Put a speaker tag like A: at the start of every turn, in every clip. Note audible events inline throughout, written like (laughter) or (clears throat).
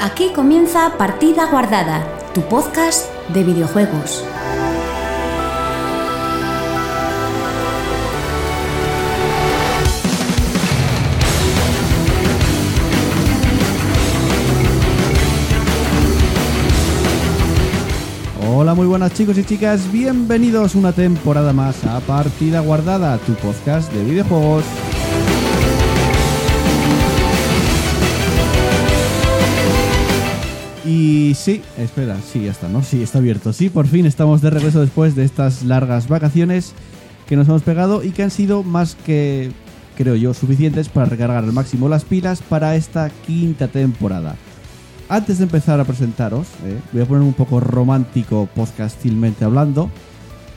A: Aquí comienza Partida Guardada, tu podcast de videojuegos.
B: Hola, muy buenas chicos y chicas, bienvenidos una temporada más a Partida Guardada, tu podcast de videojuegos. Y sí, espera, sí, ya está, ¿no? Sí, está abierto. Sí, por fin estamos de regreso después de estas largas vacaciones que nos hemos pegado y que han sido más que, creo yo, suficientes para recargar al máximo las pilas para esta quinta temporada antes de empezar a presentaros, eh, voy a poner un poco romántico podcastilmente hablando,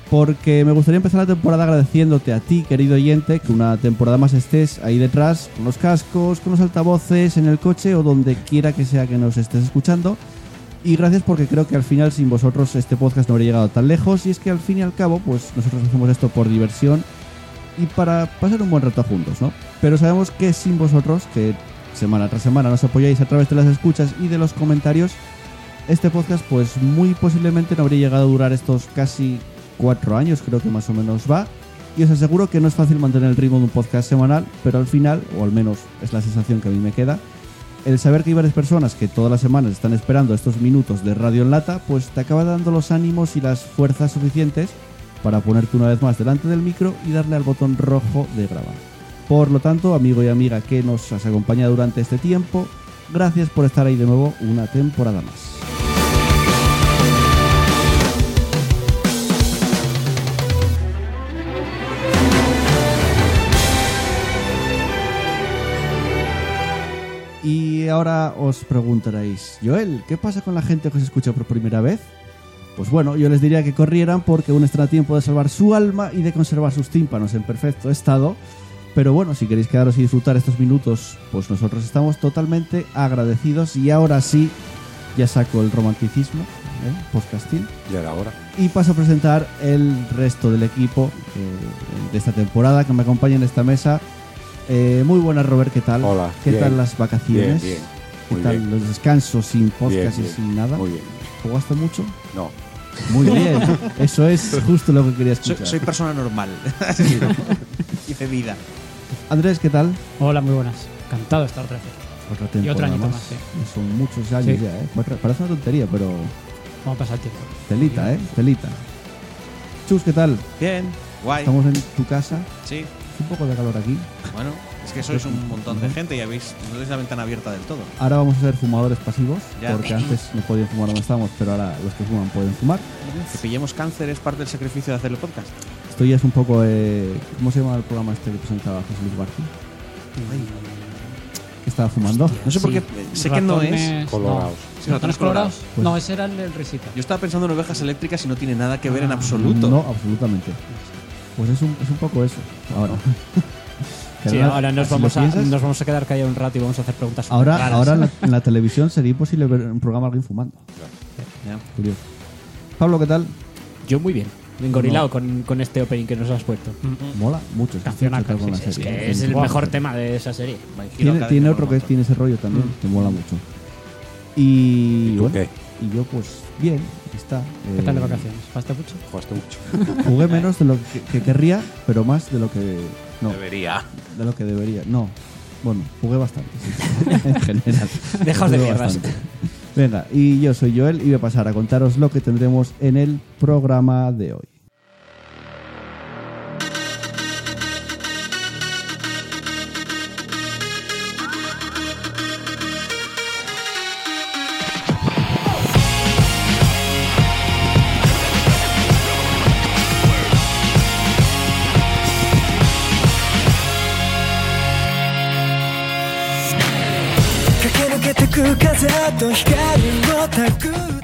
B: porque me gustaría empezar la temporada agradeciéndote a ti, querido oyente, que una temporada más estés ahí detrás, con los cascos, con los altavoces, en el coche o donde quiera que sea que nos estés escuchando. Y gracias porque creo que al final sin vosotros este podcast no habría llegado tan lejos y es que al fin y al cabo pues nosotros hacemos esto por diversión y para pasar un buen rato juntos, ¿no? Pero sabemos que sin vosotros, que semana tras semana nos apoyáis a través de las escuchas y de los comentarios, este podcast pues muy posiblemente no habría llegado a durar estos casi cuatro años, creo que más o menos va. Y os aseguro que no es fácil mantener el ritmo de un podcast semanal, pero al final, o al menos es la sensación que a mí me queda, el saber que hay varias personas que todas las semanas están esperando estos minutos de radio en lata, pues te acaba dando los ánimos y las fuerzas suficientes para ponerte una vez más delante del micro y darle al botón rojo de grabar. Por lo tanto, amigo y amiga que nos has acompañado durante este tiempo, gracias por estar ahí de nuevo una temporada más. Y ahora os preguntaréis, Joel, ¿qué pasa con la gente que os escucha por primera vez? Pues bueno, yo les diría que corrieran porque aún estará a tiempo de salvar su alma y de conservar sus tímpanos en perfecto estado. Pero bueno, si queréis quedaros y disfrutar estos minutos, pues nosotros estamos totalmente agradecidos. Y ahora sí, ya saco el romanticismo, ¿eh? podcastil.
C: Y ahora.
B: Y paso a presentar el resto del equipo eh, de esta temporada que me acompaña en esta mesa. Eh, muy buenas, Robert, ¿qué tal?
C: Hola,
B: ¿Qué
C: bien.
B: tal las vacaciones?
C: Bien, bien,
B: ¿Qué
C: muy
B: tal
C: bien.
B: los descansos sin podcast
C: Bien,
B: y
C: bien,
B: sin nada?
C: Muy bien.
B: ¿Jugaste mucho?
C: No.
B: Muy
C: (laughs)
B: bien. Eso es justo lo que quería
D: Soy,
B: escuchar.
D: soy persona normal. (laughs) Hice vida.
B: Andrés, ¿qué tal?
E: Hola, muy buenas. Encantado de estar otra vez.
B: Otra
E: Y
B: temporada
E: otro añito
B: más.
E: más, sí.
B: Son muchos años
E: Sí.
B: ya, ¿eh? Cuatro- Parece una tontería, pero
E: Vamos a pasar el tiempo.
B: Telita, ¿eh? Telita. Chus, ¿qué tal?
D: Bien, guay.
B: Estamos en tu casa. Hace
D: Sí,
B: un poco de calor aquí.
D: bueno, es que sois un montón de gente y habéis, no tenéis la ventana abierta del todo.
B: Ahora vamos a ser fumadores pasivos,
D: Ya.
B: porque antes no podían fumar donde estamos, pero ahora los que fuman pueden fumar.
D: Que pillemos cáncer es parte del sacrificio de hacer el podcast.
B: Esto ya es un poco... eh, ¿Cómo se llama el programa este que presentaba José Luis Martín? Que estaba fumando.
D: No sé por qué, sé que no es.
E: Ratones-
C: Colorados.
E: no.
D: Sí,
E: ¿Ratones
D: ratones colorados.
E: colorados?
B: Pues-
E: no, ese era el del recital.
D: Yo estaba pensando en ovejas eléctricas y no tiene nada que ver en absoluto.
B: Ah, No, absolutamente. Pues es un, es un poco eso. Ahora. Que
F: Sí, ahora nos
B: si lo
F: vamos, a,
B: piensas,
F: nos vamos a quedar callados un rato y vamos a hacer preguntas. súper
B: Ahora,
F: raras.
B: ahora en, la, en la televisión sería imposible ver un programa de alguien fumando.
D: Ya.
B: Curioso. Pablo, ¿qué tal?
F: Yo muy bien. Engorilado con, con este opening que nos has puesto.
B: Mola mucho. es que Mm, estoy
E: Cancionaca,
B: chocado con la
E: sí, sí,
F: Es
B: serie.
F: que es el
B: Guau.
F: mejor tema de esa serie.
D: Va en giro
B: Tiene,
D: cada
B: tiene
D: vez
B: otro que
D: más.
B: tiene ese rollo también, que mola mucho. Y,
C: ¿Y tú
B: bueno,
C: qué?
B: y yo pues bien, aquí está.
E: ¿Qué
B: Eh,
E: tal de vacaciones? ¿Pasta mucho?
C: Jugaste mucho. (laughs)
B: Jugué menos de lo que, que querría, pero más de lo que no,
C: Debería.
B: de lo que debería. No, bueno, jugué bastante. sí. en general.
F: Dejaos de
B: Jugué
F: mierdas.
B: bastante. Venga, y yo soy Joel y voy a pasar a contaros lo que tendremos en el programa de hoy.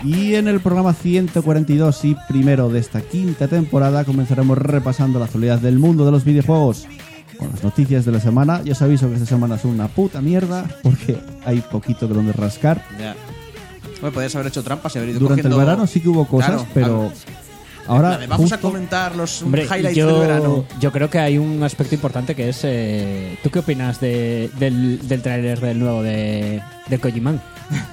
B: Y en el programa 142 y primero de esta quinta temporada comenzaremos repasando la actualidad del mundo de los videojuegos con las noticias de la semana. Yo os aviso que esta semana es una puta mierda porque hay poquito de donde rascar.
D: Ya. Bueno, podrías haber hecho trampas y haber ido
B: Durante el
D: cogiendo-
B: verano sí que hubo cosas,
D: Claro,
B: pero
D: claro.
B: ahora
D: La de vamos a
B: justo-
D: comentar los
F: Hombre,
D: highlights del
F: yo,
D: verano.
F: yo creo que hay un aspecto importante que es. eh, ¿Tú qué opinas de- del, del tráiler del nuevo de, de Kojiman?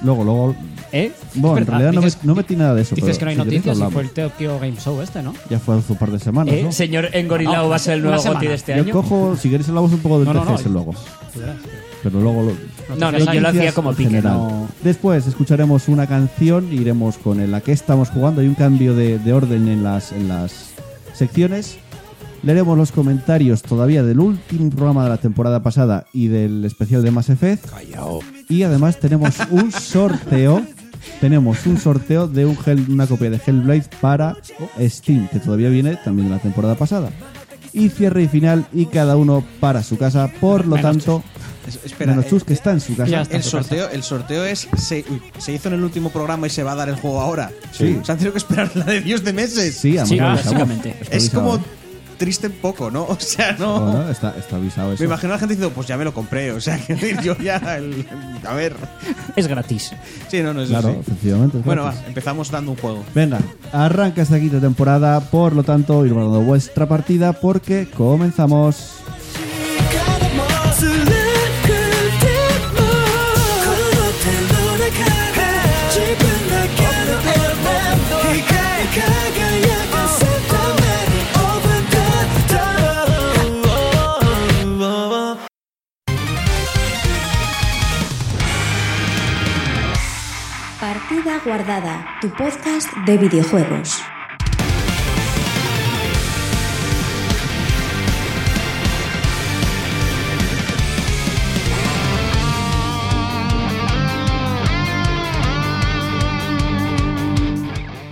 B: Luego, luego.
F: ¿Eh?
B: Bueno, en
E: verdad,
B: realidad no,
E: dices-
B: me- no metí nada de eso.
E: Dices
B: pero
E: que no hay
B: si queréis
E: noticias y
B: hablamos.
E: fue el Tokyo Game Show este, ¿no?
B: Ya fue hace un par de semanas.
F: ¿Eh?
B: ¿no?
F: Señor Engorilao
E: No,
F: va a ser el nuevo
E: una semana.
F: goti de este
B: Yo
F: año.
B: cojo, si queréis hablamos un poco del
E: No, eh. no, no.
B: TCS luego.
E: Tú verás.
B: Pero luego lo-
F: No, no,
E: Noticias
F: yo lo hacía
B: noticias
F: como
B: en
F: pique,
B: general.
F: no.
B: Después escucharemos una canción, iremos con el a qué estamos jugando. Hay un cambio de, de orden en las, en las secciones. Leeremos los comentarios todavía del último programa de la temporada pasada y del especial de Mass Effect. Y además tenemos un (laughs) sorteo. Tenemos un sorteo de un Hell- una copia de Hellblade para Steam, que todavía viene también de la temporada pasada. Y cierre y final, y cada uno para su casa. Por lo
E: Menos
B: tanto,
D: Es- espera,
B: menos
D: eh,
B: Chus, que está en su casa.
E: Ya está.
D: el sorteo, el sorteo es se, uy, se hizo en el último programa y se va a dar el juego ahora.
B: Sí.
D: Se han tenido que esperar la de Dios de meses.
B: Sí, además
F: Sí,
B: lo avisamos.
F: básicamente.
B: Está
D: Es
B: avisado,
D: como
B: ¿eh?
D: triste un poco, ¿no? (laughs) O sea, no.
B: No, no, está, está avisado eso.
D: Me imagino a la gente diciendo, pues ya me lo compré, o sea, (laughs) quiero decir, yo ya. el- a ver.
F: Es gratis.
D: Sí, no, no, eso
B: Claro,
D: sí.
B: efectivamente. es
D: Bueno, va,
B: gratis.
D: empezamos dando un juego.
B: Venga, arranca esta quinta temporada, por lo tanto, ir guardando vuestra partida porque comenzamos.
A: Partida guardada, tu podcast de videojuegos.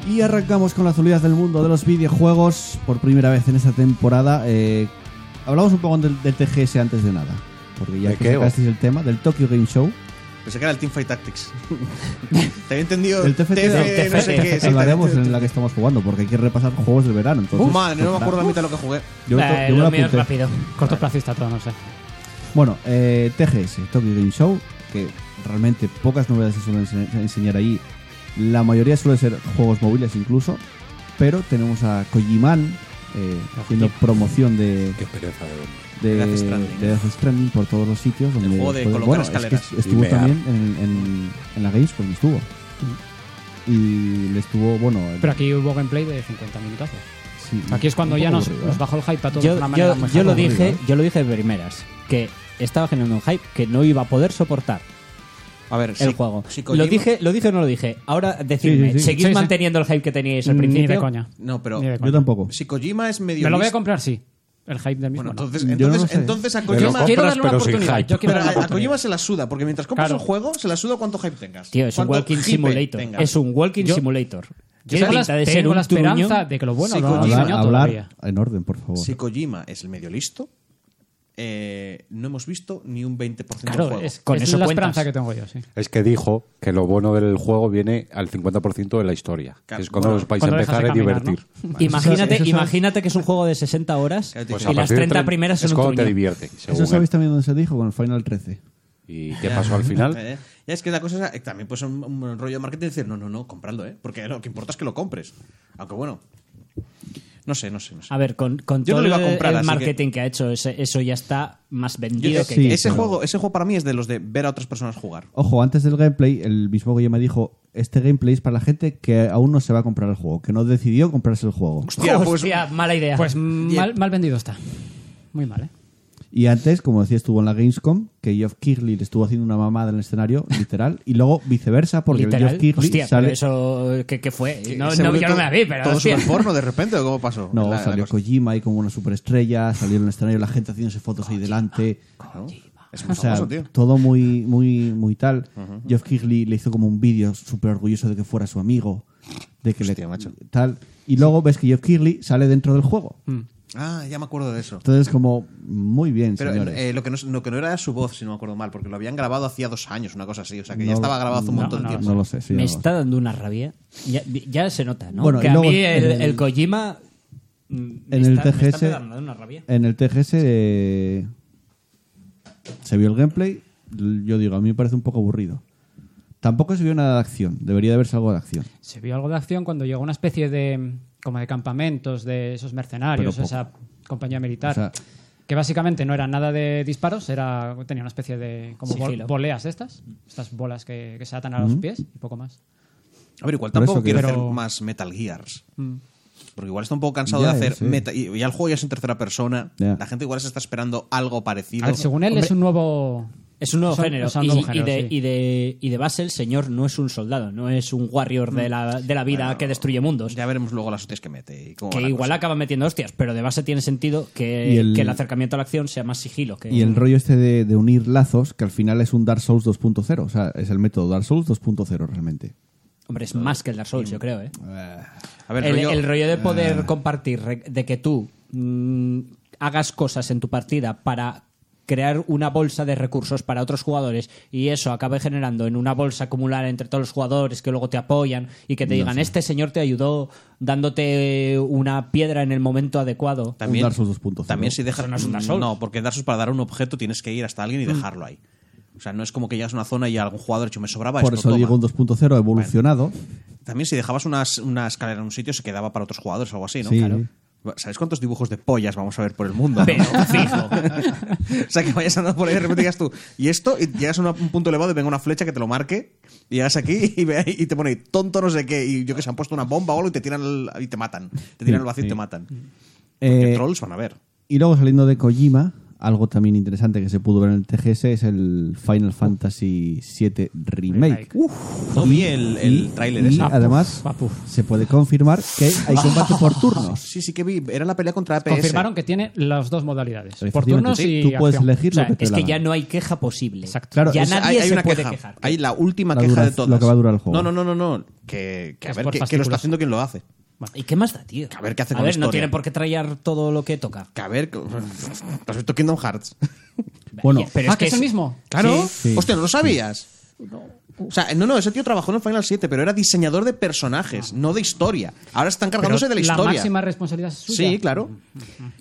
B: Y arrancamos con la actualidad del mundo de los videojuegos por primera vez en esta temporada. Eh, hablamos un poco del, del TGS antes de nada, porque ya
C: ¿De
B: que
C: qué,
B: sacasteis el tema del Tokyo Game Show,
D: Pensé que era el Teamfight Tactics. (laughs) Te había entendido.
B: el TFT,
D: TF, no sé qué. sí,
B: hablaremos
D: también.
B: en la que estamos jugando, porque hay que repasar juegos del verano. Entonces,
D: Uf, madre, no me
B: tocará.
D: acuerdo la mitad de lo que jugué.
B: Yo, to-
F: Eh,
B: yo me
F: lo
B: lo
F: mío es
B: apunté.
F: rápido.
B: (laughs)
E: Cortoplacista todo, no sé.
B: Bueno, eh, TGS, Tokyo Game Show, que realmente pocas novedades se suelen ense- enseñar ahí. La mayoría suele ser juegos móviles incluso, pero tenemos a Kojiman eh, haciendo promoción de,
C: Qué pereza de
B: de,
C: hombre.
D: Death Stranding.
B: de Death Stranding por todos los sitios. Donde
D: juego de
B: puede-
D: colocar
B: bueno,
D: escaleras.
B: Es que est- estuvo
C: Y mear.
B: también en, en- en la Gamescom, estuvo. Y le estuvo, bueno... el-
E: Pero aquí hubo gameplay de 50 minutazos.
B: sí,
E: Aquí es cuando
B: un
E: ya
B: poco
E: nos,
B: aburrido,
E: nos
B: ¿eh?
E: bajó el hype a todos de
F: Yo,
E: una manera
F: yo,
E: muy
F: yo lo
E: hardcore.
F: dije,
B: aburrido,
F: yo lo dije de primeras, que estaba generando un hype que no iba a poder soportar
D: A ver,
F: el
D: si-
F: juego.
D: si Kojima-
F: ¿Lo dije, ¿Lo dije o no lo dije? Ahora decidme,
B: Sí, sí, sí.
F: ¿seguís
E: Sí, sí.
F: manteniendo el hype que teníais al
E: Ni
F: principio?
E: de coña.
D: No, pero.
E: Ni de
B: Yo
E: coña.
B: tampoco.
D: Si Kojima es medio.
E: Me lo voy a
D: listo-
E: comprar, sí. El hype del mismo.
D: Bueno,
E: no.
D: entonces,
B: Yo no
D: entonces,
B: lo sé.
D: entonces a
C: Me lo
E: Yo
D: Kojima.
C: compro,
E: quiero
C: compras,
E: darle una
C: pero sin
E: oportunidad.
C: hype.
E: Yo quiero
D: Pero a,
E: darle una
D: a Kojima
E: oportunidad.
D: se la suda, porque mientras compras
E: Claro.
D: un juego, se la suda cuánto hype tengas.
F: Tío, es un
D: Cuánto
F: walking
D: hype
F: simulator.
D: tengas.
F: Es un walking
E: Yo-
F: simulator. Tiene
E: Tengo la,
F: pinta de ser
E: tengo
F: un
E: la esperanza
F: truño.
E: de que lo bueno
D: Sí,
E: lo han
D: Kojima.
B: Hablar,
E: enseñado todavía.
B: hablar en orden, por favor.
D: Si Kojima es el medio listo, eh, no hemos visto ni un 20%
F: Claro,
D: del juego.
F: es- con
E: Esa
F: eso
E: es la
F: cuentas.
E: esperanza que tengo yo, sí.
C: Es que dijo que lo bueno del juego viene al 50% de la historia.
D: Claro,
C: que es cuando
D: bueno,
C: os vais a
E: cuando dejas
C: empezar
E: de
C: a
E: caminar,
C: divertir.
F: Imagínate,
B: Eso- eso-
F: imagínate que es un juego de 60 horas
D: Claro,
C: Pues
D: Sí,
C: a
F: y las
C: partir de
F: 30
C: tre-
F: primeras
C: es
F: son un
C: cuando te
F: truño.
C: divierte. según
B: Eso
C: él.
B: sabéis también dónde se dijo, con el Final 13.
C: ¿Y qué pasó al final?
D: Eh, ya es que la cosa es, eh, también pues un, un rollo de marketing decir, no, no, no, compradlo, ¿eh? Porque lo que importa es que lo compres. Aunque bueno, no sé, no sé, no sé.
F: A ver, con, con
D: Yo no lo
F: todo
D: iba a comprar,
F: el
D: así que-
F: marketing que... ha hecho, ese- eso ya está más
D: Yo-
F: vendido
D: eh,
F: que
B: sí.
D: ese,
B: pero-
D: juego, ese juego para mí es de los de ver a otras personas jugar.
B: Ojo, antes del gameplay, el mismo que yo me dijo, este gameplay es para la gente que aún no se va a comprar el juego, que no decidió comprarse el juego.
D: Hostia, pues-
F: Hostia, mala idea.
E: Pues
F: Mm,
E: mal, mal vendido está. Muy mal, ¿eh?
B: Y antes, como decía, estuvo en la Gamescom, que Geoff Keighley le estuvo haciendo una mamada en el escenario, literal, y luego viceversa, porque
F: Literal.
B: Geoff Keighley
F: Hostia,
B: sale...
F: pero eso, ¿qué, qué fue? No,
D: Se
F: no,
D: volvió
F: yo no
D: todo-
F: me la vi, pero
D: Todo
F: hostia.
D: super porno de repente, ¿o cómo pasó?
B: No,
D: La- la
B: salió
D: cosa.
B: Kojima ahí como una superestrella, salió en el escenario la gente haciéndose fotos ahí delante.
D: Claro. Es
B: O
D: muy
B: sea,
D: famoso, tío.
B: todo muy, muy, muy tal. Geoff Keighley le hizo como un vídeo súper orgulloso de que fuera su amigo. De que
D: Hostia,
B: le,
D: macho.
B: tal. Y luego ves que Geoff Keighley sale dentro del juego.
D: Ah, ya me acuerdo de eso.
B: Entonces, como, muy bien,
D: Pero
B: señores.
D: eh, lo, que no, lo que no era su voz, si no me acuerdo mal, porque lo habían grabado hacía dos años, una cosa así. O sea, que ya
B: No-
D: estaba grabado hace un
B: no,
D: montón de
B: no,
D: tiempo.
B: No lo sé, sí,
F: me
B: no.
F: está dando una rabia. Ya, ya se nota, ¿no?
B: Bueno,
F: que
B: y
F: a
B: luego
F: mí
B: en
F: el,
B: el-
F: el Kojima en
B: en el TGS
F: dando una rabia.
B: En el TGS eh, se vio el gameplay. L- Yo digo, a mí me parece un poco aburrido. Tampoco se vio nada de acción. Debería de haberse algo de acción.
E: Se vio algo de acción cuando llegó una especie de como de campamentos de esos mercenarios,
B: Pero poco.
E: esa compañía militar.
B: O sea,
E: que básicamente no era nada de disparos, era tenía una especie de como bol-
F: Sigilo.
E: boleas estas, estas bolas que, que se atan a los pies y poco más.
D: A ver, igual
B: Por
D: tampoco
B: eso que-
D: quiero
E: Pero-
D: hacer más Metal Gears.
F: Mm.
D: Porque igual está un poco cansado
B: Ya,
D: de hacer.
B: sí.
D: meta- y ya el juego ya es en tercera persona.
B: Ya.
D: La gente igual se está esperando algo parecido.
E: A ver, según él
F: Hombre,
E: es un nuevo
F: Es un nuevo
E: son-
F: género.
E: son
F: y,
E: nuevo
F: y
E: género,
F: de,
E: sí.
F: y, de, y de base, el señor no es un soldado, no es un warrior de la, de la vida que destruye mundos.
D: Ya veremos luego las hostias que mete. y cómo va
F: que
D: la
F: igual
D: cosa.
F: acaba metiendo hostias, pero de base tiene sentido
B: Y
F: que,
B: el-
F: que el acercamiento a la acción sea más sigilo. Que,
B: Y el rollo este de, de unir lazos, que al final es un Dark Souls 2.0. O sea, es el método Dark Souls 2.0 realmente.
F: Hombre, es más que el Dark Souls, yo creo. ¿eh?
D: A ver,
F: el,
D: rollo-
F: el rollo de poder compartir, re- de que tú mm, hagas cosas en tu partida para crear una bolsa de recursos para otros jugadores y eso acabe generando en una bolsa acumular entre todos los jugadores que luego te apoyan y que te digan, este señor te ayudó dándote una piedra en el momento adecuado.
D: También,
B: Dark Souls 2.0.
D: También si dejas.
F: Eso no es un Mm. Dark Souls.
D: No, porque Dark Souls para dar un objeto tienes que ir hasta alguien y dejarlo ahí. O sea, no es como que llegas a una zona y algún jugador ha hecho me sobraba
B: Por
D: esto.
B: eso
D: Pues toma".
B: digo un 2.0 evolucionado.
D: También si dejabas unas- una, escalera en un sitio se quedaba para otros jugadores o algo así, ¿no?
B: Sí.
D: ¿Sabes cuántos dibujos de pollas vamos a ver por el mundo? no?
F: Pero fijo.
D: (laughs) o sea, que vayas andando por ahí y de repente digas tú, y esto, y llegas a una- un punto elevado y venga una flecha que te lo marque, y llegas aquí y, ve- y te pone tonto no sé qué, y yo que se han puesto una bomba o algo y te tiran al- y te matan. Te tiran al vacío y te matan. Porque
B: Eh,
D: trolls van a ver.
B: Y luego saliendo de Kojima, algo también interesante que se pudo ver en el TGS es el Final Fantasy VII Remake.
E: Remake.
D: No vi el, el tráiler
B: Y
D: ese.
B: además
E: va, puf.
B: se puede confirmar que hay combate por turnos.
D: Sí, sí que vi. Era la pelea contra PS.
E: Confirmaron que tiene las dos modalidades, por
B: Efectivamente,
E: turnos
B: sí,
E: y
B: tú puedes
E: acción.
B: elegir
F: O sea,
B: lo que te
F: es
B: dé
F: que
B: la
F: ya
B: gana.
F: no hay queja posible.
E: Exacto.
B: Claro,
F: ya
D: Pues
B: es-
F: nadie se puede
D: queja.
F: quejar.
D: Hay la última
B: La
D: queja
B: dura-
D: de todas.
B: lo que va a durar el juego.
D: No, no, no, no, no. Que, que a
E: Es
D: ver
E: por
D: que, que lo está
E: fascículos.
D: haciendo quien lo hace.
F: ¿Y qué más da, tío?
D: A ver qué hace
F: A
D: con
F: ver,
D: la
F: no
D: historia.
F: tiene por qué traer todo lo que toca.
D: Que a ver. que- (laughs) ¿Te has visto Kingdom Hearts?
B: Bueno,
F: pero
E: Ah, que es el mismo.
D: Claro.
B: Sí.
D: Hostia, ¿no lo sabías? O sea, no, no, ese tío trabajó en el Final 7, pero era diseñador de personajes, no de historia. Ahora están cargándose de la historia.
E: máxima responsabilidad es suya.
D: sí, claro.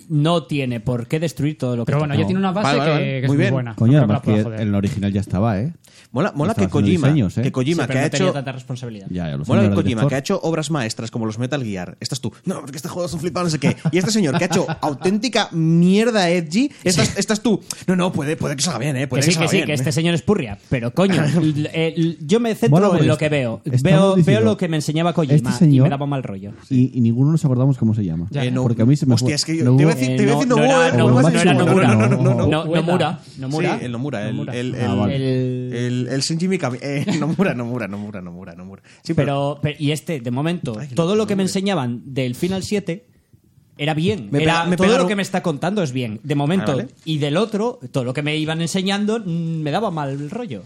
F: no tiene por qué destruir todo lo que
E: Pero bueno,
F: toca.
E: ya tiene una base
D: Vale, vale, vale.
E: que, que es
D: Muy
E: muy
D: bien.
E: buena.
B: Coño,
E: Ah, No creo
B: además
E: que la
B: que
E: pueda joder.
B: en el original ya estaba, ¿eh?
D: Mola, mola
B: Estaba
D: que
B: haciendo
D: Kojima,
B: diseños, ¿eh?
D: que Kojima
F: Sí, pero
D: que ha
F: no tenía
D: hecho
F: tanta responsabilidad.
B: Ya, ya lo
D: Mola
B: sabía
D: el
B: el
D: Kojima,
B: director.
D: que ha hecho obras maestras como los Metal Gear. Estás tú, no, porque este juego es un flipado, no sé qué. Y este señor, que ha hecho auténtica mierda edgy, estás, estás tú, no, no, puede, puede que salga bien, ¿eh?
F: Que
D: Puede que,
F: sí, que
D: salga
F: sí,
D: bien.
F: que este señor es purria. Pero
D: (laughs)
F: coño, l- eh, l- yo me centro
B: Mola porque
F: en lo
B: está-
F: que veo.
B: pues, estamos
F: Veo, veo
B: diciendo,
F: lo que me enseñaba Kojima
B: este
F: y
B: señor-
F: me daba mal rollo.
B: Y, y ninguno nos acordamos cómo se llama.
E: Ya.
D: Eh, no.
B: Porque a mí se me
D: Hostia,
B: fue-
D: es que yo
B: no
D: te iba a
B: hubo-
D: decir,
F: Eh,
D: te iba a
F: no,
D: decir
F: no
D: Nomura,
F: era- no,
D: Nomura
F: no
D: es el
F: era
D: segundo. No,
F: Nomura.
D: no, no, no, no.
F: No, Nomura. Nomura.
D: Sí, el Nomura, el,
E: Nomura.
D: el, el,
B: Ah, vale.
D: el, el Shinji Mikami. Eh, (laughs) Nomura, Nomura, Nomura, Nomura, Nomura. Sí,
F: Pero, pero- y este, de momento,
D: Ay,
F: todo lo que me
D: hombre.
F: enseñaban del Final 7 era bien.
D: Me
F: Era-
D: pega- me
F: todo
D: pegaron-
F: lo que me está contando es bien, de momento.
D: Ah, vale.
F: Y del otro, todo lo que me iban enseñando mm, me daba mal rollo.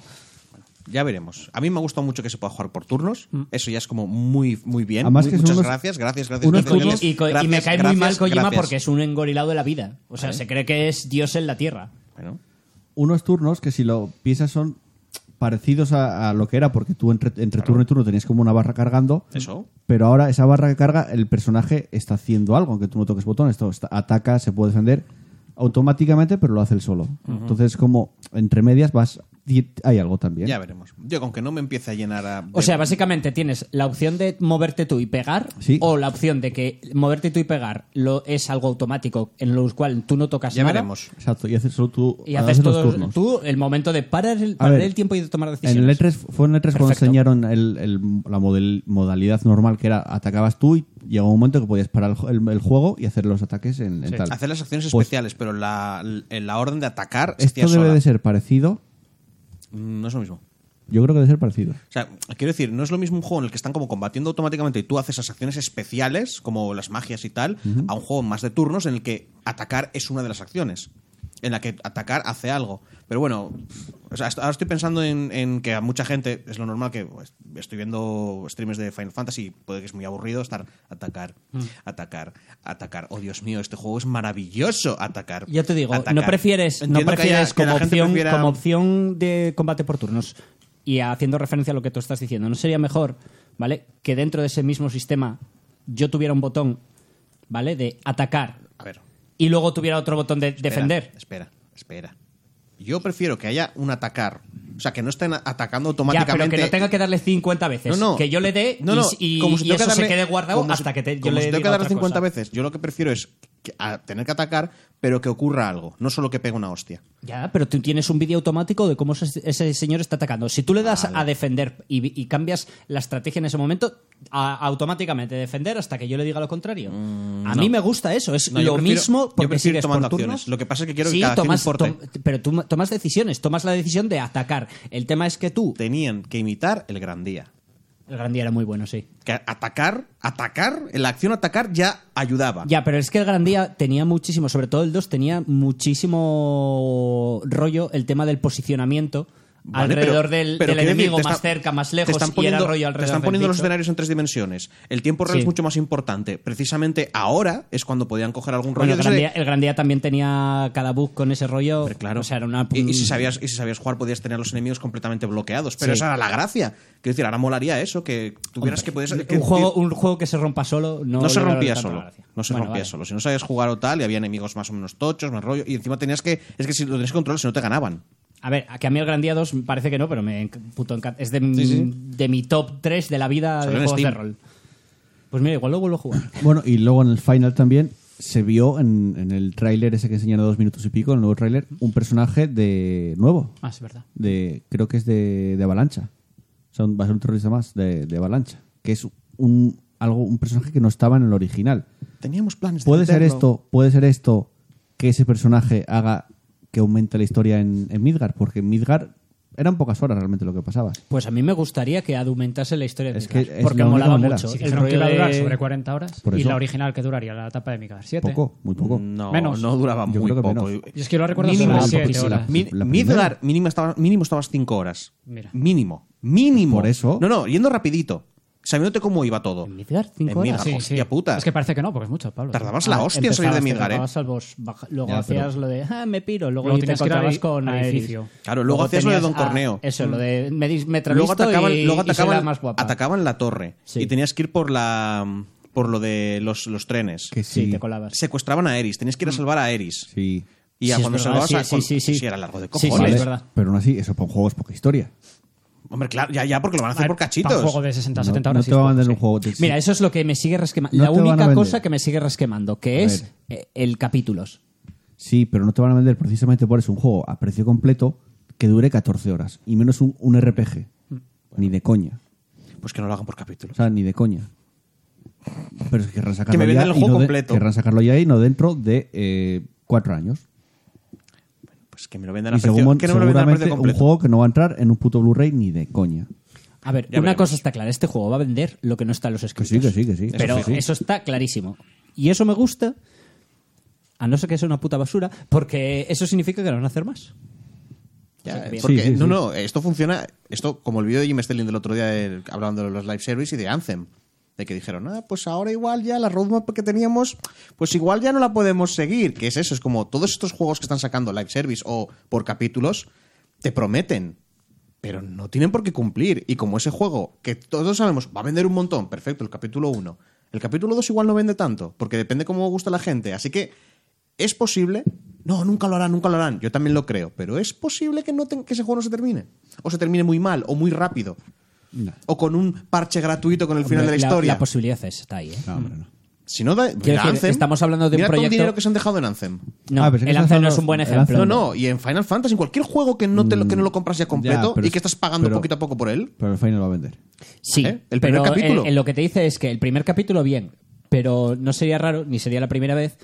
D: Ya veremos. A mí me ha gustado mucho que se pueda jugar por turnos.
F: Mm.
D: Eso ya es como muy, muy bien.
B: Además
D: Muy-
B: que son
D: muchas
B: unos-
D: gracias, gracias, gracias.
B: unos
D: gracias,
B: turnos-
F: Y, co- y me
D: gracias,
F: cae muy
D: gracias,
F: mal Kojima
D: gracias.
F: porque es un engorilado de la vida. O sea, se cree que es Dios en la tierra.
D: Bueno.
B: unos turnos que si lo piensas son parecidos a, a lo que era, porque tú entre, entre turno y turno tenías como una barra cargando.
D: Eso.
B: Pero ahora esa barra que carga, el personaje está haciendo algo, aunque tú no toques botón. Esto está- ataca, se puede defender automáticamente, pero lo hace él solo. Entonces, como entre medias vas... y Hay algo también.
D: Ya veremos. Yo, con que no me empiece a llenar a.
F: O sea, básicamente tienes la opción de moverte tú y pegar,
B: Sí.
F: o la opción de que moverte tú y pegar lo, es algo automático en lo cual tú no tocas
D: Ya
F: nada.
D: veremos.
B: Exacto, y haces solo tú...
F: Y haces
B: los
F: todo
B: turnos.
F: tú el momento de parar el,
B: A
F: parar
B: ver,
F: el tiempo y de tomar decisiones.
B: En el E3, fue en el E3 cuando
F: Perfecto.
B: enseñaron el- el- la model- modalidad normal que era atacabas tú y llegó un momento que podías parar el, el- el juego y hacer los ataques en, en tal.
D: Hacer las acciones
B: Pues-
D: especiales, pero la, la orden de atacar se
B: Esto
D: hacía
B: debe
D: sola.
B: de ser parecido.
D: Mm, No es lo mismo.
B: Yo creo que debe ser parecido.
D: O sea, quiero decir, no es lo mismo un juego en el que están como combatiendo automáticamente y tú haces esas acciones especiales, como las magias y tal, a un juego más de turnos en el que atacar es una de las acciones. En la que atacar hace algo. Pero bueno, o sea, est- ahora estoy pensando en, en que a mucha gente es lo normal que pues, estoy viendo streamers de Final Fantasy, puede que es muy aburrido estar atacar,
F: Mm.
D: atacar, atacar. Oh Dios mío, este juego es maravilloso atacar.
F: Ya te digo, no
D: atacar.
F: prefieres,
D: Entiendo
F: no
D: que haya-
F: prefieres
D: que la
F: como,
D: gente
F: opción,
D: prefiera-
F: como opción de combate por turnos y haciendo referencia a lo que tú estás diciendo. ¿No sería mejor, ¿vale? Que dentro de ese mismo sistema yo tuviera un botón, ¿vale? De atacar
D: A ver,
F: y luego tuviera otro botón de defender.
D: Espera, espera. Yo prefiero que haya un atacar. O sea, que no estén atacando
F: Ya,
D: automáticamente.
F: pero que no tenga que darle 50 veces.
D: No, no.
F: Que yo le dé
D: No, no,
F: y, y-
D: como si
F: y
D: tengo
F: eso
D: darle-
F: se quede guardado
D: como si-
F: hasta que te, yo
D: como
F: le
D: si tengo
F: diga
D: que darle
F: otra
D: 50
F: cosa.
D: veces. Yo lo que prefiero es que- a tener que atacar, pero que ocurra algo, no solo que pegue una hostia.
F: Ya, pero tú tienes un vídeo automático de cómo ese, ese señor está atacando. Si tú le das a defender y, y cambias la estrategia en ese momento, a- automáticamente defender hasta que yo le diga lo contrario. a mí me gusta eso, es
D: Mm, No, yo
F: lo
D: prefiero-
F: mismo
D: yo
F: porque
D: prefiero ir
F: sigues por
D: tomando
F: turnos.
D: acciones. Lo que pasa es que quiero que
F: Sí,
D: cada acción
F: tomas-
D: importe.
F: tom- pero tú tomas decisiones, tomas la decisión de atacar. El tema es que tú...
D: Tenían que imitar el gran día.
F: El gran día era muy bueno, sí.
D: Que atacar, atacar, la acción atacar ya ayudaba.
F: Ya, pero es que el Gran Día tenía muchísimo, sobre todo el 2, tenía muchísimo rollo el tema del posicionamiento
D: Vale,
F: alrededor
D: pero- pero
F: del, del
D: quiero decir,
F: enemigo,
D: te
F: más
D: está-
F: cerca, más
D: te
F: lejos,
D: están
F: y
D: poniendo-
F: era rollo alrededor
D: Te están
F: del
D: poniendo los
F: bicho.
D: escenarios en tres dimensiones. El tiempo real
F: Sí.
D: es mucho más importante. Precisamente ahora es cuando podían coger algún rollo
F: Bueno, el,
D: de
F: gran
D: ese de-
F: día, el Gran Día también tenía cada bug con ese rollo.
D: Hombre, claro.
F: O sea, era una.
D: y, y si sabías, y si sabías jugar, podías tener a los enemigos completamente bloqueados. Pero
F: Sí.
D: esa era la gracia. Quiero decir, ahora molaría eso, que tuvieras que poder. que-
F: un, juego,
D: que-
F: un juego que se rompa solo no,
D: no, se
F: le veo
D: rompía
F: tanta
D: solo.
F: gracia.
D: No se
F: Bueno,
D: rompía
F: vale.
D: solo. Si no sabías jugar o tal, y había enemigos más o menos tochos, más rollo. Y encima tenías que. Es que si lo tenías que controlar, si no te ganaban.
F: A ver, a que a mí el Gran Día 2 parece que no, pero me enc- puto encanta. Es de, mi- de mi top 3 de la vida
D: Salió
F: de
D: en
F: juegos
D: Steam.
F: de rol. Pues mira, igual lo vuelvo a jugar.
B: Bueno, y luego en el final también se vio en, en el tráiler ese que enseñaron dos minutos y pico, en el nuevo tráiler, un personaje de nuevo.
F: Ah, es verdad.
B: de creo que es de, de Avalancha. O sea, un- va a ser un terrorista más de, de Avalancha, que es un algo un personaje que no estaba en el original.
D: Teníamos planes de
B: Puede ser
D: meterlo.
B: esto, puede ser esto que ese personaje haga que aumente la historia en, en Midgard, porque en Midgard eran pocas horas realmente lo que pasaba.
F: Pues a mí me gustaría que aumentase la historia de
B: Es
F: Midgard,
B: que es
F: porque
B: la única
F: molaba
B: manera.
F: mucho.
B: Si
F: El
E: Dijeron que
F: rollo
E: iba a durar
F: de-
E: sobre 40 horas
B: Por
E: y
B: eso.
E: la original que duraría la etapa de Midgar 7.
B: Poco, muy poco.
D: No,
E: Menos.
D: no duraba
B: Yo
D: muy
B: creo que
D: poco.
B: menos.
E: Yo es que lo recuerdo
D: Mínimo.
E: sobre
D: Ah,
E: 7
B: poquísima.
E: horas.
B: Mi-
D: Mi-
B: la
D: Midgar,
B: primera.
D: mínimo, estaba, mínimo estabas 5 horas.
E: Mira.
D: Mínimo. Mínimo.
B: Por eso.
D: No, no, yendo rapidito. Sabiéndote cómo iba todo.
F: ¿En Midgar? ¿Cinco
D: En
F: horas?
D: Midgar,
E: Sí, sí.
D: hostia puta.
E: Es que parece que no, porque es mucho, Pablo.
D: Tardabas
F: Ah,
D: la hostia en salir de
F: empezabas, te
D: Midgar, eh.
F: tocabas al boss, baja- luego
B: Ya,
F: hacías
B: pero-
F: lo de, ah, me piro, luego,
E: Luego
F: te
E: tenías que ir al
F: encontrabas
E: edi-
F: con
E: al
F: Aeris.
E: edificio.
D: Claro, luego hacías lo de
F: tenías
D: Don
F: a-
D: Corneo. Mm.
F: eso, lo de me, dis- me
D: luego
F: travisto
D: atacaban,
F: y,
D: luego
F: y soy
D: atacaban,
F: la más guapa.
D: atacaban la torre.
F: Sí.
D: Y tenías que ir por la por lo de los, los trenes.
B: Que
F: Sí,
B: sí.
F: te colabas.
D: Secuestraban a Eris. Tenías que ir a salvar a Eris.
B: Sí.
D: Y a
F: Mm. Sí, es
D: cuando
F: verdad,
D: salvabas
F: sí,
D: a.
F: sí,
D: con-
F: sí, sí.
D: si era largo de
F: Sí, sí,
D: cojones.
F: es verdad.
B: Pero aún así, eso para un juego es poca historia.
D: Hombre, claro, ya, ya, porque lo van a hacer por
E: Para
D: cachitos.
E: un juego de 60
B: No,
E: 70
B: no
E: horas.
B: te va a vender un juego. de-
F: Mira, eso es lo que me sigue resquemando.
B: No
F: la
B: te van a
F: única
B: vender.
F: cosa que me sigue resquemando, que
B: A
F: es
B: ver.
F: eh, el capítulos.
B: Sí, pero no te van a vender precisamente por eso un juego a precio completo que dure 14 horas. Y menos un, un RPG.
F: Mm.
B: Ni de coña.
D: Pues que no lo hagan por capítulos.
B: O sea, ni de coña. Pero es que querrán sacarlo
D: me vendan
B: ya
D: el
B: y
D: juego
B: no de-
D: completo.
B: querrán sacarlo ya y no dentro de eh, cuatro años.
D: Pues que me lo vendan a
B: Y
D: precio,
B: según,
D: que no me lo vendan a
B: seguramente
D: precio
B: un
D: completo.
B: juego que no va a entrar en un puto Blu-ray ni de coña.
F: A ver,
D: Ya
F: una
D: veremos.
F: cosa está clara, este juego va a vender lo que no está en los escritos.
B: sí, que sí, que sí. Eso
F: Pero eso,
B: sí, sí.
F: está clarísimo. Y eso me gusta, a no ser que sea una puta basura, porque eso significa que lo van a hacer más.
D: Ya, eh,
F: Sí, bien.
D: porque,
B: Sí, sí,
D: no,
B: sí.
D: no, esto funciona, esto como el vídeo de Jim Sterling del otro día del- hablando de los live service y de Anthem, de que dijeron, ah, pues ahora igual ya la roadmap que teníamos, pues igual ya no la podemos seguir, que es eso, es como todos estos juegos que están sacando live service o por capítulos, te prometen, pero no tienen por qué cumplir. Y como ese juego, que todos sabemos, va a vender un montón, perfecto, el capítulo 1. El capítulo 2 igual no vende tanto, porque depende cómo gusta la gente. Así que es posible... No, nunca lo harán, nunca lo harán. Yo también lo creo, pero es posible que, no ten- que ese juego no se termine. O se termine muy mal, o muy rápido. O con un parche gratuito con el final de la, historia.
F: La, posibilidad es- está ahí, ¿eh?
B: No, hombre, no.
D: si no, da-
F: Quiero
D: mira
F: decir,
D: Anthem,
F: estamos hablando de un
D: mira todo el
F: proyecto-
D: dinero que se han dejado en Anthem.
F: No,
B: Ah, pensé que estabas
F: el Anthem no es
B: hablando-
F: un buen
B: el
F: ejemplo.
B: Anthem
D: No, no, y en Final Fantasy, en cualquier juego que no, te
F: Mm,
D: lo, que no lo compras ya completo
B: Ya, pero
D: y que
B: es-
D: estás pagando
B: pero-
D: poquito a poco por él.
B: Pero el final va a vender.
F: Sí,
D: ¿Eh? El primer
F: pero
D: capítulo.
F: en- en lo que te dice es que el primer capítulo, bien, pero no sería raro, ni sería la primera vez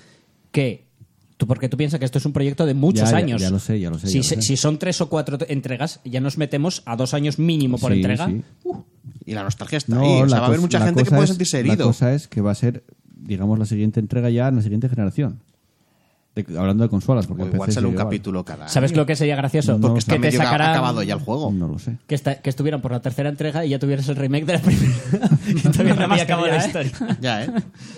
F: que. Tú, porque tú piensas que esto es un proyecto de muchos
B: Ya, ya,
F: años.
B: ya lo sé, ya lo sé,
F: Si,
B: ya lo
F: se-
B: sé.
F: si son tres o cuatro t- entregas, ya nos metemos a dos años mínimo por
B: Sí,
F: entrega.
B: sí.
D: Y la nostalgia está
B: No,
D: ahí. O sea,
B: la
D: va a haber
B: cos-
D: mucha
B: la
D: gente que
B: cosa
D: puede
B: es-
D: sentirse herido.
B: La cosa es que va a ser, digamos, la siguiente entrega ya en la siguiente generación. De- hablando de consolas, porque
D: O
B: PC
D: igual sale un
B: sigue igual.
D: capítulo cada
F: ¿Sabes
D: año.
F: lo que sería gracioso?
D: Porque
F: que
D: está
F: te
D: medio
F: sacaran-
D: acabado ya el
B: (laughs)
D: juego.
B: No lo sé.
F: Que, esta- que estuvieran por la tercera entrega y ya tuvieras el remake de
B: (laughs)
F: la primera. Y Todavía no había
E: Remaster
F: acabado
E: ya,
F: la
E: ¿eh?
F: historia.
D: Ya, ¿eh?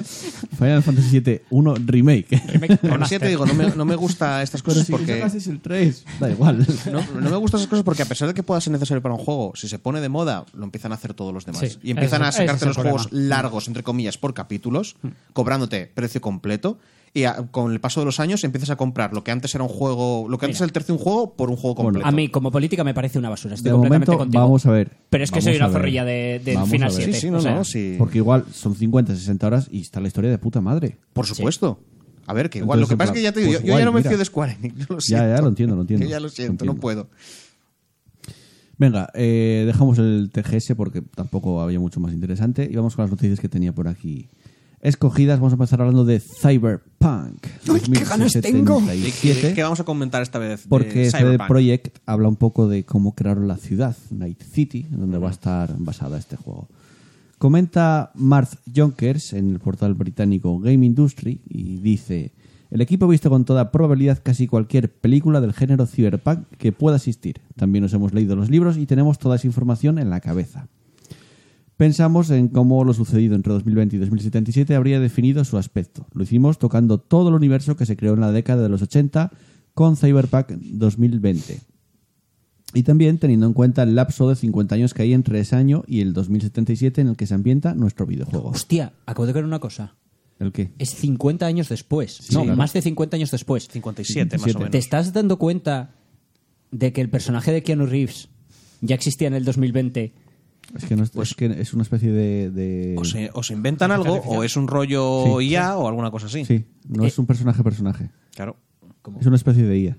B: Final Fantasy VII 1
D: (laughs)
B: Remake.
D: Aún así ya te digo, no me, no me gusta estas cosas porque...
B: el 3, da igual.
D: (laughs) No, no me gustan esas cosas porque a pesar de que pueda ser necesario para un juego, si se pone de moda, lo empiezan a hacer todos los demás.
E: Sí,
D: y empiezan
E: ese-
D: a sacarte
E: ese es
D: los
E: el
D: juegos
E: problema. Mm.
D: largos, entre comillas, por capítulos, cobrándote precio completo. Y a- con el paso de los años empiezas a comprar lo que antes era un juego, lo que antes era el tercio un juego, por un juego completo.
F: A mí, como política, me parece una basura. Estoy
B: De
F: completamente
B: momento,
F: contigo.
B: vamos a ver.
F: Pero es que
B: Vamos
F: soy
B: a
F: una
B: ver.
F: zorrilla de- del
B: Vamos
F: final
B: a ver.
D: sí,
F: 7.
D: sí, no,
F: o sea,
D: no, sí.
B: Porque igual son 50, 60 horas y está la historia de puta madre.
D: Por supuesto. A ver, que igual.
B: Entonces,
D: lo que pasa
B: en
D: es
B: plan,
D: que ya te digo,
B: pues
D: yo, yo
B: guay,
D: ya no me
B: mira.
D: fío de Square Enix. (laughs) Lo
B: Ya, ya,
D: siento.
B: lo entiendo, lo entiendo,
D: Yo ya lo siento,
B: entiendo.
D: no puedo.
B: Venga, eh, dejamos el TGS porque tampoco había mucho más interesante y vamos con las noticias que tenía por aquí. Escogidas, vamos a pasar hablando de Cyberpunk.
F: ¡Ay, qué ganas tengo!
B: 2077,
D: ¿Qué vamos a comentar esta vez? de
B: Porque CD
D: Cyberpunk?
B: Projekt habla un poco de cómo crearon la ciudad, Night City, en donde va a estar basada este juego. Comenta Marth Jonkers en el portal británico Game Industry y dice: El equipo ha visto con toda probabilidad casi cualquier película del género cyberpunk que pueda existir. También nos hemos leído los libros y tenemos toda esa información en la cabeza. Pensamos en cómo lo sucedido entre 2020 y 2077 habría definido su aspecto. Lo hicimos tocando todo el universo que se creó en la década de los 80 con Cyberpunk 2020. Y también teniendo en cuenta el lapso de 50 años que hay entre ese año y el 2077 en el que se ambienta nuestro videojuego.
F: Hostia, acabo de creer una cosa.
B: ¿El qué?
F: Es 50 años después.
B: Sí,
F: no,
B: claro.
F: más de 50 años después.
D: 57, más o
B: 57.
D: menos.
F: ¿Te estás dando cuenta de que el personaje de Keanu Reeves ya existía en el 2020?
B: Es que, no es, es que es una especie de... de-
D: O se, o se inventan algo, o es un rollo
B: Sí,
D: IA o alguna cosa así.
B: Sí, no es un personaje-personaje.
D: Claro.
B: Es una especie de IA.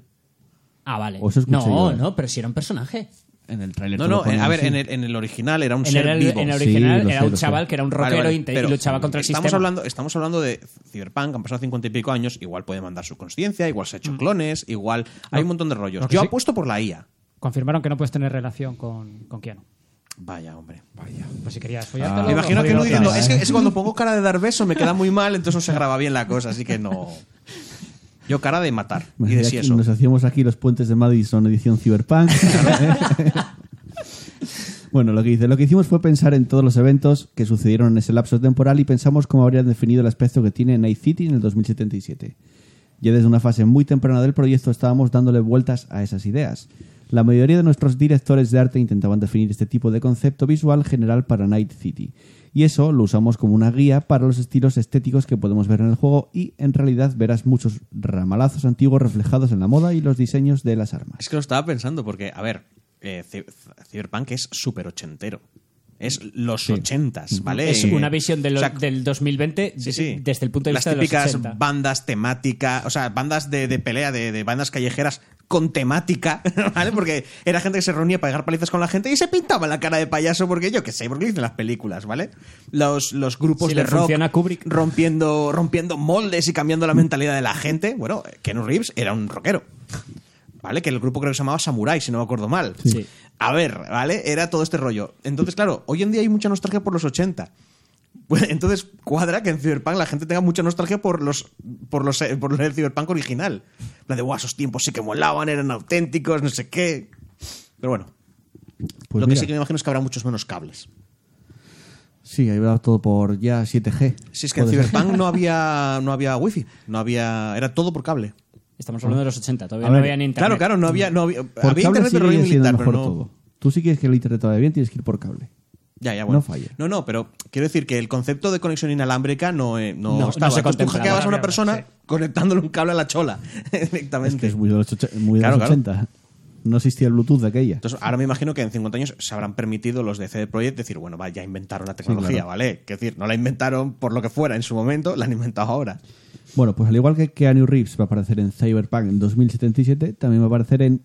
F: Ah, vale.
B: O eso escuché yo,
F: no,
B: eh.
F: no, pero si era un personaje.
B: En el tráiler
D: No,
B: te lo
D: no, en-
B: ponen
D: a ver,
B: así.
D: en el, en el original era un
F: En
D: ser
F: el,
D: vivo.
F: en el
B: Sí,
F: original
B: lo
F: era
B: sé,
F: un
B: lo sé.
F: chaval que era un
D: Vale,
F: rockero
D: vale,
F: inte-
D: pero eh,
F: y luchaba contra el
D: estamos
F: sistema.
D: Hablando, estamos hablando de Cyberpunk, han pasado cincuenta y pico años, igual puede mandar su conciencia, igual se ha hecho clones, igual... Hay un montón de rollos.
E: Lo que
D: Yo
E: sí-
D: apuesto por la IA.
E: Confirmaron que no puedes tener relación con, con Keanu.
D: Vaya, hombre.
E: Pues si querías
B: Ah.
E: follártelo,
D: Me imagino
E: no,
D: que no
E: jodido,
D: diciendo,
E: no.
D: es que, es que cuando pongo cara de dar beso me queda muy mal, entonces no se graba bien la cosa, así que no. Yo cara de matar y
B: Imagina
D: de sí
B: aquí-
D: eso.
B: Nos hacíamos aquí los puentes de Madison edición
D: (laughs)
B: Cyberpunk. bueno, lo que dice, lo que hicimos fue pensar en todos los eventos que sucedieron en ese lapso temporal y pensamos cómo habrían definido el aspecto que tiene Night City en el 2077. Ya desde una fase muy temprana del proyecto estábamos dándole vueltas a esas ideas. La mayoría de nuestros directores de arte intentaban definir este tipo de concepto visual general para Night City. Y eso lo usamos como una guía para los estilos estéticos que podemos ver en el juego y en realidad verás muchos ramalazos antiguos reflejados en la moda y los diseños de las armas.
D: Es que lo estaba pensando porque, a ver, eh, Cy- Cyberpunk es súper ochentero. Es los ochentas, ¿vale?
F: Es
D: Eh,
F: una visión de lo-
D: o sea,
F: del 2020
D: sí,
F: de-
D: sí.
F: desde el punto de
D: Las
F: vista de los
D: típicas
F: 80.
D: bandas temáticas, o sea, bandas de, de pelea, de, de bandas callejeras con temática, (laughs) ¿vale? Porque era gente que se reunía para pegar palizas con la gente y se pintaba la cara de payaso porque yo qué sé, porque lo dicen las películas, ¿vale? Los, los grupos
F: Si
D: de
F: le
D: rock
F: funciona a Kubrick.
D: rompiendo rompiendo moldes y cambiando la mentalidad de la gente. Bueno, Ken Reeves era un rockero. ¿Vale? Que el grupo creo que se llamaba Samurai, si no me acuerdo mal.
F: Sí.
D: A ver, ¿vale? Era todo este rollo. Entonces, claro, hoy en día hay mucha nostalgia por los 80. Pues, Entonces cuadra que en Cyberpunk la gente tenga mucha nostalgia por los por los eh, por el Cyberpunk original. La de "Buah, esos tiempos sí que molaban, eran auténticos, no sé qué. Pero bueno,
B: Pues
D: lo
B: mira,
D: que sí que me imagino es que habrá muchos menos cables.
B: sí, ahí va todo por ya 7G.
D: Si es que en
B: Puede ser.
D: Cyberpunk no había no había wifi, no había era todo por cable.
F: Estamos hablando de los 80, todavía
B: A
F: no
B: ver,
F: había ni
D: Claro,
F: internet.
D: claro, no había no había,
B: (laughs) Por
D: había
B: cable
D: internet pero no
B: sigue
D: había
B: siendo
D: militar, pero
B: mejor
D: no.
B: todo. Tú sí quieres que el internet te vaya bien, tienes que ir por cable.
D: Ya, ya, bueno.
B: No falla.
D: No, no, pero quiero decir que el concepto de conexión inalámbrica no, eh, no,
F: No,
D: estaba.
F: no se
D: Entonces, tú
F: contempla.
D: hackeabas a una
E: Vale,
D: persona
E: vale,
D: conectándole un cable a la chola (laughs)
B: Es
D: directamente.
B: que es muy de los, ocho- muy de
D: Claro,
B: los
D: claro.
B: 80. No existía el Bluetooth de aquella.
D: Entonces, ahora me imagino que en 50 años se habrán permitido los de CD Projekt decir, bueno, va, ya inventaron la tecnología,
B: claro.
D: ¿vale? Que decir, no la inventaron por lo que fuera en su momento, la han inventado ahora.
B: Bueno, pues al igual que Keanu Reeves va a aparecer en Cyberpunk en 2077, también va a aparecer en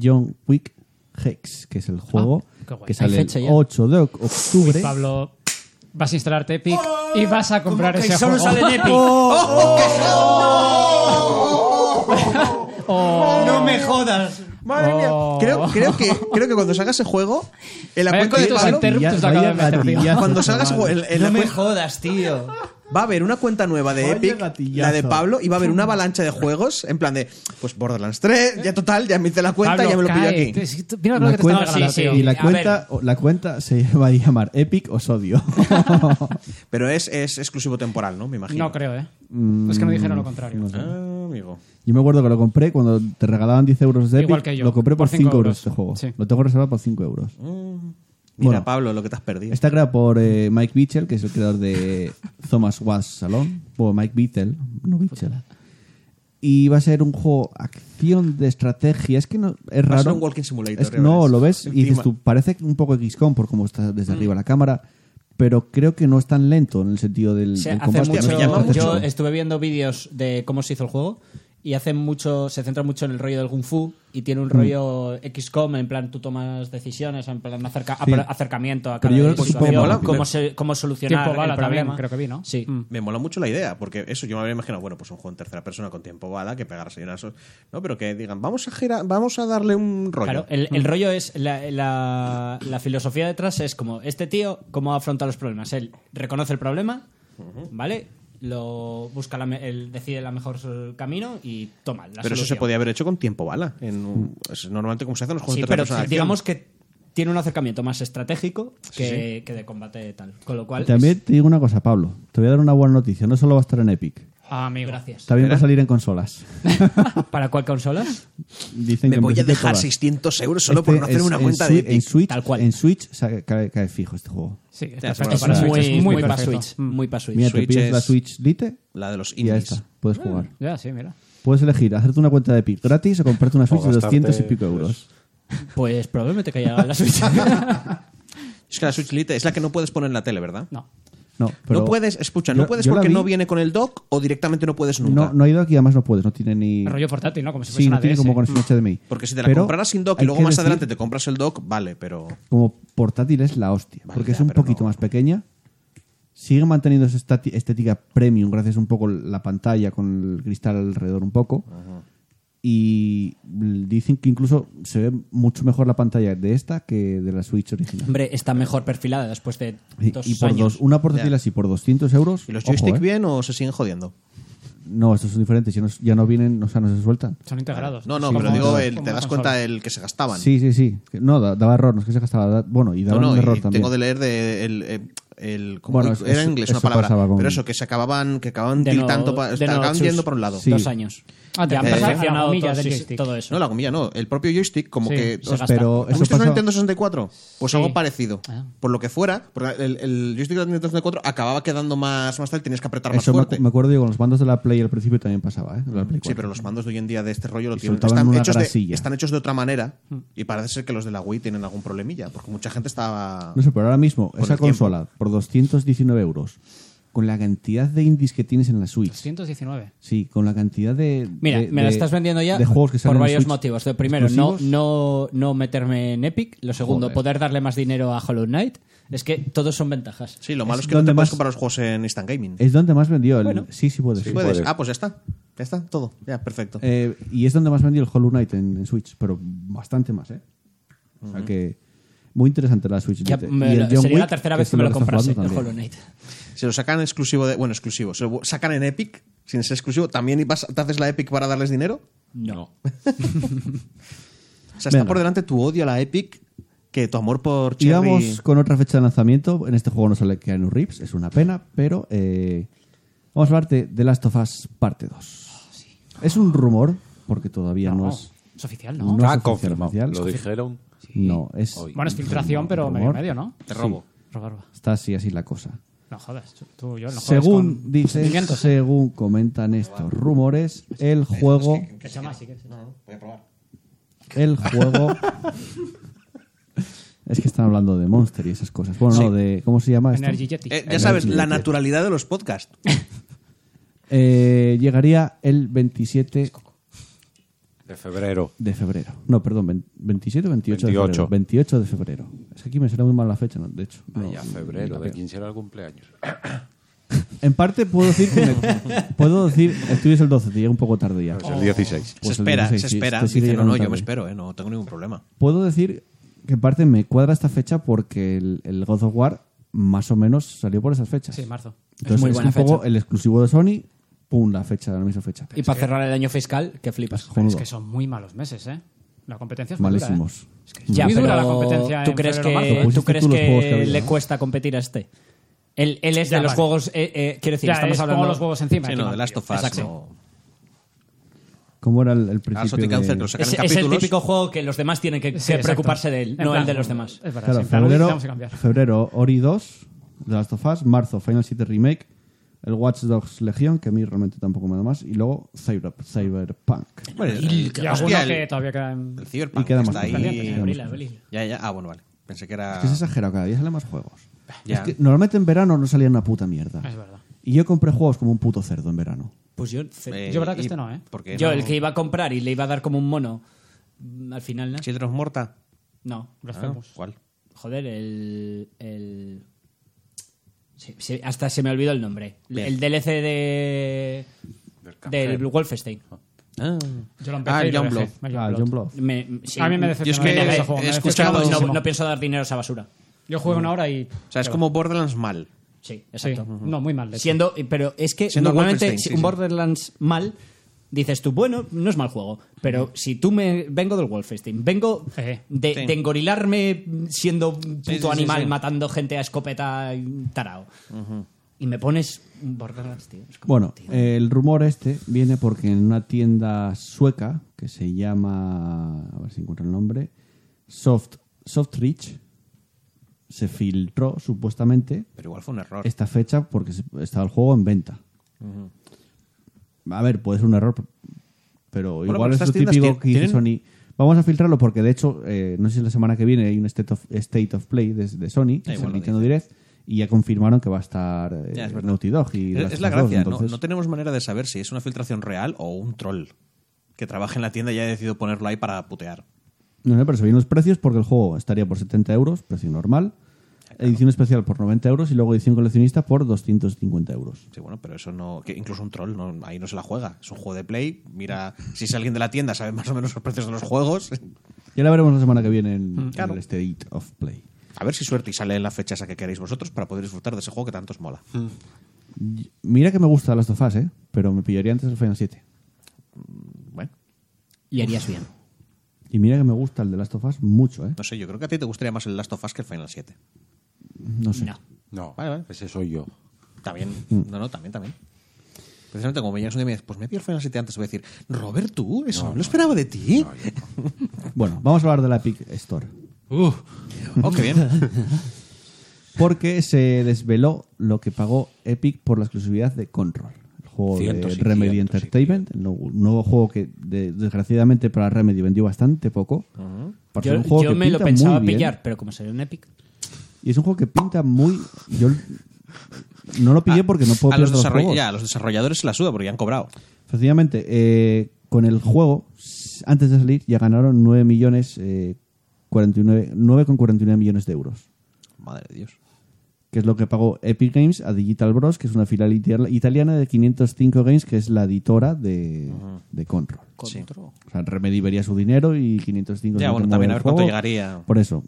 B: John Wick Hex, que es el juego
E: qué guay.
B: que sale
F: fecha
B: el
F: ya.
B: 8 de oc-
E: Uy,
B: octubre.
E: Pablo, vas a instalarte Epic y vas a comprar ese
D: (laughs)
E: juego. (laughs)
D: Oh.
F: ¡No me jodas!
D: Madre
E: Oh.
D: mía. Creo, creo, que, creo que cuando salga ese juego, en la
E: Vaya
D: cuenta de
E: con estos
D: Pablo,
E: interruptos
B: Vaya-
E: acabo de
B: vaya
E: meter, tío.
B: gatillazo,
D: cuando salga ese
B: chaval.
D: juego, en- en la cuen-
F: jodas, tío!
D: va a haber una cuenta nueva de
B: Vaya
D: Epic, la
B: gatillazo.
D: de Pablo, y va a haber una
B: (laughs)
D: avalancha de juegos, en plan de, pues Borderlands 3, ya total, ya me hice la cuenta,
E: Pablo,
D: ya me lo pillo
E: cae.
D: aquí.
E: Es que tú- Mira lo
B: La
E: que te están
B: cuenta,
E: regalando,
F: sí,
E: tío.
B: y la
F: A
B: cuenta, la cuenta se (laughs) va a llamar Epic o
E: (laughs)
B: Sodio.
D: Pero es, es exclusivo temporal, ¿no? Me imagino.
E: No creo, ¿eh?
B: Mm.
E: Es que no dijeron lo contrario.
D: Ah, amigo.
B: Yo me acuerdo que lo compré cuando te regalaban 10 euros de Epic.
E: Igual que yo,
B: Lo compré por
E: por
B: 5
E: cinco
B: euros,
E: euros.
B: este juego.
E: Sí.
B: Lo tengo reservado por 5 euros.
D: Mira,
B: Bueno.
D: Pablo, lo que te has perdido.
B: Está creado por eh, Mike Mitchell, que es el creador de Thomas Was Salon. O Mike Beatle, no Mitchell. Y va a ser un juego acción de estrategia. Es que no, es
D: Va
B: raro.
D: a ser un walking simulator,
B: Es-
D: ya
B: no,
D: verás.
B: lo ves y dices
D: Encima. Mm.
B: tú, parece un poco XCOM por cómo está desde arriba la cámara. pero creo que no es tan lento en el sentido del,
F: Se
B: del
F: hace
B: combate.
D: me
F: mucho-
D: llama mucho.
F: yo estuve viendo vídeos de cómo se hizo el juego y hacen mucho, se centra mucho en el rollo del Kung Fu y tiene
D: Mm.
F: un rollo XCOM, en plan tú tomas decisiones, en plan acerca-
B: Sí.
F: apro- acercamiento a cada
B: Pero yo creo que
F: situación,
B: Tiempo
D: Bala-
F: cómo, se- cómo solucionar
E: Tiempo Bala
F: el
E: también,
F: problema.
E: creo que vi, ¿no?
F: Sí.
D: Me mola mucho la idea, porque eso yo me había imaginado, bueno, pues un juego en tercera persona con tiempo bala, que pegarse y unas... No, pero que digan, vamos a girar, vamos a darle un rollo.
F: Claro, el,
D: Mm.
F: el rollo es, la, la- la filosofía detrás es como, este tío, ¿cómo afronta los problemas? Él reconoce el problema, ¿vale? Lo busca, la me- él decide el mejor eh, camino y toma la
D: pero eso se
F: solución.
D: podía haber hecho con tiempo bala. en un-
B: Mm.
D: es normalmente como se hacen los juegos
F: Sí,
D: en tercera
F: pero
D: persona. de acción.
F: digamos que tiene un acercamiento más estratégico que, que de combate tal. Con lo cual...
B: También te digo una cosa, Pablo. Te voy a dar una buena noticia. No solo va a estar en Epic,
E: Ah, amigo.
F: Gracias.
B: también va a salir en consolas.
F: (laughs)
B: (laughs)
F: ¿Para cuál consolas?
B: Dicen que
D: me
B: en
D: voy a
B: principio
D: dejar
B: todas.
D: 600 euros solo
B: Este
D: por no hacer
B: es-
D: una
B: en
D: cuenta
B: Swi-
D: de
B: En
D: Epic.
B: Switch,
F: Tal cual.
B: En Switch sa- cae, cae fijo este juego.
E: Sí, es
D: Ya,
E: perfecto
D: es
E: para
D: muy-
E: Switch. Es muy,
F: para
E: perfecto.
F: Switch.
E: Mm.
F: Muy para Switch.
B: Mira, te
D: Switch
B: pides la
D: es-
B: Switch Lite
D: La de los
B: y ya
D: indies.
B: está. Puedes jugar.
E: Ya, sí, mira.
B: Puedes elegir hacerte una cuenta de Epic gratis o comprarte una Switch de
C: gastarte,
B: 200 y pico
C: pues,
B: euros.
F: Pues probablemente que haya la Switch.
D: Es que la Switch Lite es la que no puedes poner en la tele, ¿verdad?
E: No.
B: No, pero
D: no puedes, escucha,
B: yo-
D: no puedes
B: yo la
D: porque
B: vi-
D: no viene con el dock o directamente no puedes nunca.
B: No, no ha ido aquí, además no puedes, no tiene ni.
E: Rollo portátil, ¿no? Como si fuese
B: sí,
E: una
B: no tiene
E: DS.
B: como conexión HDMI.
D: Mm. Porque si te la
B: Pero
D: compraras sin dock y
B: hay
D: luego
B: que
D: más
B: decir,
D: adelante te compras el dock, vale, pero.
B: Como portátil es la hostia,
D: Vale,
B: porque es
D: ya,
B: un
D: pero
B: poquito
D: no.
B: más pequeña. Sigue manteniendo esa estati- estética premium, gracias un poco la pantalla con el cristal alrededor un poco. Y dicen que incluso se ve mucho mejor la pantalla de esta que de la Switch original.
F: Hombre, está mejor perfilada después de
B: Y-
F: dos
B: y por
F: años.
B: dos, una portátil
D: Ya.
B: así por 200 euros.
D: ¿Y los
B: ojo,
D: joystick
B: eh.
D: bien o se siguen jodiendo?
B: No, estos son diferentes, ya no, ya no vienen, o sea, no se sueltan.
E: Son integrados.
D: No, no,
E: Sí,
D: pero
E: como-
D: digo,
E: como
D: el, te das
E: consola.
D: cuenta eh. el que se gastaban.
B: Sí, sí, sí. Que- No, da- daba error, no es que se gastaba. da- bueno, y
D: No,
B: daba
D: no,
B: un
D: y
B: error también.
D: tengo de leer de el, eh, el- como-
B: Bueno, eso-
D: era en inglés
B: eso
D: una palabra,
B: pasaba con-
D: pero eso que se acababan que acababan
F: De
D: tiltando,
F: no-
D: pa-
F: de
D: estaban
F: no-
D: yendo
F: sus-
D: por un lado.
B: Sí.
F: Dos años.
E: Ah, te
F: Ya
E: han
D: Eh,
E: pasado
D: perfeccionado
E: a
F: todo,
E: millas del
F: sí, sí,
E: joystick.
F: todo eso.
D: No, la comilla no, el propio joystick como
E: Sí,
D: que
F: se
D: os-
F: gasta.
B: Pero eso
D: ¿Tuviste una
B: pasa-
D: Nintendo 64? Pues
E: Sí.
D: algo parecido.
E: Ah.
D: Por lo que fuera, porque el, el joystick de la Nintendo 64 acababa quedando más, más tal, tenías que apretar más
B: Eso me,
D: fuerte.
B: acu- me acuerdo yo con los mandos de la Play al principio también pasaba, ¿eh? De la Play
D: Sí,
B: 4.
D: pero los mandos de hoy en día de este rollo lo
B: Y
D: tienen,
B: soltaban
D: están,
B: una
D: hechos de,
B: grasilla. Hmm.
D: están hechos de otra manera y parece ser que los de la Wii tienen algún problemilla, porque mucha gente estaba...
B: No sé, pero ahora mismo, esa
D: el tiempo.
B: consola por 219 euros, con la cantidad de indies que tienes en la Switch,
E: 219.
B: sí, con la cantidad de.
F: Mira,
B: de-
F: me la
B: de-
F: estás vendiendo ya
B: de juegos que salen
F: por
B: en
F: varios
B: Switch
F: motivos. Lo primero, no,
B: exclusivos.
F: no, no meterme en Epic. Lo segundo,
B: Joder.
F: poder darle más dinero a Hollow Knight. Es que todos son ventajas.
D: Sí, lo malo es que no
B: donde más-
D: te
B: Eh,
D: puedes comprar los juegos en Instant Gaming.
B: Es donde más vendió el.
F: Bueno.
B: sí, sí, puedes.
C: Sí.
D: ¿Puedes?
C: puede.
D: Ah, pues ya está. Ya está, todo. Ya, perfecto.
B: Eh, y es donde más vendió el Hollow Knight en, en Switch, pero bastante más, ¿eh? O sea que. Muy interesante la Switch.
F: Ya
B: Lite.
F: me
B: Y el
F: lo-
B: John
F: sería la
B: Wick,
F: tercera
B: que
F: vez
B: es
F: que me lo
B: estás
F: comprase el
B: jugando también.
F: Hollow Knight.
D: Si lo sacan exclusivo de... Bueno, exclusivo. Se lo sacan en Epic, sin ser exclusivo, ¿también y vas- te haces la Epic para darles dinero?
F: No.
D: O sea,
B: Venga.
D: está por delante tu odio a la Epic que tu amor por
B: Y
D: Cherry...
B: vamos con otra fecha de lanzamiento. En este juego no sale Keanu Reeves, es una pena, pero eh, vamos a hablar de The Last of Us parte 2. Es un rumor, porque todavía no, es.
E: Es oficial, ¿no?
B: No.
C: Ah,
B: es oficial,
C: confirmado.
B: oficial.
C: Lo dijeron.
B: No, es.
C: Hoy.
E: Bueno, es filtración,
B: rumor,
E: pero medio
B: rumor.
E: medio, ¿no?
D: Te robo.
E: Robarba.
B: Está así, así la cosa.
E: No jodas. Tú, yo, no jodas
B: Según
E: con
B: dicen,
E: sentimientos. ¿eh?
B: según comentan estos rumores, el juego.
E: Que sea más, si quieres.
D: Voy a probar.
B: El juego. Es que están hablando de Monster y esas cosas. Bueno, no, de. ¿Cómo se llama esto?
E: Energy Jetty.
D: Eh, ya sabes, la naturalidad de los podcasts.
B: Eh, llegaría el 27
C: De febrero.
B: de febrero. No, perdón, vein- 27 o 28, de
C: 28.
B: febrero. 28 de febrero. Es que aquí me será muy mal la fecha, ¿no? de hecho. No,
C: Vaya,
B: no,
C: febrero,
B: no
C: de
B: creo.
C: quién será el cumpleaños.
B: En parte puedo decir que me- (laughs) puedo decir, estudies el 12, te llega un poco tarde ya.
C: Pues el 16.
B: Pues
D: se
B: el
D: espera,
B: 16,
D: se
B: sí,
D: espera.
B: te sigue
D: Dice, no,
B: llegando
D: no, yo me
B: tarde.
D: espero, eh, no tengo ningún problema.
B: Puedo decir que en parte me cuadra esta fecha porque el, el God of War más o menos salió por esas fechas.
E: Sí, marzo.
B: Entonces,
F: Es muy buena
B: un poco
F: fecha.
B: el exclusivo de Sony, pum, la fecha, la misma fecha.
F: Y para cerrar el año fiscal, que flipas.
E: Pero es
B: Joder.
E: que son muy malos meses, ¿eh? La competencia es muy dura, ¿eh?
B: Malísimos.
F: Ya,
E: muy
F: pero
E: dura la competencia
F: ¿tú
E: en
F: crees
E: febrero, marzo.
F: que,
B: Pues
F: ¿tú
B: este
F: crees
B: tú los
F: que
B: juegos que había,
F: le
B: ¿no?
F: cuesta competir a este? Él, él es
E: Ya,
F: de los
E: vale.
F: juegos, eh, eh, quiero decir,
E: Ya,
F: estamos
E: es pongo
F: hablando...
E: los huevos encima.
D: Sí,
E: aquí,
D: no,
E: vale.
D: The Last of Us.
F: Exacto.
D: no.
B: ¿Cómo era el, el
D: Ahora
B: principio?
D: Sonic
B: de-
D: Cancer, que lo sacan
F: Es,
D: en
F: es el
D: capítulos.
F: típico juego que los demás tienen que, que
E: Sí, exacto.
F: preocuparse de él,
E: En
F: no
E: plan, eh,
F: el de los demás.
E: Es verdad,
B: Claro,
E: sí, en plan, uy,
B: febrero,
E: vamos a cambiar.
B: febrero, Ori 2, The Last of Us, marzo, Final 7 Remake, el Watch Dogs Legion, que a mí realmente tampoco me da más, y luego Cyber, Cyberpunk.
D: Bueno,
E: Y
D: hostia,
E: alguno
D: el-
E: que todavía queda en-
D: El
B: Y
D: Cyberpunk
B: queda
D: está
B: más
D: ahí.
B: pendiente,
F: Abril, abril.
D: Ya, ya. Ah, bueno, vale. Pensé que era.
B: Es que es exagerado, cada día salen más juegos.
D: Ya.
B: Es que normalmente en verano no salía una puta mierda.
E: Es verdad.
B: Y yo compré juegos como un puto cerdo en verano.
F: Pues yo,
D: Eh,
E: Yo verdad que
D: y-
E: este no, ¿eh?
D: Porque
F: yo
D: no-
F: el que iba a comprar y le iba a dar como un mono, mm, al final no.
D: Children of Morta.
F: No,
D: Ah.
E: Blasphemous.
D: ¿Cuál?
F: joder, el... el- se- se- hasta se me olvidó el nombre.
D: Bien.
F: El DLC de... Del Wolfenstein.
E: Yo lo empecé
D: Ah,
E: y lo
D: John
E: dejé.
D: Blow.
E: Me
B: Ah,
E: John
B: John
E: Blow.
B: Blow.
F: Me- sí,
E: A mí me
F: es
D: Yo es
E: decepcionó.
D: que
E: ese
D: he-
E: juego, me
D: he
F: que
E: decepcionó
D: escuchado-
F: no,
E: muchísimo.
F: no pienso dar dinero a esa basura.
E: Yo juego una hora y...
D: O sea, es como Borderlands mal.
F: Sí,
E: Sí.
F: exacto.
E: No, muy mal. de hecho.
F: Siendo, pero es que
D: Siendo
F: normalmente
D: Wolfenstein,
F: si
D: sí,
F: un
D: sí.
F: Borderlands mal, dices tú, bueno, no es mal juego, pero si tú me vengo del Wolfenstein, vengo
E: Eh,
F: de,
D: sí.
F: de engorilarme siendo un puto
D: Sí, sí, sí,
F: animal
D: sí.
F: matando gente a escopeta y tarao. Y me pones un Borderlands, tío. es como,
B: Bueno,
F: tío.
B: el rumor este viene porque en una tienda sueca que se llama, a ver si encuentro el nombre, Soft, Softrich, se filtró supuestamente
D: Pero igual fue un error.
B: esta fecha porque se- estaba el juego en venta. A ver, puede ser un error, pero
D: Bueno,
B: igual
D: pero
B: es lo
D: estas tiendas
B: típico
D: tien-
B: que dice
D: tienen-
B: Sony. Vamos a filtrarlo porque, de hecho, eh, no sé si la semana que viene hay un State of, state of Play de, de Sony, que es
D: igual
B: el
D: lo
B: Nintendo Direct, y ya confirmaron que va a estar eh,
D: Ya, es verdad.
B: Naughty Dog. Y The
D: Es,
B: Last
D: es la
B: of Us,
D: gracia, no,
B: entonces-
D: no tenemos manera de saber si es una filtración real o un troll que trabaja en la tienda y haya decidido ponerlo ahí para putear.
B: No sé, pero subieron los precios porque el juego estaría por 70 euros, precio normal.
D: Ah,
B: Edición especial por 90 euros y luego edición coleccionista por 250 euros.
D: Sí, bueno, pero eso no. Que incluso un troll no- ahí no se la juega. Es un juego de play. Mira, si es alguien de la tienda, sabe más o menos los precios de los juegos.
B: Ya la veremos la semana que viene en, en
D: Mm, Claro.
B: el State of Play.
D: A ver si suerte y sale en la fecha esa que queréis vosotros para poder disfrutar de ese juego que tanto os mola.
B: Y- Mira que me gusta las of Us, ¿eh? pero me pillaría antes el Final 7.
D: Bueno,
F: y harías bien.
B: Y mira que me gusta el de Last of Us mucho, ¿eh?
D: no sé, yo creo que a ti te gustaría más el Last of Us que el Final 7.
B: No sé.
F: No.
C: No,
D: Vale, vale.
C: ese soy yo.
D: También, no, no, también, también. Precisamente como venías un día y me dices, pues me pido el Final 7 antes, voy a decir, Robert, tú, eso no, lo esperaba de ti.
B: Bueno, vamos a hablar de la Epic Store.
D: oh, qué bien.
B: Porque se desveló lo que pagó Epic por la exclusividad de Control, el juego
C: Cientos y
B: de Remedy
C: cientos y
B: Entertainment, el nuevo, nuevo juego que de- desgraciadamente para Remedy vendió bastante poco. Porque es
F: Yo,
B: un juego
F: yo
B: que
F: me lo
B: pinta muy
F: pensaba
B: bien,
F: pillar, pero como sería un Epic.
B: Y es un juego que pinta muy. Yo l- no lo
F: Ah,
B: pillé porque no puedo
D: a, los
B: pillar todos los
D: desarroll-
B: juegos.
D: ya, a los desarrolladores se la suda porque ya han cobrado.
B: Efectivamente, eh, con el juego, s- antes de salir, ya ganaron 9 millones, eh, 49 9,49 millones de euros.
D: Madre de Dios.
B: que es lo que pagó Epic Games a Digital Bros, que es una filial iter- italiana de 505 Games, que es la editora de, de Control. O sea, Remedy vería su dinero y 505
D: Ya,
B: se promueve
D: bueno, también a
B: el
D: ver cuánto
B: juego.
D: llegaría.
B: Por eso,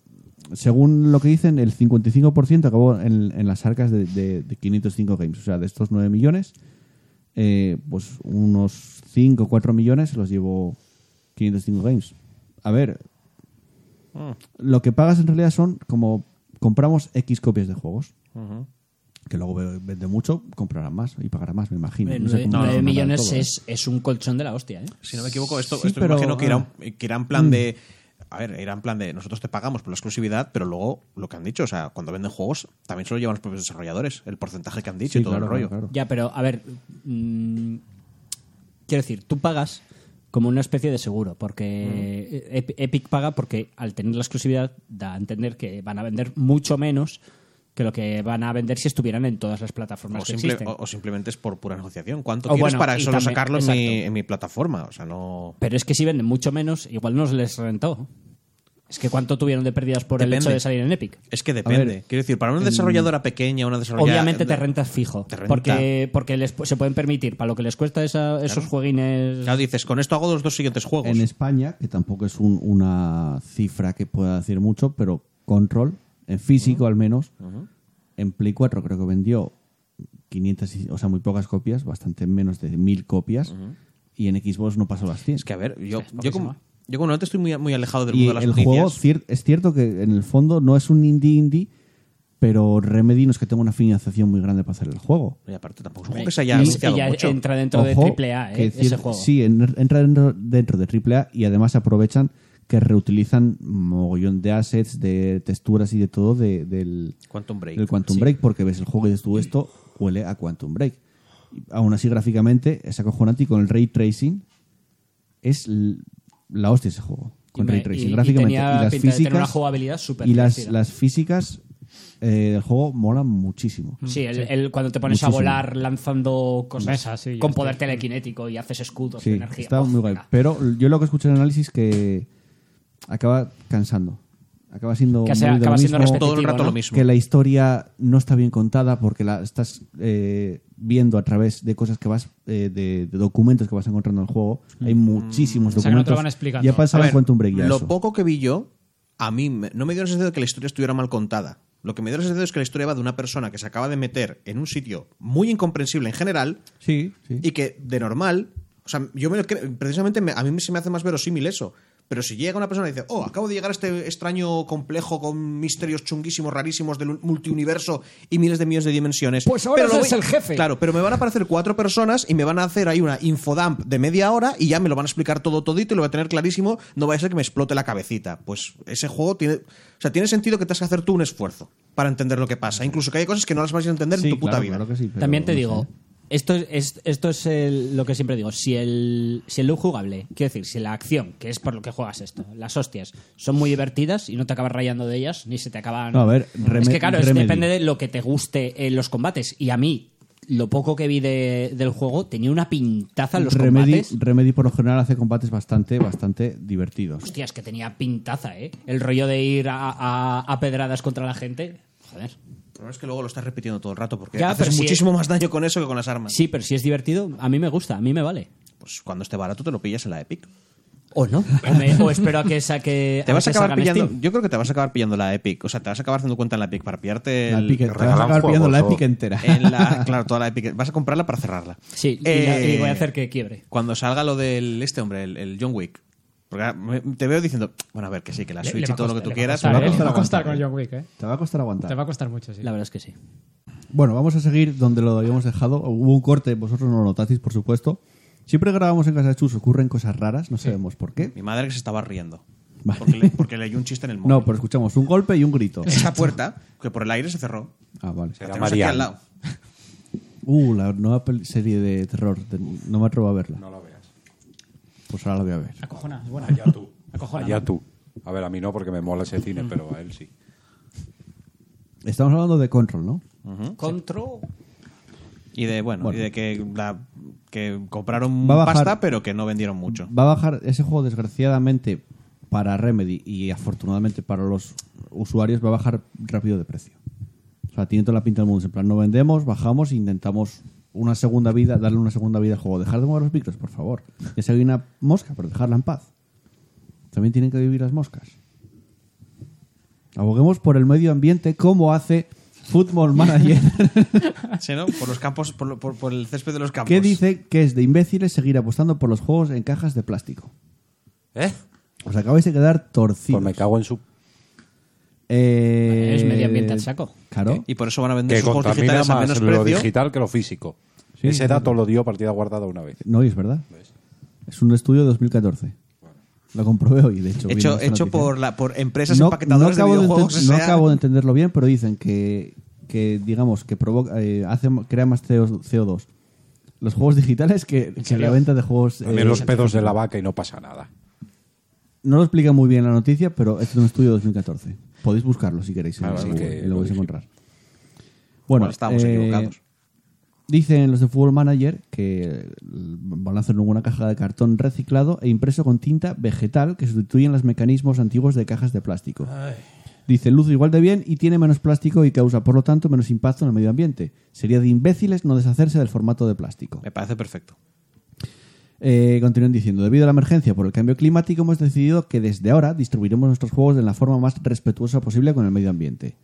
B: según lo que dicen, el 55% acabó en, en las arcas de, de- de 505 Games. O sea, de estos 9 millones, eh, pues unos 5 o 4 millones se los llevó 505 Games. A ver,
D: Ah.
B: lo que pagas en realidad son como compramos X copias de juegos. Que luego ve- vende mucho, comprarán más y pagarán más, me imagino.
F: Hombre,
B: No sé
F: eh, nueve-
B: cómo
F: nueve
B: funcionará
F: millones
B: todo, ¿eh?
F: es, es un colchón de la hostia, ¿eh?
D: Si no me equivoco, esto,
B: Sí,
D: esto
B: pero-
D: me imagino que era, un-
B: ah. Mm.
D: que era en plan de. A ver, era en plan de nosotros te pagamos por la exclusividad, pero luego lo que han dicho, o sea, cuando venden juegos, también se lo llevan los propios desarrolladores, el porcentaje que han dicho
B: Sí,
D: y todo
B: claro,
D: el rollo.
B: claro, claro.
F: Ya, pero a ver, mm, quiero decir, tú pagas como una especie de seguro, porque
D: Mm.
F: Ep- Epic paga porque al tener la exclusividad da a entender que van a vender mucho menos que lo que van a vender si estuvieran en todas las plataformas
D: O,
F: que
D: simple-
F: existen.
D: o- o simplemente es por pura negociación. ¿Cuánto
F: O
D: quieres
F: bueno,
D: para
F: y
D: solo
F: también-
D: sacarlo en mi,
F: exacto.
D: en mi plataforma? O sea, no.
F: Pero es que si venden mucho menos, igual nos les rentó. Es que cuánto tuvieron de pérdidas por el
D: Depende.
F: hecho de salir en Epic.
D: Es que depende.
B: ver, mm,
D: Quiero decir, para una desarrolladora pequeña, una desarrolladora.
F: Obviamente te rentas fijo,
D: Te renta.
F: porque porque les, se pueden permitir para lo que les cuesta esa- esos jueguines.
D: Claro, dices, con esto hago los dos siguientes juegos.
B: En España, que tampoco es un- una cifra que pueda decir mucho, pero Control, en físico al menos, en Play 4 creo que vendió 500, y- o sea, muy pocas copias, bastante menos de 1000 copias, y en Xbox no pasó las 100.
D: Es que, a ver, yo, yo, como, yo como no te estoy muy, muy alejado del
B: y
D: mundo de las
B: el
D: noticias.
B: juego cier- es cierto que en el fondo no es un indie indie, pero Remedy no es que tenga una financiación muy grande para hacer el juego.
D: Y aparte, tampoco es un juego que se haya
F: Y-
D: anunciado
F: y ya
D: mucho.
F: entra dentro
B: Ojo,
F: de AAA,
B: que
F: ¿eh?
B: decir-
F: ese juego.
B: Sí, en- entra dentro, dentro de AAA y además aprovechan que reutilizan mogollón de assets, de texturas y de todo de- del,
D: Quantum Break.
B: del Quantum Break, porque ves el juego y dices tú esto huele a Quantum Break. Y aún así, gráficamente es acojonante y con el ray tracing es l- la hostia ese juego. Con
F: Y me-
B: ray
F: y-
B: tracing,
F: y
B: gráficamente.
F: tenía
B: las
F: pinta de tener
B: físicas.
F: una jugabilidad súper
B: Y las,
F: divertida.
B: las físicas eh, del juego mola muchísimo.
F: Mm. Sí, el, el- cuando te pones
B: Muchísimo. ah,
F: a volar lanzando cosas
E: Mesas, sí, ya
F: con
E: está.
F: poder telequinético y haces escudos
B: Sí,
F: de energía.
B: está
F: Uf,
B: muy guay.
F: venga.
B: Pero yo lo que escuché en el análisis que acaba cansando. Acaba siendo,
F: Que sea-
B: muy de lo
F: acaba siendo
B: mismo.
F: repetitivo,
D: Todo el rato
F: ¿no?
D: lo mismo.
B: que la historia no está bien contada porque la estás eh, viendo a través de cosas que vas eh, de, de documentos que vas encontrando en el juego hay muchísimos documentos
E: sea, que no te lo van explicando.
B: ya
D: A
B: pasaba en
D: ver,
B: Quantum Break ya
D: Lo
B: eso.
D: poco que vi yo, a mí me- no me dio la sensación de que la historia estuviera mal contada. Lo que me dio la sensación es que la historia va de una persona que se acaba de meter en un sitio muy incomprensible en general
B: sí, sí.
D: y que de normal, o sea, yo me lo creo- precisamente me- a mí se me hace más verosímil eso. Pero si llega una persona y dice, oh, acabo de llegar a este extraño complejo con misterios chunguísimos, rarísimos del multiuniverso y miles de millones de dimensiones.
F: Pues ahora
D: pero lo
F: eres el jefe.
D: Claro, pero me van a aparecer cuatro personas y me van a hacer ahí una infodump de media hora y ya me lo van a explicar todo todito y lo voy a tener clarísimo. No vaya a ser que me explote la cabecita. Pues ese juego tiene. O sea, tiene sentido que te has que hacer tú un esfuerzo para entender lo que pasa. Incluso que hay cosas que no las vas a entender
B: Sí,
D: en tu puta
B: claro,
D: vida.
B: claro que sí, pero
F: También te
B: no
F: digo,
B: sé.
F: esto es, es- esto es el- lo que siempre digo, si el, si el look jugable, quiero decir, si la acción, que es por lo que juegas esto, las hostias, son muy divertidas y no te acabas rayando de ellas, ni se te acaban...
B: No, a ver,
F: es
B: Reme-
F: que claro, es-
B: Remedy.
F: depende de lo que te guste en los combates. Y a mí, lo poco que vi de- del juego, tenía una pintaza en los
B: Remedy,
F: combates.
B: Remedy por lo general hace combates bastante bastante divertidos
F: Hostias, que tenía pintaza, ¿eh? El rollo de ir a, a- a pedradas contra la gente. Joder.
D: Pero es que luego lo estás repitiendo todo el rato porque
F: Ya, pero
D: haces
F: si-
D: muchísimo más daño con eso que con las armas.
F: Sí, pero si es divertido, a mí me gusta, a mí me vale.
D: Pues cuando esté barato te lo pillas en la Epic.
F: O no. O, me- o espero a que saque.
D: (laughs) Te vas a
F: que
D: acabar
F: salga en
D: pillando.
F: Steam.
D: Yo creo que te vas a acabar pillando la Epic. O sea, te vas a acabar haciendo cuenta en la Epic para pillarte
B: la
D: el-
B: Epic, te vas a
C: regalan
B: acabar pillando la
C: juegos,
B: Epic
C: o-
B: entera
D: (laughs) en la- claro, toda la Epic. Vas a comprarla para cerrarla.
F: Sí, y,
D: Eh,
F: la- y voy a hacer que quiebre.
D: Cuando salga lo del este hombre, el, el John Wick. Porque ahora me- te veo diciendo, bueno, a ver, que sí, que la
E: Le-
D: Switch
E: le va
D: y todo
E: a
D: lo que tú
E: costar, le va a
D: quieras.
E: costar,
B: va a costar (laughs)
E: ¿eh? Le va a costar con
B: aguantar.
E: John Wick, ¿eh?
B: te va a costar aguantar
E: Te va a costar mucho, sí.
F: La verdad es que sí.
B: Bueno, vamos a seguir donde lo habíamos dejado. Hubo un corte, vosotros no lo notasteis, por supuesto. Siempre grabamos en casa de Chus, ocurren cosas raras, no sabemos por qué.
D: Mi madre que se estaba riendo.
B: Vale.
D: Porque, le, porque leí un chiste en el
B: (laughs)
D: móvil.
B: No, pero escuchamos un golpe y un grito.
D: Esa puerta, que por el aire se cerró.
B: Ah, vale.
D: La
C: Era
D: tenemos aquí
C: Marianne.
D: al lado.
B: Uh, la nueva peli- serie de terror. de- No me atrevo a verla.
C: No lo veas.
B: Pues ahora la voy a ver.
E: Acojona, es buena.
C: Allá tú.
E: Acojona,
C: Allá
E: ¿no?
C: tú. A ver, a mí no porque me mola ese (laughs) cine, pero a él sí.
B: Estamos hablando de Control, ¿no?
F: Control.
D: Y de, bueno,
B: Bueno.
D: y de que, la- que compraron
B: Va a bajar.
D: pasta, pero que no vendieron mucho.
B: Va a bajar ese juego, desgraciadamente, para Remedy y afortunadamente para los usuarios, va a bajar rápido de precio. O sea, tiene toda la pinta del mundo. En plan, no vendemos, bajamos e intentamos una segunda vida, darle una segunda vida al juego. Dejar de mover los micros, por favor. Ya se hay una mosca, pero dejarla en paz. También tienen que vivir las moscas. Aboguemos por el medio ambiente como hace Football Manager.
D: Sí, ¿no? Por los campos, por, lo- por- por el césped de los campos.
B: que dice que es de imbéciles seguir apostando por los juegos en cajas de plástico.
C: ¿Eh?
B: Os acabáis de quedar torcidos.
C: Pues me cago en su...
B: Eh,
F: Es medio ambiente al saco.
B: Claro.
D: Y por eso van a vender
C: Que
D: sus juegos
C: contamina
D: digitales a
C: más
D: menos
C: lo
D: precio.
C: digital que lo físico.
B: Sí,
C: Ese
B: claro.
C: dato lo dio partida guardada una vez.
B: No, y es verdad. Es un estudio de 2014. Lo comprobé hoy, de hecho. viendo
D: Hecho,
B: esta
D: hecho
B: noticia.
D: por, la, por empresas
B: No-
D: empaquetadoras
B: no
D: de
B: acabo
D: videojuegos.
B: enten-
D: o
B: no
D: sea,
B: acabo de entenderlo bien, pero dicen que, que digamos, que provoca, eh, hace, crea más CO- CO2 los juegos digitales que, que la venta de juegos... eh,
C: También los pedos de la vaca y no pasa nada.
B: No lo explica muy bien la noticia, pero es de un estudio de 2014. Podéis buscarlo si queréis en
C: Ah, vale,
B: Google
C: que
B: y lo
C: lo
B: vais a
C: dijimos.
B: encontrar. Bueno,
D: Igual estábamos
B: eh,
D: equivocados.
B: Dicen los de Football Manager que van a hacer una caja de cartón reciclado e impreso con tinta vegetal que sustituyen los mecanismos antiguos de cajas de plástico. Dice, luz igual de bien y tiene menos plástico y causa, por lo tanto, menos impacto en el medio ambiente. Sería de imbéciles no deshacerse del formato de plástico.
D: Me parece perfecto.
B: Eh, continúan diciendo, debido a la emergencia por el cambio climático, hemos decidido que desde ahora distribuiremos nuestros juegos de la forma más respetuosa posible con el medio ambiente.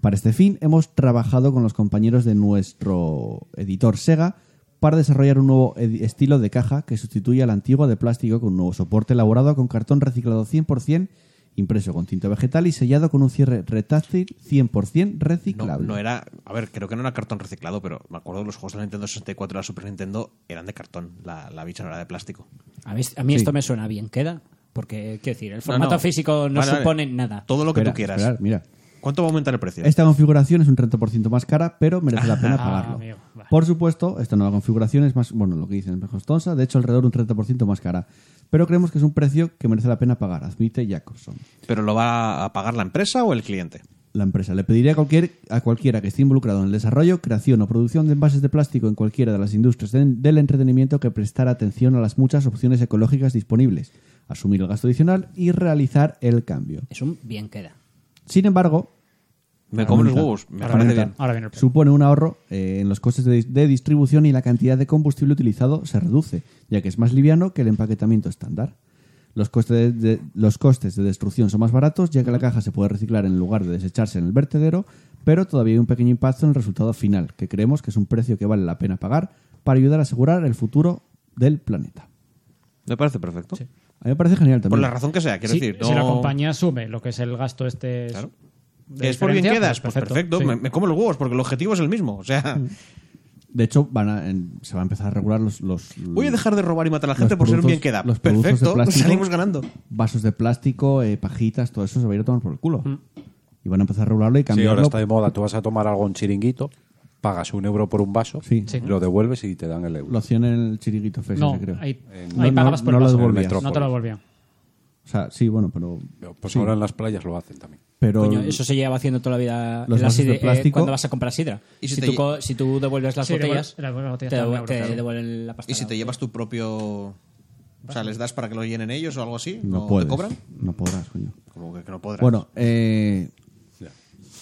B: Para este fin, hemos trabajado con los compañeros de nuestro editor Sega para desarrollar un nuevo edi- estilo de caja que sustituya la antigua de plástico con un nuevo soporte elaborado con cartón reciclado 100%, impreso con tinta vegetal y sellado con un cierre retáctil 100%
D: No,
B: reciclable.
D: no era. A ver, creo que no era cartón reciclado, pero me acuerdo que los juegos de la Nintendo 64 y la Super Nintendo eran de cartón. La, la bicha no era de plástico.
F: A mí, a mí esto me suena bien, queda. Porque, quiero decir, el formato
D: No, no.
F: físico no
D: Vale, vale.
F: supone nada.
D: Todo lo que
B: Espera,
D: tú quieras.
B: esperar, mira.
D: ¿Cuánto va a aumentar el precio?
B: Esta configuración es un 30% más cara, pero merece la pena
F: Ah,
B: pagarlo.
F: amigo, vale.
B: Por supuesto, esta nueva configuración es más, bueno, lo que dicen es más costosa, de hecho alrededor de un 30% más cara, pero creemos que es un precio que merece la pena pagar, admite Jacobson.
D: ¿Pero lo va a pagar la empresa o el cliente?
B: la empresa. Le pediría a, cualquier, a cualquiera que esté involucrado en el desarrollo, creación o producción de envases de plástico en cualquiera de las industrias de- del entretenimiento que prestara atención a las muchas opciones ecológicas disponibles, asumir el gasto adicional y realizar el cambio.
F: Es un bien queda.
B: Sin embargo,
D: Me como los huevos, me
B: para
D: parece
B: aumentar,
D: bien.
E: Ahora viene el plan.
B: supone un ahorro eh, en los costes de, dis- de distribución y la cantidad de combustible utilizado se reduce, ya que es más liviano que el empaquetamiento estándar. Los costes de, de- los costes de destrucción son más baratos, ya que la caja se puede reciclar en lugar de desecharse en el vertedero, pero todavía hay un pequeño impacto en el resultado final, que creemos que es un precio que vale la pena pagar para ayudar a asegurar el futuro del planeta.
D: Me parece perfecto.
B: A mí me parece genial también.
D: Por la razón que sea, quiero
E: Si-
D: decir.
E: Si la
D: no-
E: compañía asume lo que es el gasto este es-
D: Claro.
E: de
D: Es por bien
E: diferencia,
D: quedas, pues perfecto.
E: sí.
D: Me, me como los huevos porque el objetivo es el mismo. O sea,
B: De hecho, van a- en- se va a empezar a regular los... los
D: voy a dejar de robar y matar a la
B: los
D: gente por ser un
B: productos-
D: bien queda.
B: los productos de
D: perfecto, (laughs) pues
B: plástico.
D: salimos ganando.
B: vasos de plástico, eh, pajitas, todo eso se va a ir a tomar por el culo. Y van a empezar a regularlo y
C: Sí, ahora
B: cambiarlo.
C: está de moda. Tú vas a tomar algo en chiringuito, pagas un euro por un vaso,
B: Sí.
E: Sí.
C: lo devuelves y te dan el euro.
B: lo hacían en el chiriguito fest,
E: No,
B: ese, creo.
E: ahí,
C: Eh,
E: ahí
B: no,
E: pagabas
B: no,
E: por
B: no
E: el
B: lo
E: vaso.
B: devolvías.
E: No te lo volvían.
B: O sea, sí, bueno, pero...
C: Pues
B: sí,
C: ahora en las playas lo hacen también.
B: Pero
F: Coño, eso se lleva haciendo toda la vida
B: Los
F: en la
B: vasos de
F: sidre- eh,
B: plástico.
F: cuando vas a comprar sidra.
D: Y si
F: si,
D: te
F: tú,
D: lle-
F: co- si tú devuelves las
E: Sí, devuel-
F: botellas,
E: las botellas
F: te,
E: te dan un
F: devuel-
E: euro,
F: te
E: claro.
F: devuelven la pasta.
D: ¿Y si te llevas tu propio. O sea, ¿les das para que lo llenen ellos o algo así?
B: no,
D: ¿No
B: puedes.
D: te cobran?
B: No podrás, coño.
D: Como que, que no podrás.
B: Bueno, eh,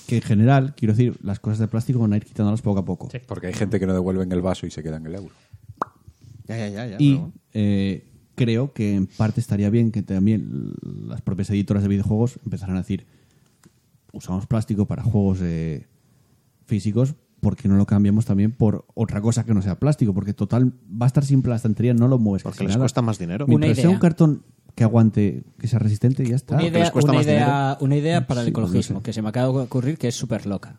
B: que en general, quiero decir, las cosas de plástico van a ir quitándolas poco a poco.
E: Sí.
C: Porque hay gente que no devuelven el vaso y se quedan el euro.
D: Ya, ya, ya. ya
B: Y
D: pero bueno.
B: eh, creo que en parte estaría bien que también las propias editoras de videojuegos empezaran a decir, usamos plástico para juegos eh, físicos, ¿por qué no lo cambiamos también por otra cosa que no sea plástico? Porque total, va a estar siempre la estantería, no lo mueves.
D: Porque
B: casi
D: les
B: nada.
D: cuesta más dinero.
B: Mientras
F: Una
B: sea
F: idea.
B: un cartón que aguante, que sea resistente, ya está.
F: Una
D: que les
F: idea,
D: cuesta
F: una
D: más
F: idea, una idea para el
B: Sí, pues no
F: ecologismo
B: sé.
F: que se me acaba de ocurrir que es súper loca.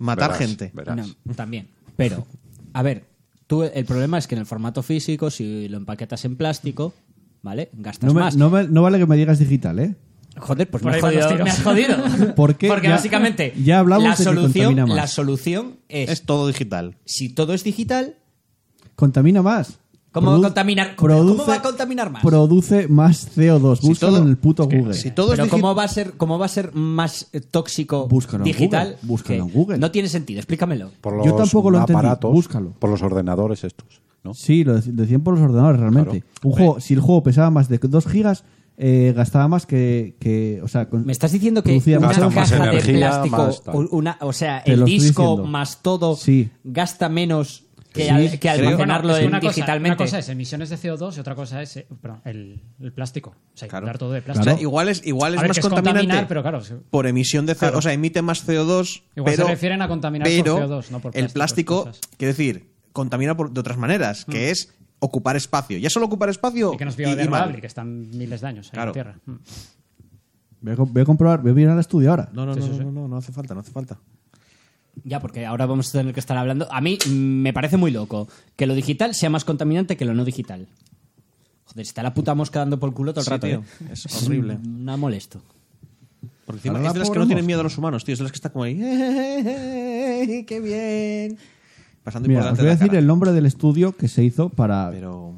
D: Matar
C: Verás,
D: gente.
C: verás.
F: No, también. Pero, a ver, tú, el problema es que en el formato físico, si lo empaquetas en plástico, ¿vale? Gastas
B: No, me-
F: más.
B: no me- no vale que me digas digital, ¿eh?
F: Joder, pues
E: Por
F: me
E: ahí
F: has,
E: van los
F: jodido,
E: tiros.
F: me has (laughs) jodido.
B: ¿Por qué?
F: Porque
B: Ya-
F: básicamente
B: ya hablamos de
F: la
B: que
F: solución,
B: contamina más.
F: la solución es,
D: Es todo digital.
F: si todo es digital,
B: Contamina más.
F: ¿Cómo va a contaminar- cómo- cómo
B: produce-
F: va a contaminar más?
B: Produce más CO2.
D: Si
B: Búscalo
D: todo-
B: en el puto
D: es que-
B: Google.
D: si todo es
F: pero
D: digi-
F: cómo va a ser cómo va a ser más eh, tóxico
B: Búscalo en
F: digital?
B: Google, búscalo
F: que-
B: en Google.
F: No tiene sentido, explícamelo.
C: Por
B: Yo tampoco lo entendí. Búscalo.
C: Por los ordenadores estos. ¿no?
B: Sí, lo dec- decían por los ordenadores realmente.
C: Claro.
B: Un juego, si el juego pesaba más de 2 gigas, eh, gastaba más que, que- o sea, con-
F: Me estás diciendo que
B: producía
F: una
B: más
C: Gasta
B: agua.
C: más
F: caja de
C: energía, más
F: plástico,
C: tal.
F: o- una, o sea,
B: Te
F: el
B: lo estoy
F: disco
B: diciendo.
F: más todo
B: Sí.
F: gasta menos que,
B: Sí,
F: al- que
B: creo-
F: almacenarlo
E: Bueno, es que
F: en-
E: una cosa-
F: digitalmente.
E: una cosa es emisiones de CO2 y otra cosa es eh, perdón, el, el plástico. O sea,
D: Claro.
E: dar todo de
D: O
E: plástico.
D: sea, igual es, igual es
E: A ver,
D: más
E: que es contaminar,
D: contaminante.
E: pero claro, sí.
D: Por emisión de CO2.
E: Claro.
D: O sea, emite más CO2.
E: Igual se
D: pero,
E: refieren a contaminar por
D: pero
E: CO2, no por
D: El
E: plásticos,
D: plástico,
E: cosas. Mm.
D: quiero decir, contamina por- de otras maneras, que es ocupar espacio. Ya solo ocupar espacio.
E: Y que no es
D: Oh, y- y mal.
E: biodegradable y que están miles de años ahí
D: Claro.
E: en tierra. Mm.
B: Voy a, com- voy a comprobar, voy a mirar el estudio ahora.
D: No, no,
E: Sí,
D: no,
E: sí,
D: no,
E: sí.
D: no, no, no hace falta, no hace falta.
F: Ya, porque ahora vamos a tener que estar hablando. A mí mm, me parece muy loco que lo digital sea más contaminante que lo no digital. Joder, está la puta mosca dando por el culo todo el
D: Sí,
F: rato.
D: tío,
F: ¿eh?
D: es horrible.
F: Una molesto.
D: Porque encima
B: Ahora
D: es de las que
B: podemos.
D: no tienen miedo a los humanos, tío. Es de las que está como ahí. (laughs) "Eh, ¡Qué bien! Pasando
B: Mira, os
D: por delante
B: voy a
D: de la
B: decir
D: cara.
B: el nombre del estudio que se hizo para,
D: Pero.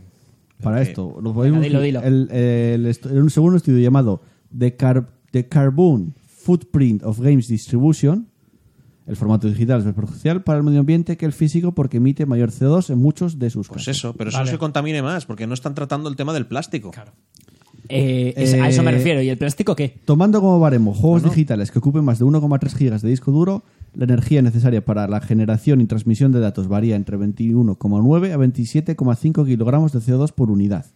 B: para
D: pero
B: esto. Lo podemos-
F: Venga, dilo, dilo.
B: El, el estu- un segundo estudio llamado The, Car- The Carbon Footprint of Games Distribution. El formato digital es más perjudicial para el medio ambiente que el físico porque emite mayor CO2 en muchos de sus
D: Pues
B: casos.
D: eso, pero eso
E: Vale.
D: no se contamine más, porque no están tratando el tema del plástico.
F: Eh, es- a
B: Eh,
F: eso me refiero. ¿Y el plástico qué?
B: Tomando como baremo juegos digitales que ocupen más de 1,3 gigas de disco duro, la energía necesaria para la generación y transmisión de datos varía entre 21,9 a 27,5 kilogramos de CO2 por unidad,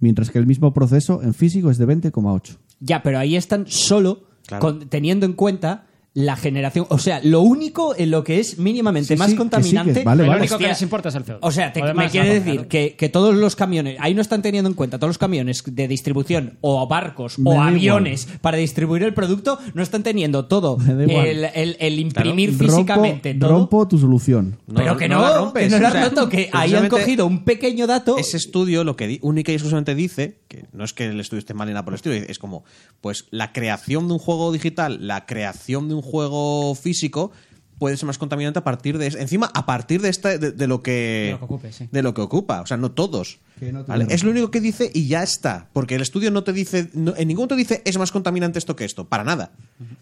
B: mientras que el mismo proceso en físico es de 20,8.
F: Ya, pero ahí están solo
D: Claro.
F: con- teniendo en cuenta la generación. O sea, lo único en lo que es mínimamente
B: Sí,
F: más
B: sí, que sí, que
F: contaminante.
B: vale,
E: Lo
B: vale.
E: único que
F: Hostia.
E: les importa es el CO2.
F: O sea, te-
E: Lo demás,
F: me quiere
E: nada,
F: decir
E: claro.
F: que, que todos los camiones, ahí no están teniendo en cuenta todos los camiones de distribución o barcos
B: Me
F: o
B: da
F: aviones para distribuir el producto, no están teniendo todo
B: Me da igual.
F: el, el- el imprimir
B: Rompo-
F: físicamente todo.
B: rompo tu solución.
F: pero que no,
D: la rompes,
F: que no lo
D: o
F: han
D: sea,
F: roto, que ahí han
D: precisamente
F: cogido un pequeño dato.
D: Ese estudio lo que di- única y exclusivamente dice, que no es que el estudio esté mal ni nada por el estilo, es como, pues la creación de un juego digital, la creación de un juego físico puede ser más contaminante a partir de encima a partir de esta de, de lo que
E: De lo que ocupe, sí.
D: de lo que ocupa o sea no todos
B: Que no te
D: ¿vale?
B: lo-
D: es lo único que dice y ya está porque el estudio no te dice no- en ningún momento dice es más contaminante esto que esto para nada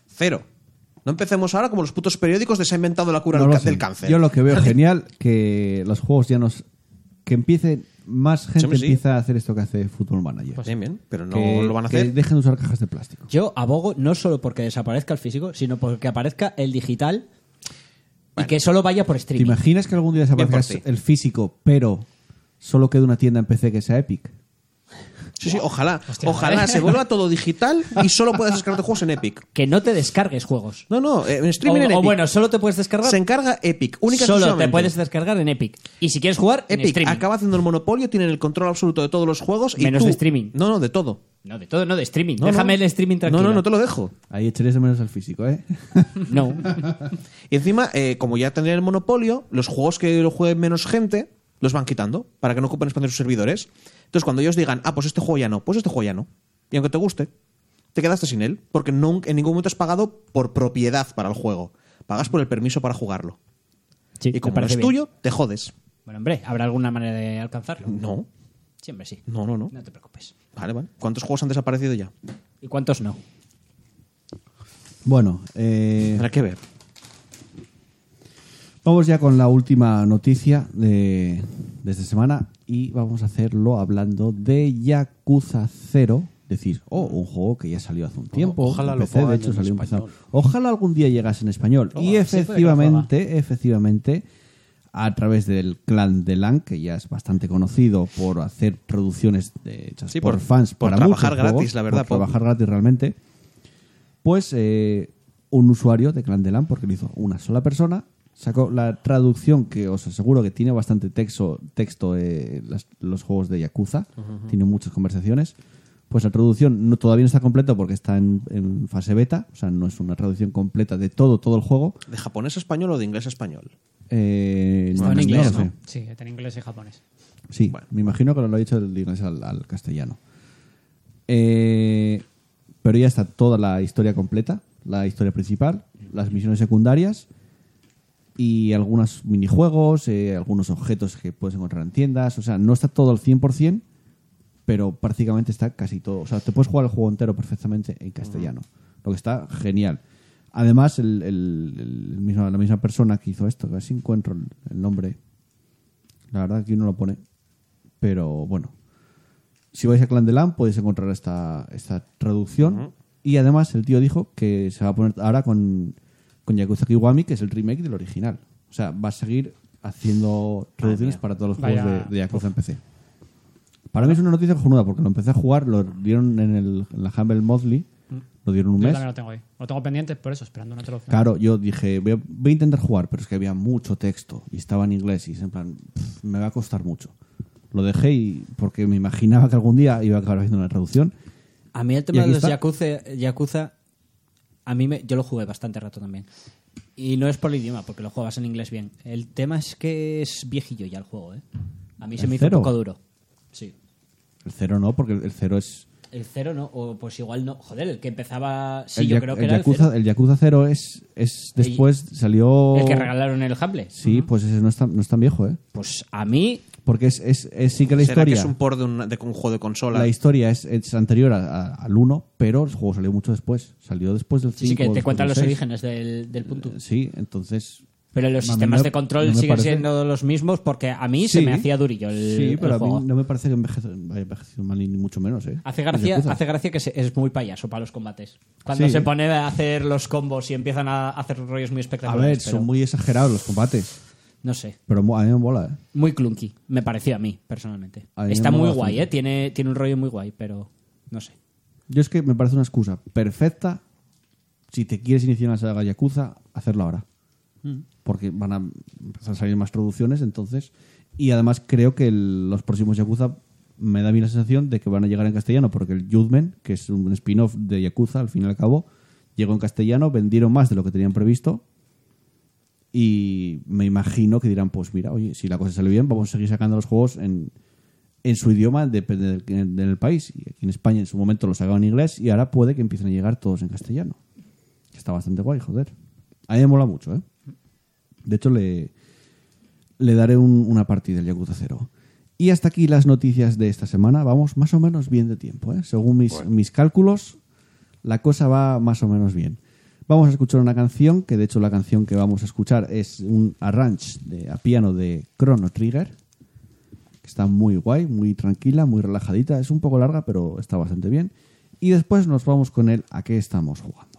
D: cero No empecemos ahora como los putos periódicos de se ha inventado la cura
B: No
D: del,
B: lo
D: ca-
B: sé.
D: del cáncer.
B: Yo lo que
D: (laughs)
B: veo genial que los juegos ya nos que empiece más gente
D: Hombre, sí.
B: empieza a hacer esto que hace Football Manager.
D: Bien, bien, pero no
B: que,
D: lo van a
B: que
D: hacer.
B: dejen de usar cajas de plástico.
F: Yo abogo no solo porque desaparezca el físico, sino porque aparezca el digital y que solo vaya por
B: ¿Te
F: streaming.
B: imaginas que algún día
D: Bien
B: desaparezca
D: por ti.
B: el físico, pero solo queda una tienda en PC que sea Epic?
D: Sí, sí, ojalá. ojalá se
F: (laughs)
D: vuelva todo digital y solo puedas descargarte juegos en Epic.
F: Que no te descargues juegos.
D: No, no, eh, en
F: O,
D: streaming en
F: o
D: Epic.
F: bueno, solo te puedes descargar.
D: se encarga Epic. Única y
F: solo te
D: exclusivamente.
F: puedes descargar en Epic. Y si quieres jugar, en
D: Epic
F: streaming.
D: acaba haciendo el monopolio, tienen el control absoluto de todos los juegos. Y
F: Menos
D: tú-
F: de streaming.
D: No, no, de todo.
F: No, de todo, no, de streaming.
D: No,
F: Déjame
D: no.
F: el streaming tranquilo.
D: No, no, no te lo dejo.
B: Ahí echaréis de menos al físico, ¿eh?
F: (laughs)
B: (laughs)
D: (laughs)
F: No.
D: Y encima, eh, como ya tendrían el monopolio, los juegos que lo juegue menos gente los van quitando para que no ocupen espacio en sus servidores. Entonces, cuando ellos digan, ah, pues este juego ya no, pues este juego ya no. Y aunque te guste, te quedaste sin él, porque nun- en ningún momento has pagado por propiedad para el juego. Pagas por el permiso para jugarlo.
F: Sí,
D: y
F: me
D: como no
F: parece
D: es
F: bien.
D: tuyo, te jodes.
F: Bueno, hombre, ¿habrá alguna manera de alcanzarlo?
D: No,
F: Siempre sí.
D: no, no, no.
F: No te preocupes.
D: Vale, vale. ¿Cuántos juegos han desaparecido ya?
F: ¿Y cuántos no?
B: Bueno, eh,
D: Habrá que ver.
B: Vamos ya con la última noticia de, de esta semana y vamos a hacerlo hablando de Yakuza 0. Decís, oh, un juego que ya salió hace un tiempo.
G: ojalá
B: en
G: lo
B: PC, de
G: pongan
B: hecho,
G: en
B: salió en
G: español.
B: PC. Ojalá algún día llegase en español. y
F: sí, puede que lo
B: efectivamente, efectivamente, a través del clan de Lang, que ya es bastante conocido por hacer producciones de- hechas
D: Sí,
B: por,
D: por-
B: fans
D: por
B: para
D: trabajar
B: muchos juegos,
D: gratis, la verdad,
B: Por
D: Pau.
B: trabajar gratis realmente pues eh, un usuario de Clan de LAN, porque lo hizo una sola persona, sacó la traducción que os aseguro que tiene bastante texto, texto eh, las- los juegos de Yakuza, tiene muchas conversaciones. Pues la traducción no, todavía no está completa porque está en, en fase beta, o sea, no es una traducción completa de todo, todo el juego.
D: ¿De japonés a español o de inglés a español?
B: Eh,
E: Estaba en
B: no
E: inglés,
B: lo
E: ¿no?
B: sé.
E: Sí, está en inglés y japonés.
B: Sí,
D: Bueno.
B: me imagino que lo ha dicho del inglés al, al castellano. Eh, pero ya está toda la historia completa, la historia principal, las misiones secundarias y algunos minijuegos, eh, algunos objetos que puedes encontrar en tiendas. O sea, no está todo al 100%, pero prácticamente está casi todo. O sea, te puedes jugar el juego entero perfectamente en castellano, lo que está genial. Además, el, el- el mismo- la misma persona que hizo esto, a ver si encuentro el- el nombre. La verdad aquí no lo pone. Pero bueno. Si vais a Clan de LAN podéis encontrar esta, esta traducción. Y además el tío dijo que se va a poner ahora con, con Yakuza Kiwami, que es el remake del original. O sea, va a seguir haciendo traducciones para todos los
E: Vaya.
B: juegos de, de Yakuza en PC. Para mí es una noticia cojonuda porque lo empecé a jugar, lo dieron en, el, en la Humble Monthly, lo dieron un
E: Yo
B: mes.
E: también lo tengo ahí. Lo tengo pendiente, por eso, esperando una traducción.
B: Claro, yo dije, voy a, voy a intentar jugar, pero es que había mucho texto y estaba en inglés y es en plan, "Pff, me va a costar mucho. Lo dejé y porque me imaginaba que algún día iba a acabar haciendo una traducción.
F: A mí el
B: ¿Y
F: tema de
B: aquí
F: los
B: está?
F: Yakuza, Yakuza, a mí me, yo lo jugué bastante rato también. Y no es por el idioma, porque lo jugabas en inglés bien. El tema es que es viejillo ya el juego, ¿eh? A mí se
B: ¿El
F: me hizo
B: cero?
F: un poco duro. Sí.
B: El cero no, porque el cero es...
F: El cero no, o pues igual no. Joder, el que empezaba. Sí,
B: el
F: yo
B: Ya-
F: creo
B: el
F: que era
B: Yakuza,
F: el
B: el Yakuza cero es, es después salió...
F: cero. El que regalaron el Humble.
B: Sí, pues ese no es tan, no es tan viejo, ¿eh?
F: Pues a mí.
B: Porque es, es, es sí que la
D: ¿Será
B: historia...
D: que es un port de un, de un juego de consola?
B: La historia es, es anterior a- a- al 1, pero el juego salió mucho después. Salió después del 5.
F: Sí, sí, que te cuentan los
B: orígenes
F: orígenes del, del punto.
B: Sí, entonces.
F: Pero los
B: Eh, a mí
F: sistemas
B: no-
F: de control
B: no me
F: siguen
B: parece-
F: siendo los mismos porque a mí se
B: Sí.
F: me hacía durillo el,
B: Sí,
F: el
B: pero a
F: juego.
B: mí no me parece que envejece- haya envejecido mal ni mucho menos, ¿eh?
F: Hace gracia,
B: Yakuza.
F: hace gracia que se- es muy payaso para los combates. Cuando
B: Sí.
F: se pone a hacer los combos y empiezan a hacer rollos
B: A
F: muy
B: ver,
F: espectaculares. pero,
B: son muy exagerados los combates,
F: No sé.
B: pero mo- a mí me mola, ¿eh?
F: Muy clunky, me pareció a mí, personalmente.
B: A mí me
F: Está muy
B: mola
F: guay,
B: bastante.
F: ¿eh? Tiene, tiene un rollo muy guay, pero no sé.
B: Yo es que me parece una excusa perfecta si te quieres iniciar en la saga Yakuza, hacerlo ahora. Porque van a empezar a salir más traducciones, entonces. Y además creo que el- los próximos Yakuza me da a mí la sensación de que van a llegar en castellano, porque el Judgment, que es un spin-off de Yakuza, al fin y al cabo, llegó en castellano, vendieron más de lo que tenían previsto. Y me imagino que dirán, pues mira, oye, si la cosa sale bien, vamos a seguir sacando los juegos en, en su idioma, depende del, en- del país. Y aquí en España en su momento los sacaban en inglés y ahora puede que empiecen a llegar todos en castellano. Está bastante guay, joder. A mí me mola mucho, ¿eh? De hecho, le, le daré un- una partida al Yakuza 0. Y hasta aquí las noticias de esta semana. Vamos más o menos bien de tiempo, ¿eh? Según mis, mis cálculos, la cosa va más o menos bien. Vamos a escuchar una canción, que de hecho la canción que vamos a escuchar es un arrange de, a piano de Chrono Trigger, que está muy guay, muy tranquila, muy relajadita. Es un poco larga, pero está bastante bien. Y después nos vamos con él a qué estamos jugando.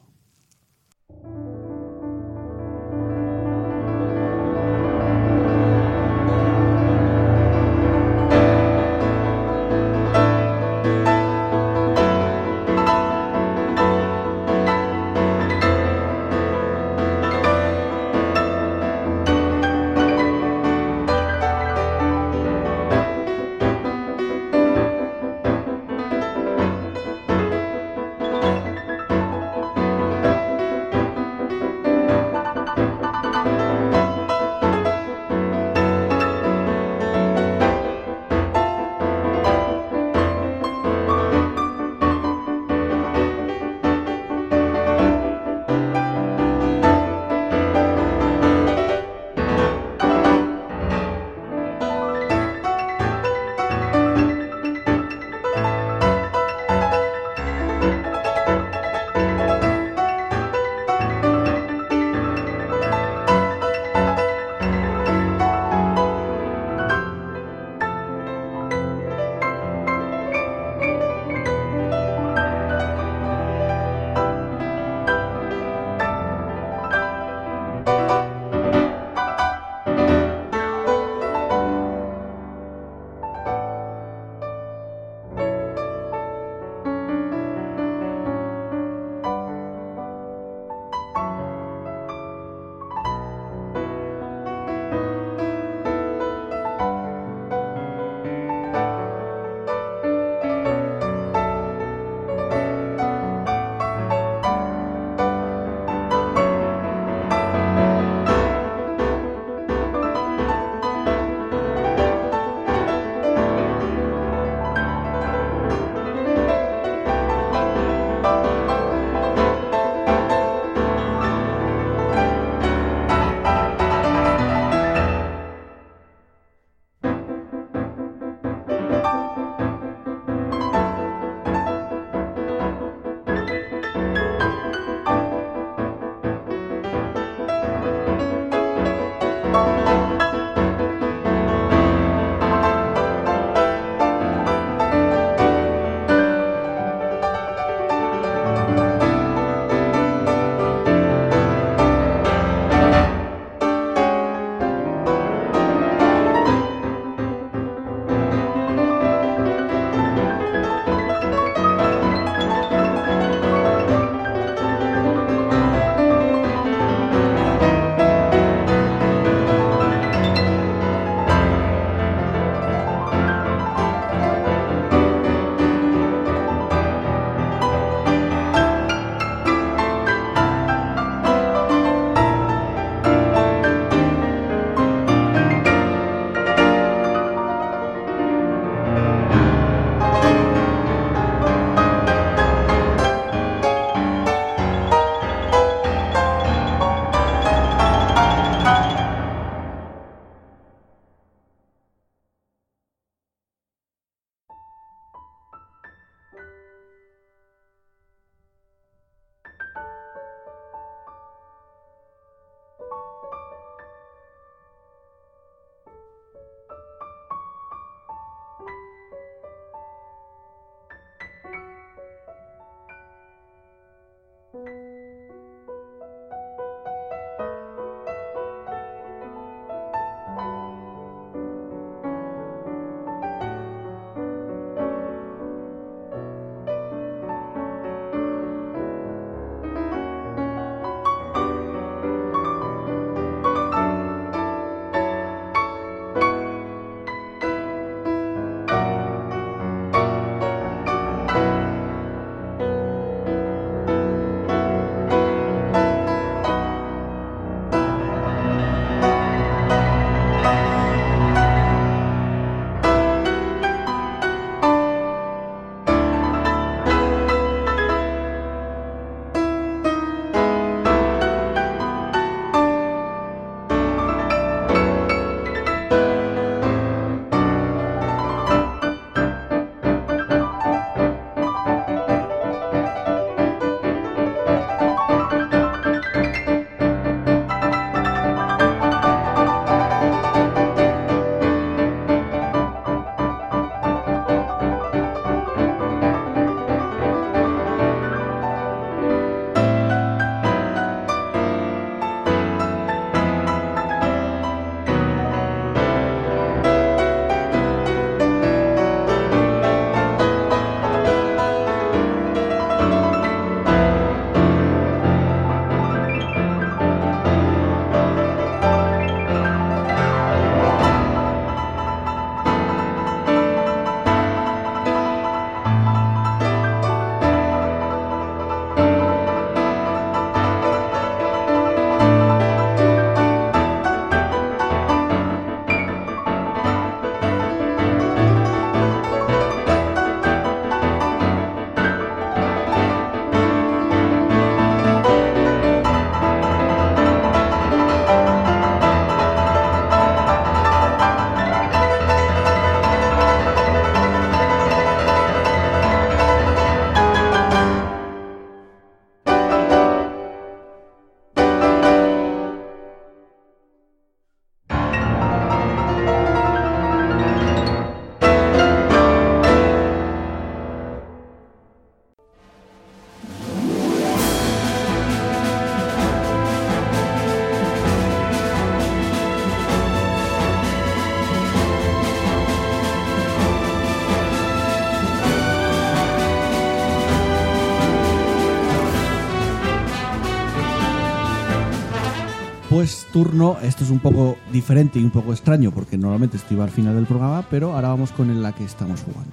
B: pues turno, esto es un poco diferente y un poco extraño porque normalmente estoy al final del programa, pero ahora vamos con la que estamos jugando.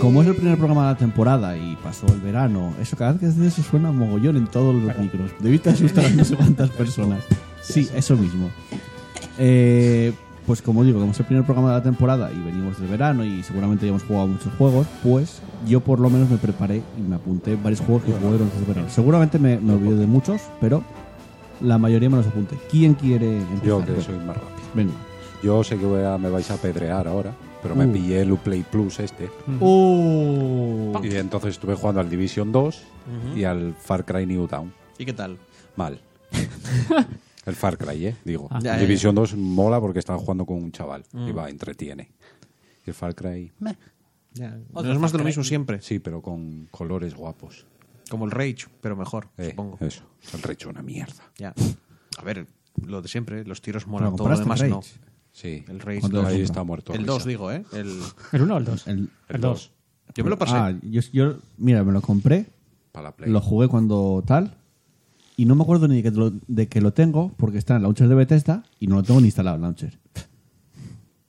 B: Como es el primer programa de la temporada y pasó el verano, eso cada vez que haces eso suena mogollón en todos los micros.
E: (laughs)
B: Debiste asustar a no sé cuántas personas. Sí, eso mismo. Eh, pues como digo, como es el primer programa de la temporada y venimos del verano y seguramente ya hemos jugado muchos juegos, pues yo por lo menos me preparé y me apunté varios juegos que jugué durante el verano. Seguramente me, me olvidé de muchos, pero la mayoría me los apunté. ¿Quién quiere empezar?
C: Yo que soy más rápido.
B: Venga.
C: Yo sé que voy a- me vais a pedrear ahora, pero me
B: Uh.
C: pillé el Uplay Plus este.
B: Oh.
C: Y entonces estuve jugando al Division 2 y al Far Cry New Town.
D: ¿Y qué tal? (laughs)
C: Mal. el Far Cry, ¿eh? Digo.
D: Ah. Ya, Mm. ya,
C: Division 2 mola porque están jugando con un chaval y va, entretiene. Y el Far Cry, meh.
D: No es más de lo mismo siempre.
C: sí, pero con colores guapos.
D: Como el Rage, pero mejor,
C: Eh,
D: supongo.
C: Eso. El Rage una mierda.
D: Ya. A ver, lo de siempre, los tiros
B: Pero
D: molan, todo lo
B: compraste
D: demás
B: el
D: no.
B: Rage.
C: Sí.
D: El Rage.
B: ¿Cuándo lo
C: Ahí
B: compra?
C: está muerto.
D: El
C: risa.
D: 2, digo, ¿eh? El-
E: ¿El 1 o el 2?
B: El-
E: El 2.
D: Yo me lo pasé.
B: Ah, yo, yo- mira, me lo compré,
C: Para la Play.
B: lo jugué cuando tal, y no me acuerdo ni de que lo, de que lo tengo, porque está en el launcher de Bethesda y no lo tengo ni instalado el launcher.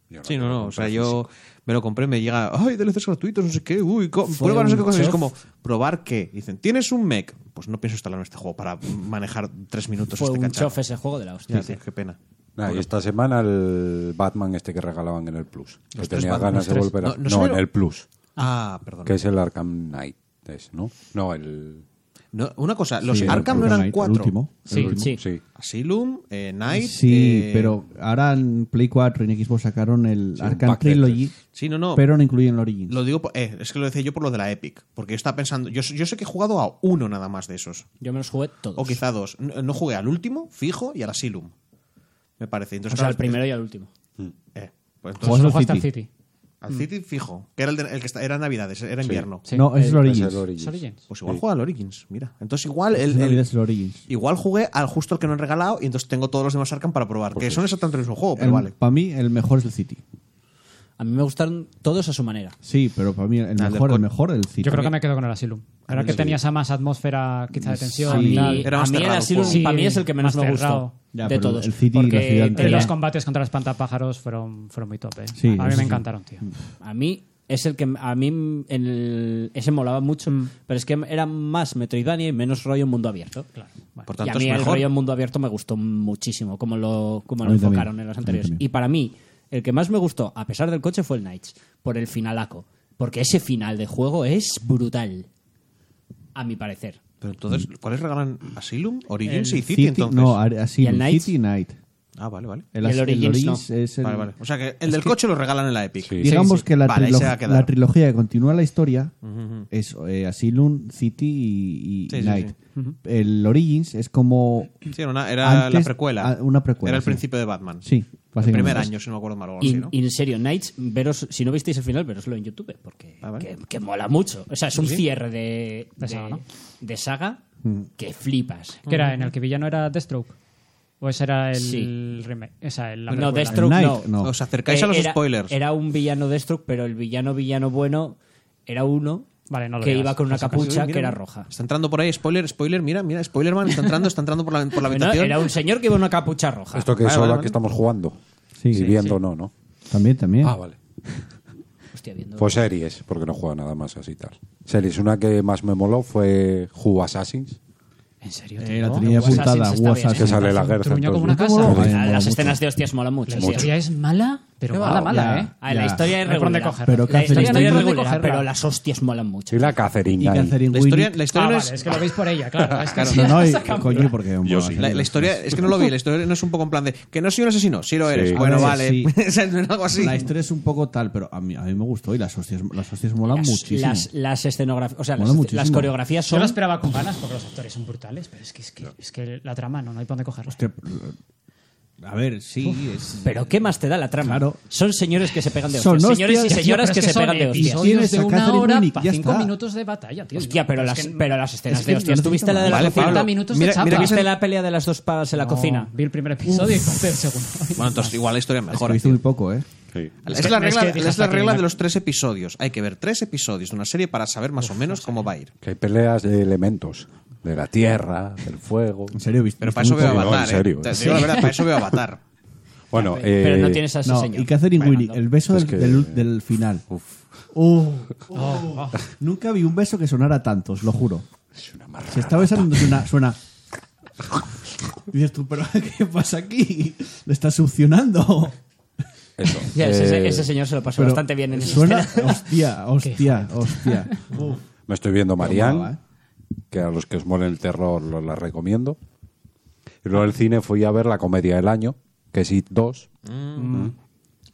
C: Yo
D: Sí, no,
C: tengo
D: no. O sea,
C: comprado
D: yo me lo compré, me llega, ay, DLCs gratuitos, no sé qué, uy, co-
F: Fue
D: prueba no sé qué
F: un
D: cosas. Y es
F: chof.
D: como, ¿probar qué? Dicen, ¿tienes un mech? Pues no pienso instalarme este juego para manejar tres minutos
F: Fue
D: este
F: un
D: cacharro.
F: chof ese juego de la hostia.
D: Ya,
B: este.
D: tío, qué pena.
C: Nada, y esta semana el Batman este que regalaban en el Plus. Que
D: tres
C: tenía
D: Batman,
C: ganas
D: los
C: de
D: tres.
C: volver a...
D: No, no se
C: en
D: vieron.
C: el Plus.
D: Ah, perdón.
C: Que es el Arkham Knight. es, ¿no? No, el...
D: No, una cosa, los
B: Sí, el
D: Arkham no eran
B: Knight, el
D: cuatro.
B: último.
F: Sí, sí.
C: Sí.
D: Asylum, eh, Knight.
B: Sí,
D: eh,
B: pero ahora en Play 4 y en Xbox sacaron el
C: Sí, un
B: Arkham
C: pack de
B: Trilogy,
D: Sí, no, no.
B: pero no incluyen el Origins.
D: Lo digo, por- eh, es que lo decía yo por lo de la Epic. Porque yo estaba pensando, yo, yo sé que he jugado a uno nada más de esos.
F: Yo me los jugué todos.
D: O quizá dos. No, no jugué al último, fijo, y al Asylum. Me parece.
F: O
D: Entonces,
F: sea,
D: claro,
F: al primero y al último.
D: eh, pues entonces,
B: Juegas
E: Lo
B: al
E: jugaste al
B: City.
E: City.
D: al City, fijo. Que era el, de- el que está- era Navidades, era invierno.
F: Sí.
B: No, es el
F: Eh,
B: Origins.
C: Es el Origins.
E: ¿Es Origins?
D: Pues igual juega al Origins, mira. Entonces igual el-
B: No
D: el-
B: olvides el Origins.
D: igual jugué al justo el que no han regalado y entonces tengo todos los demás Arkham para probar. que son exactamente el mismo juego, pero vale.
B: Para mí el mejor es el City.
F: A mí me gustaron todos a su manera.
B: Sí, pero para mí el
D: del
B: mejor,
D: co-
B: el mejor el City.
E: Yo creo que me quedo con el Asylum. Era que tenía esa más atmósfera quizá de
F: A
E: tensión
F: mí,
E: y tal.
D: Era más
F: a mí el
D: cerrado el
F: Asylum
D: juego.
F: para mí es el que menos
E: Más
F: me
E: cerrado.
F: gustó
B: Ya,
F: de
B: pero
F: todos.
B: el City y la
F: porque
B: ciudad
F: entre
B: entera.
E: Eh, los
F: los
E: combates contra el espantapájaros fueron, fueron muy top. eh.
B: Sí,
E: a mí
B: eso
E: me
B: sí.
E: encantaron, tío.
F: com- a mí es el que a mí en el- ese molaba mucho,
E: Mm.
F: pero es que era más Metroidvania y menos rollo mundo abierto.
E: Claro. bueno.
D: Por
F: y a
D: tanto,
F: mí
D: es
F: el
D: mejor.
F: rollo mundo abierto me gustó muchísimo, como lo, como
B: A
F: lo
B: mí también.
F: enfocaron en los
B: A mí
F: anteriores.
B: también.
F: Y para mí, el que más me gustó, a pesar del coche, fue el Knights, por el finalaco. Porque ese final de juego es brutal, a mi parecer.
D: Pero entonces, ¿cuáles regalan Asylum, Origins y City,
B: City,
D: entonces?
B: no, Ar- así,
F: ¿Y el Knights?
B: City Knight.
D: ah, vale, vale.
B: El,
F: Y el
B: as- el
F: Origins no.
B: es el,
D: Vale, vale. O sea que el del coche lo regalan en la Epic.
C: Sí.
B: Digamos que la,
D: Vale, ahí
B: trilog-
D: se va a quedar.
B: la trilogía que continúa la historia es eh, Asylum, City y, y
D: Sí, sí,
B: Night.
D: sí.
B: El Origins es como.
D: Sí, era, una, era la
B: Antes- ah,
D: precuela.
B: una precuela,
D: Era el
B: sí.
D: principio de Batman.
B: Sí,
D: El
B: básicamente.
D: primer año, si no me acuerdo mal. o algo
F: Y,
D: así, ¿no?
F: y en serio, Knights, veros, si no visteis el final, veroslo en YouTube, porque
D: Ah, vale.
F: que, que mola mucho. O sea, es un cierre de, de,
E: saga, ¿no? Mm.
F: de saga
D: Mm.
F: que flipas.
E: Que era en el que villano era Deathstroke. O ese era el
F: Sí.
E: remake. Esa, la
F: no,
E: precuela.
F: Deathstroke
B: Knight,
F: no. Eh,
B: no.
D: Os acercáis a los
F: era-
D: spoilers.
F: Era un villano Deathstroke, pero el villano villano bueno era uno
E: Vale, no lo
F: que
E: leas,
F: iba con una
E: por si acaso.
F: capucha
D: Uy, mira,
F: que era
D: mira.
F: roja.
D: Está entrando por ahí, spoiler, spoiler, mira, mira, Spoilerman está entrando, está entrando por la, por la
F: (laughs) Bueno,
D: habitación.
F: era un señor que iba con una capucha roja.
C: Esto que
D: Vale,
C: es
D: vale,
C: ahora
D: vale.
C: que estamos jugando.
B: Sí.
C: y
B: Sí,
C: viendo no, ¿no?
B: También, también.
C: Ah, vale.
F: Hostia, viendo-
C: Pues series, porque no juega nada más así tal. Series, una que más me moló fue Who Assassins,
F: ¿En serio?
B: Eh,
F: tío?
B: la trilogía
F: Assassins
B: apuntada,
F: está
B: Who
F: bien,
C: que
B: Assassins.
F: ¿eh?
C: sale la
E: un
C: guerra.
E: truño como una
C: entonces,
E: casa.
C: ¿no?
B: Joder,
F: Ah,
B: mola
F: Las
B: mucho.
F: escenas de hostias mola mucho.
E: La
F: sí.
E: historia es mala, pero
F: No,
E: mala, mala,
B: ya.
E: ¿eh?
F: Ah, la
B: Ya.
F: historia es
E: No hay por dónde
F: regular.
E: cogerla.
B: Pero
F: La
B: Catherine-
F: historia
E: No hay
F: es
E: por dónde
F: regular,
E: cogerla.
F: pero las hostias molan mucho.
C: Y la Catherine.
B: Y
C: ahí.
B: Catherine
D: La historia,
B: Winnick.
D: la historia
E: Ah,
D: no
E: vale,
D: es...
E: es que lo veis por ella, claro. Es que
D: Claro.
E: sí,
B: No, no, y, (laughs)
E: (laughs)
D: (laughs)
E: esa cam-
B: coño, porque. mola,
C: sí.
D: La, la historia, es que no lo vi, la historia no es un poco en plan de que no soy un asesino, sí lo eres.
C: Sí.
D: Bueno,
B: A ver,
D: vale,
B: sí.
D: (laughs) O sea, no es algo así.
B: La historia es un poco tal, pero a mí, a mí me gustó y las hostias, las hostias molan
F: Las-
B: muchísimo.
F: Las, las escenografías, o sea,
B: Mola
F: las,
B: muchísimo.
F: las coreografías
E: Yo
F: son.
E: la esperaba con ganas porque los actores son brutales, pero es que, es que, es que la trama no, no hay por dónde cogerla.
B: Hostia, a ver, sí, es.
F: Pero ¿qué más te da la trama?
B: Claro.
F: Son señores que se pegan de
B: Son
F: hostias. Señores y
B: hostias.
F: señoras que, se pegan de hostias.
B: episodios. Tienes a
E: de una
B: Catherine
E: hora
B: Winnick,
E: para
B: ya
E: cinco
B: está.
E: minutos de batalla, tío.
F: Hostia, pero
E: Es
F: las,
E: que-
F: pero las escenas
E: es que
F: de hostias.
E: no
F: ¿Tuviste la de la
D: Vale,
F: cocina?
D: Pablo,
E: 50 minutos
D: mira-
E: de chapa.
D: mira que
F: ¿Viste
D: se-
F: la pelea de las dos pagas en la
E: No,
F: cocina?
E: Vi el primer episodio y corté el segundo.
D: Bueno, entonces igual la historia mejor.
B: He visto muy poco, ¿eh?
C: Sí.
D: Es,
E: Es que-
D: la
E: es que
D: regla,
E: dije
D: es la
E: hasta que
D: regla
E: ya-
D: de los tres episodios. Hay que ver tres episodios de una serie para saber más o menos cómo va a ir.
C: Que hay peleas de elementos. de la tierra, del fuego.
B: En serio, ¿viste?
D: Pero para eso
C: muy
D: veo
C: jodido, en
D: Avatar, ¿eh?
C: serio,
D: Te
C: ¿eh?
D: digo la verdad, para eso veo Avatar.
C: Bueno,
F: Pero no
C: eh,
F: tienes a ese
B: No,
F: señor.
B: y Catherine
F: Bueno,
B: Winning,
F: no.
B: el beso
C: Es
B: del,
C: que-
B: del- del final.
C: uf,
B: Oh, oh. Nunca vi un beso que sonara tanto, os lo juro.
C: es una marrana.
B: Se está besando suena. suena. Y dices tú, pero (laughs) ¿qué pasa aquí? Le está succionando.
C: Eso,
F: Ya, ese,
C: eh,
F: ese señor se lo pasó
B: Pero
F: bastante bien en esa
B: Suena, (laughs)
F: escena. (laughs)
B: hostia, hostia, hostia. Uf.
C: Me estoy viendo
B: mala, ¿eh?
C: Marianne, que a los que os mole el terror lo- la recomiendo. Y luego al cine fui a ver la comedia del año, que es It 2.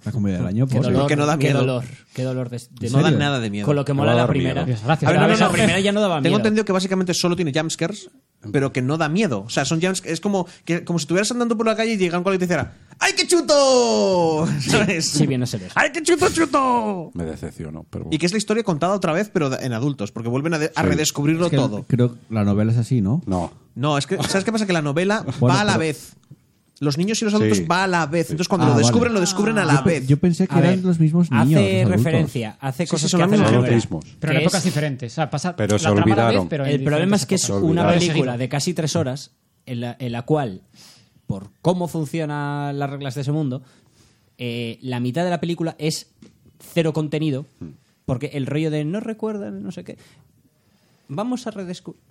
B: La comedia del año,
F: Qué
B: por
F: dolor,
D: que no da
F: qué
D: miedo.
F: dolor, qué dolor de, de-
D: No da
B: serio?
D: nada de miedo.
F: Con lo que
C: No
F: mola
C: va a
F: la
C: dar
F: primera.
C: miedo. Dios,
E: gracias.
F: A ver,
E: Pero
F: no,
E: ves,
F: no, la primera ya no daba miedo.
D: Tengo entendido que básicamente solo tiene jumpscares, pero que no da miedo. O sea, son jumpscares. Es como, que, como si estuvieras andando por la calle y llega un colega y te dijera ¡Ay, qué chuto! (laughs) ¿Sabes?
F: Sí, viene a ser eso.
D: ¡Ay, qué chuto, chuto!
C: Me decepcionó, pero
D: Y que es la historia contada otra vez, pero en adultos, porque vuelven a, de- a
C: Sí.
D: redescubrirlo
B: Es que
D: todo.
B: Creo que la novela es así, ¿no?
C: no.
D: No, es que, ¿sabes qué pasa? Que la novela
B: Bueno,
D: va a la
B: pero-
D: vez. Los niños y los adultos
C: Sí.
D: va a la vez. Entonces, cuando
B: Ah,
D: lo
B: vale.
D: descubren, lo descubren a la
B: Yo pe-
D: vez.
B: Yo pensé que
F: A
B: eran
F: ver,
B: los mismos niños. los
F: Hace
B: adultos.
F: referencia, hace
D: Sí,
F: cosas
D: sí, son
F: que
D: los
F: hacen
C: Son
D: mismos
F: en la
C: los
F: novela.
C: mismos.
E: Pero en
F: Que
E: épocas
F: es-
E: diferentes. O sea, pasa
C: Pero
E: la
C: se
E: trama a la vez,
C: olvidaron.
E: pero en
F: El problema es que es
E: diferentes épocas.
F: una
C: Olvidado.
F: película de casi tres horas en la, en la cual, por cómo funcionan las reglas de ese mundo, eh, la mitad de la película es cero contenido, porque el rollo de no recuerdan, no sé qué. Vamos a redescubrir.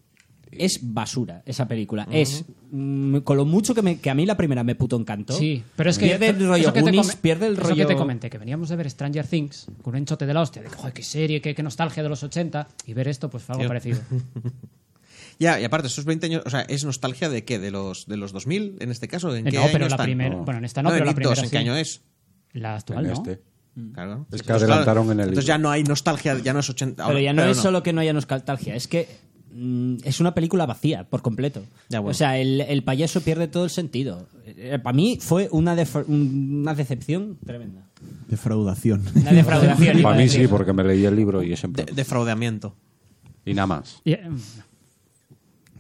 F: Es basura esa película. Es mm, con lo mucho que, me- que a mí la primera me puto encantó.
E: Sí, pero es que.
F: pierde el
E: eso
F: rollo
E: que te
F: Goonies,
E: come-
F: pierde el
E: eso
F: rollo.
E: que te comenté, que veníamos de ver Stranger Things con un enchote de la hostia, de que, joder, qué serie, qué, qué nostalgia de los 80, y ver esto, pues fue algo
D: Tío.
E: parecido.
D: Ya, y aparte, esos 20 años. O sea, ¿es nostalgia de qué? ¿De los, de los 2000 en este caso? ¿En
E: Eh,
D: qué
E: no,
D: año
E: pero la
D: están?
E: primera- bueno, en esta no, pero
D: en
E: la
D: It
E: primera
D: dos, ¿En qué
E: sí.
D: año es?
E: La
C: En
E: actual, ¿no?
C: este.
B: Mm.
D: Claro.
C: Es que adelantaron
D: claro,
C: en el
D: Entonces
C: libro.
D: ya no hay nostalgia, ya no es 80.
F: Pero
D: ahora-
F: ya no es solo que no haya nostalgia, es que mm, es una película vacía por completo.
D: Ya, bueno.
F: O sea, el, el payaso pierde todo el sentido. Eh, Para mí fue una, defra- una decepción tremenda.
B: Defraudación.
F: Una defraudación. iba a
C: Para mí
F: decir.
C: sí, porque me leí el libro y es en
D: de-
C: plan-
D: defraudamiento.
C: Y nada más.
E: Y, eh,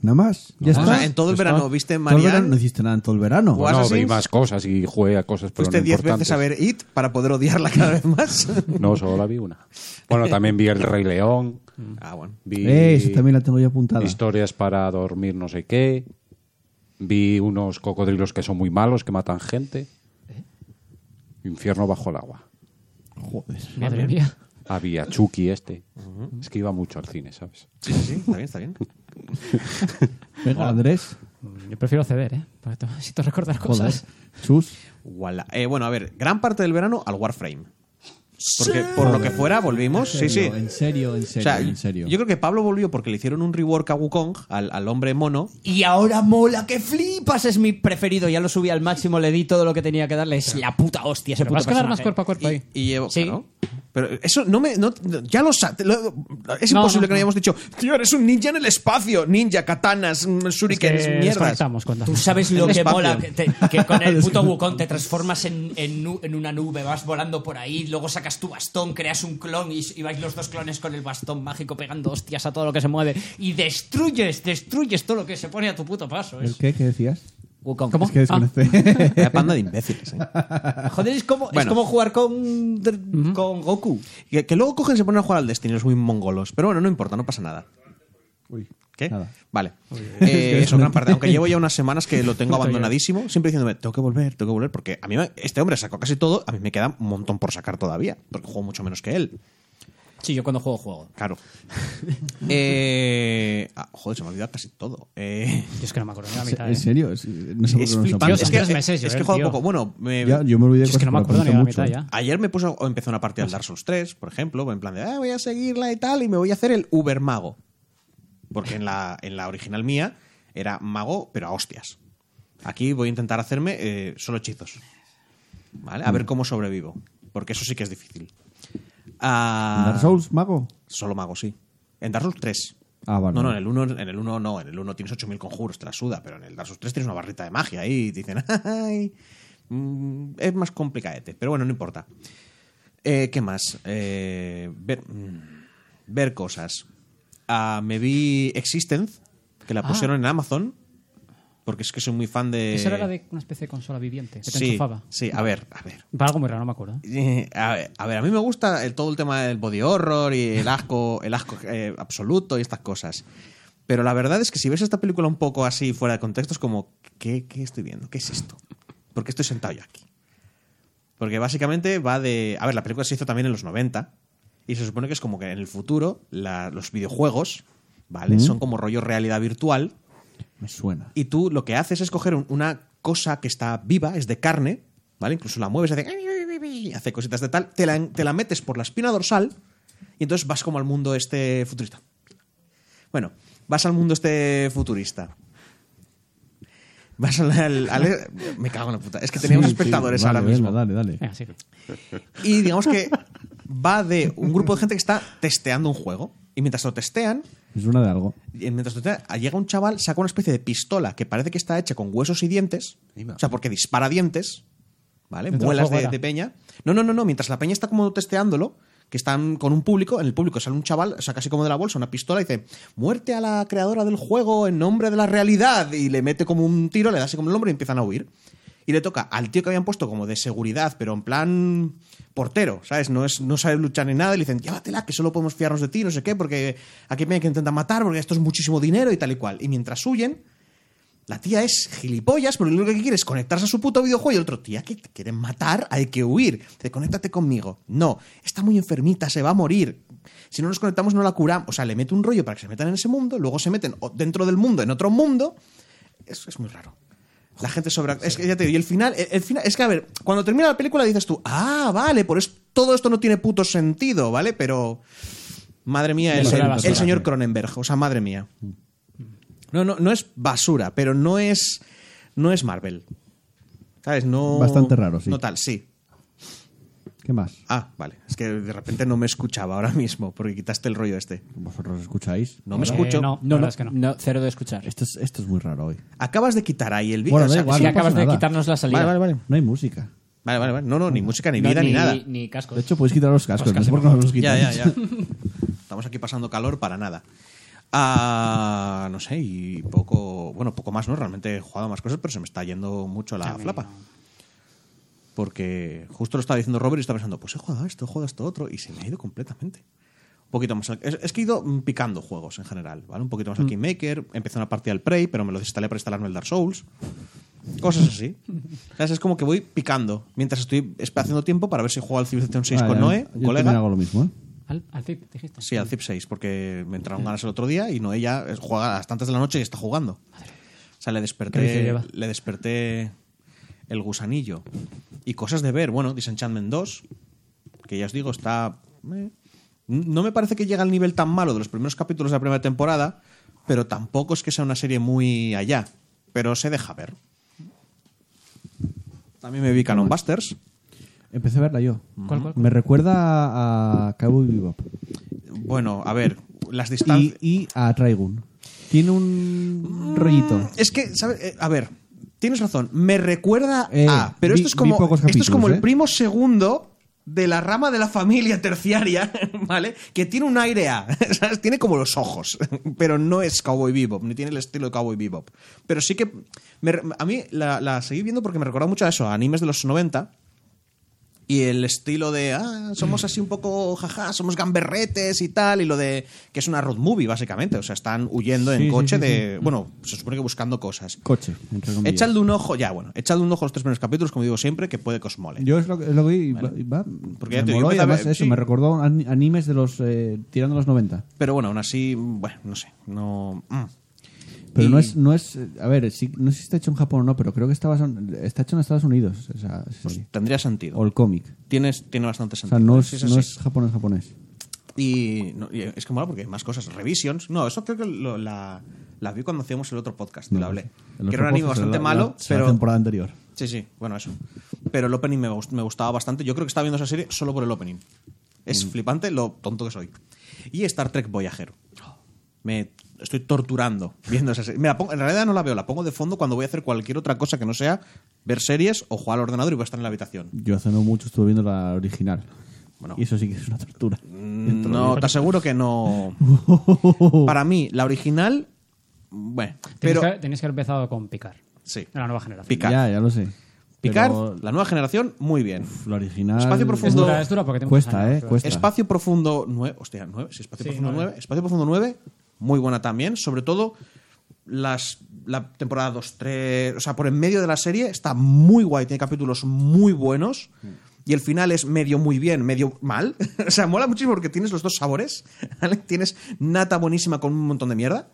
B: Nada más. Ya
D: O
B: está.
D: sea, en todo el
B: Ya está.
D: verano, ¿viste,
B: Todo el
D: Marianne?
B: verano no hiciste nada en todo el verano.
D: Guau.
C: No,
D: Assassins?
C: vi más cosas y jugué a cosas, pero
D: Fuiste
C: no
D: 10 veces
C: importantes.
D: a ver It para poder odiarla cada
C: (laughs)
D: vez más.
C: No, solo la vi una.
D: (laughs)
C: Bueno, también vi El Rey León.
D: ah, bueno.
C: Vi
B: Eh, esa también la tengo yo apuntada.
C: Historias para dormir, no sé qué. Vi unos cocodrilos que son muy malos, que matan gente.
D: ¿Eh?
C: Infierno bajo el agua.
B: Joder.
E: madre mía.
C: Había Chucky este. Es que iba mucho al cine, ¿sabes?
D: Sí, sí, sí, está bien, está bien.
B: Venga, Andrés.
E: Yo prefiero ceder, ¿eh? Porque te- (laughs) necesito recordar
B: Joder.
E: cosas.
B: Chus.
D: Wala. Eh, bueno, a ver, gran parte del verano al Warframe. Porque por lo que fuera volvimos. Sí, sí.
B: En serio, en
D: O
B: serio,
D: sea,
B: en serio.
D: yo creo que Pablo volvió porque le hicieron un rework a Wukong, al, al hombre mono.
F: Y ahora mola, que flipas, es mi preferido. Ya lo subí al máximo, le di todo lo que tenía que darle. Es la puta hostia ese
E: Pero
F: puto
E: vas a quedar más
F: personaje.
E: cuerpo a cuerpo ahí.
D: Y llevo.
F: Sí.
D: claro. Pero eso no me. no- ya lo, sa- te lo- Es
E: No,
D: imposible que
E: no,
D: no hayamos dicho. Tío, eres un ninja en el espacio. Ninja, katanas, mm, shurikens,
E: Es que
D: mierdas.
E: Eh, desconectamos cuando-
F: Tú sabes lo
D: El
F: que
D: espacio.
F: mola, que, te- que con el (laughs) puto Wukong te transformas en, en nu- en una nube, vas volando por ahí, luego sacas tu bastón, creas un clon y, y vais los dos clones con el bastón mágico pegando hostias a todo lo que se mueve y destruyes, destruyes todo lo que se pone a tu puto paso.
B: ¿El
F: Es
B: qué? ¿Qué decías?
F: Wukong.
B: Es
E: Ah.
B: que
E: (laughs)
B: desconecté.
D: Vaya panda de imbéciles. eh.
F: Joder, es como, es
D: Bueno.
F: como jugar con, con Goku.
D: Que, que luego cogen y se ponen a jugar al Destiny, los muy mongolos. Pero bueno, no importa, no pasa nada.
B: Uy,
D: ¿Qué?
B: nada.
D: Vale.
E: (laughs)
B: Es
D: Eh,
B: que
D: eso, gran
B: desconecté.
D: parte. Aunque llevo ya unas semanas que lo tengo abandonadísimo, siempre diciéndome, tengo que volver, tengo que volver, porque a mí me- este hombre sacó casi todo, a mí me queda un montón por sacar todavía, porque juego mucho menos que él.
F: Sí, yo cuando juego, juego.
D: Claro. Eh, ah, joder, se me ha olvidado casi todo. Eh,
E: Yo es que no me acuerdo ni la mitad.
B: En
E: ¿eh?
B: serio, Sí, no sé por
D: es
B: qué no nos
D: flipante.
E: Yo
B: apunta.
E: son
D: Es que,
E: tres meses,
D: es
E: Joel,
D: que he jugado
E: tío.
D: poco. Bueno, me-
B: Ya, yo me olvidé de
E: Yo es que
B: cosas
E: no me
B: que
E: acuerdo ni la
B: apunté
E: mitad
B: mucho.
E: ya.
D: Ayer me puse a a empezar una partida al Dark Souls 3, por ejemplo, en plan de, ah, voy a seguirla y tal, y me voy a hacer el Uber Mago. Porque en la, en la original mía era mago, pero a hostias. Aquí voy a intentar hacerme eh, solo hechizos. ¿Vale? A ver cómo sobrevivo. Porque eso sí que es difícil. Ah,
B: Mm. ¿Dark Souls, mago?
D: Solo mago, sí. En Dark Souls 3.
B: Ah, vale.
D: No, no, en el 1, en el 1 no. En el 1 tienes 8000 conjuros, te la suda. Pero en el Dark Souls 3 tienes una barrita de magia ahí y te dicen, (laughs) ¡ay! mm, Es más complicadete. Pero bueno, no importa. Eh, ¿Qué más? Eh, ver, mm, ver cosas. Ah, me vi Existence, que la pusieron en Amazon. Porque es que soy muy fan de.
E: Ah. Esa era la de una especie de consola viviente que te
D: Sí,
E: enchufaba.
D: sí, a ver, a ver.
E: Para algo muy raro, no me acuerdo.
D: Eh, a, ver, a ver, a mí me gusta el, todo el tema del body horror y el asco, el asco eh, absoluto y estas cosas. Pero la verdad es que si ves esta película un poco así fuera de contexto, es como, ¿qué, qué estoy viendo? ¿Qué es esto? ¿Por qué estoy sentado yo aquí? Porque básicamente va de. A ver, la película se hizo también en los 90. Y se supone que es como que en el futuro la- los videojuegos, ¿vale? Son como rollo realidad virtual.
B: Me suena.
D: Y tú lo que haces es coger un- una cosa que está viva, es de carne, ¿vale? Incluso la mueves, hace, hace cositas de tal, te la, te la metes por la espina dorsal y entonces vas como al mundo este futurista. Bueno, vas al mundo este futurista. Vas al... al- al- me cago en la puta. Es que teníamos
B: Sí, sí,
D: espectadores
B: vale,
D: ahora
B: venga,
D: mismo.
B: Dale, dale.
E: Venga, sigue.
D: Y digamos que va de un grupo de gente que está testeando un juego. Y mientras lo testean,
B: Me suena de algo.
D: y mientras testea, llega un chaval, saca una especie de pistola que parece que está hecha con huesos y dientes. O sea, porque dispara dientes, ¿vale?
E: Dentro
D: Muelas
E: del juego
D: de,
E: era.
D: de peña. No, no, no, no. Mientras la peña está como testeándolo, que están con un público, en el público sale un chaval, saca así como de la bolsa una pistola y dice: Muerte a la creadora del juego en nombre de la realidad. Y le mete como un tiro, le da así como el hombro y empiezan a huir. Y le toca al tío que habían puesto como de seguridad, pero en plan portero, ¿sabes? No, es, no sabe luchar ni nada. Y le dicen, llévatela, que solo podemos fiarnos de ti, no sé qué, porque aquí me hay que intentar matar, porque esto es muchísimo dinero y tal y cual. Y mientras huyen, la tía es gilipollas, pero lo único que quiere es conectarse a su puto videojuego y el otro, tía, que te quieren matar, hay que huir. Dice, conéctate conmigo. No, está muy enfermita, se va a morir. Si no nos conectamos, no la curamos. O sea, le mete un rollo para que se metan en ese mundo, luego se meten o- dentro del mundo, en otro mundo. Es, es muy raro. La gente sobra. Es que ya te digo, y el final, el, el final. Es que, a ver, cuando termina la película dices tú, ah, vale, por eso todo esto no tiene puto sentido, ¿vale? Pero. Madre mía, el,
E: Basura,
D: el- el
E: basura.
D: señor Cronenberg. O sea, madre mía. No, no, no es basura, pero no es. No es Marvel. ¿Sabes? No.
B: Bastante raro, sí.
D: No tal, sí.
B: ¿Qué más?
D: Ah, vale. Es que de repente no me escuchaba ahora mismo, porque quitaste el rollo este.
B: ¿Vosotros escucháis?
D: No me
E: Eh,
D: escucho.
E: no.
F: No,
E: La
F: no,
E: verdad es que no.
F: cero de escuchar.
B: Esto es, esto es muy raro hoy.
D: Acabas de quitar ahí el vídeo.
B: Bueno, da
D: o sea,
B: igual,
D: sí.
F: que
B: no pasa
F: acabas de
B: nada.
F: quitarnos la salida.
D: Vale, vale, vale.
B: No hay música.
D: Vale, vale, vale. No, no, ni música, ni vida,
F: No,
D: ni, nada.
F: Ni cascos.
B: De hecho, podéis quitar los cascos.
F: Los
B: No sé
F: cascos.
B: por qué no los
D: Ya,
B: quitáis.
D: ya, ya. Estamos aquí pasando calor para nada. Ah, no sé, y poco. Bueno, poco más, ¿no? Realmente he jugado más cosas, pero se me está yendo mucho la flapa. Porque justo lo estaba diciendo Robert y estaba pensando, pues he jugado a esto, he jugado a esto otro, y se me ha ido completamente. Un poquito más. al- Es, es que he ido mm, picando juegos en general, ¿vale? Un poquito más
B: Mm.
D: al Kingmaker, empecé una partida al Prey, pero me lo desinstalé para instalarme el Dark Souls. Cosas
B: (laughs)
D: así. ¿Sabes? Es como que voy picando mientras estoy esp- haciendo tiempo para ver si juego al Civilization 6
B: Ah,
D: con
B: ya,
D: Noé,
B: yo
D: colega.
B: también hago lo mismo, ¿eh?
E: Al, al Cid, dijiste.
D: Sí, al Zip 6, porque me
E: Mm.
D: entraron ganas el otro día y no ella juega a las tantas de la noche y está jugando. O sea, le
E: ¿Qué vicio
D: desperté,
E: lleva?
D: le desperté el gusanillo. Y cosas de ver, bueno, Disenchantment 2, que ya os digo, está... eh, No me parece que llega al nivel tan malo de los primeros capítulos de la primera temporada, pero tampoco es que sea una serie muy allá, pero se deja ver. También me vi Canon Busters.
B: Empecé a verla yo.
E: ¿Cuál, cuál,
B: Me recuerda a Cowboy Bebop
D: Bueno, a ver, las
B: y,
D: distancias...
B: y a Traigun. Tiene un rollito.
D: Es que, ¿sabes? Eh, a ver, tienes razón. Me recuerda
B: Eh,
D: a. Pero
B: vi-
D: esto es como.
B: vi pocos
D: esto es como
B: capítulos,
D: el
B: ¿eh?
D: primo segundo de la rama de la familia terciaria, (laughs) ¿vale? Que tiene un aire A. (laughs) ¿Sabes? Tiene como los ojos. (laughs) Pero no es Cowboy Bebop, ni tiene el estilo de Cowboy Bebop. Pero sí que. me re- a mí la, la seguí viendo porque me recordaba mucho a eso, a animes de los 90. Y el estilo de, ah, somos así un poco, jaja, somos gamberretes y tal, y lo de, que es una road movie, básicamente, o sea, están huyendo
B: Sí,
D: en
B: sí,
D: coche
B: sí,
D: de, eh, bueno, se supone que buscando cosas.
B: Coche, entre comillas.
D: Echadle un ojo, ya, bueno, echadle un ojo a los tres primeros capítulos, como digo siempre, que puede que os mole.
B: Yo es lo, que- es lo que vi. y va- y va-
D: Porque
B: me
D: ya te digo,
B: moló y
D: empecé a ver-
B: además eso,
D: sí.
B: me recordó a an- animes de los. eh, tirando los 90.
D: Pero bueno, aún así, bueno, no sé, no... mm.
B: Pero
D: Y-
B: no es, no es. eh, A ver, sí- no sé si está hecho en Japón o no, pero creo que está, basado en- está hecho en Estados Unidos. O, sea, sí.
D: pues, tendría sentido.
B: o el cómic.
D: Tienes, tiene bastante
B: O
D: sentido.
B: sea, no
D: Sí,
B: es,
D: sí,
B: no
D: sí.
B: es japonés japonés.
D: Y, no, y es que mola porque hay más cosas. Revisions. No, eso creo que lo- la, la vi cuando hacíamos el otro podcast, te lo hablé.
B: El
D: Que era un
B: otro
D: anime
B: pozo,
D: bastante
B: la-
D: malo,
B: la-
D: pero...
B: La temporada anterior.
D: Sí, sí, bueno, eso. Pero el opening me, gust- me gustaba bastante. Yo creo que estaba viendo esa serie solo por el opening.
B: Mm.
D: Es flipante lo tonto que soy. Y Star Trek Voyager. Me estoy torturando viendo esa serie. Me la pongo- en realidad no la veo, la pongo de fondo cuando voy a hacer cualquier otra cosa que no sea ver series o jugar al ordenador y voy a estar en la habitación.
B: Yo hace no mucho estuve viendo la original.
D: Bueno.
B: Y eso sí que es una tortura. Dentro de-
D: No, te aseguro
B: (laughs)
D: que no. Para mí, la original. Bueno,
E: Tenéis
D: pero.
E: que, Ah. tenéis que haber empezado con Picar.
D: Sí.
E: De la nueva generación.
D: Picar.
B: Ya, ya lo sé.
D: Picar,
B: Pero
D: la nueva generación, muy bien.
B: la original.
D: Espacio
E: Es
D: Profundo.
E: dura, es dura porque tengo
B: Cuesta,
E: muchos años,
B: eh,
E: pero-
B: cuesta.
D: Espacio Profundo 9. Hostia, 9. Sí, Espacio
E: Sí,
D: Profundo
E: nueve.
D: 9. Espacio Profundo 9. muy buena también. Sobre todo las, la temporada 2, 3, o sea, por en medio de la serie está muy guay, tiene capítulos muy buenos. Y el final es medio muy bien, medio mal. (laughs) o sea, mola muchísimo porque tienes los dos sabores. (laughs) ¿vale? Tienes nata buenísima con un montón de mierda.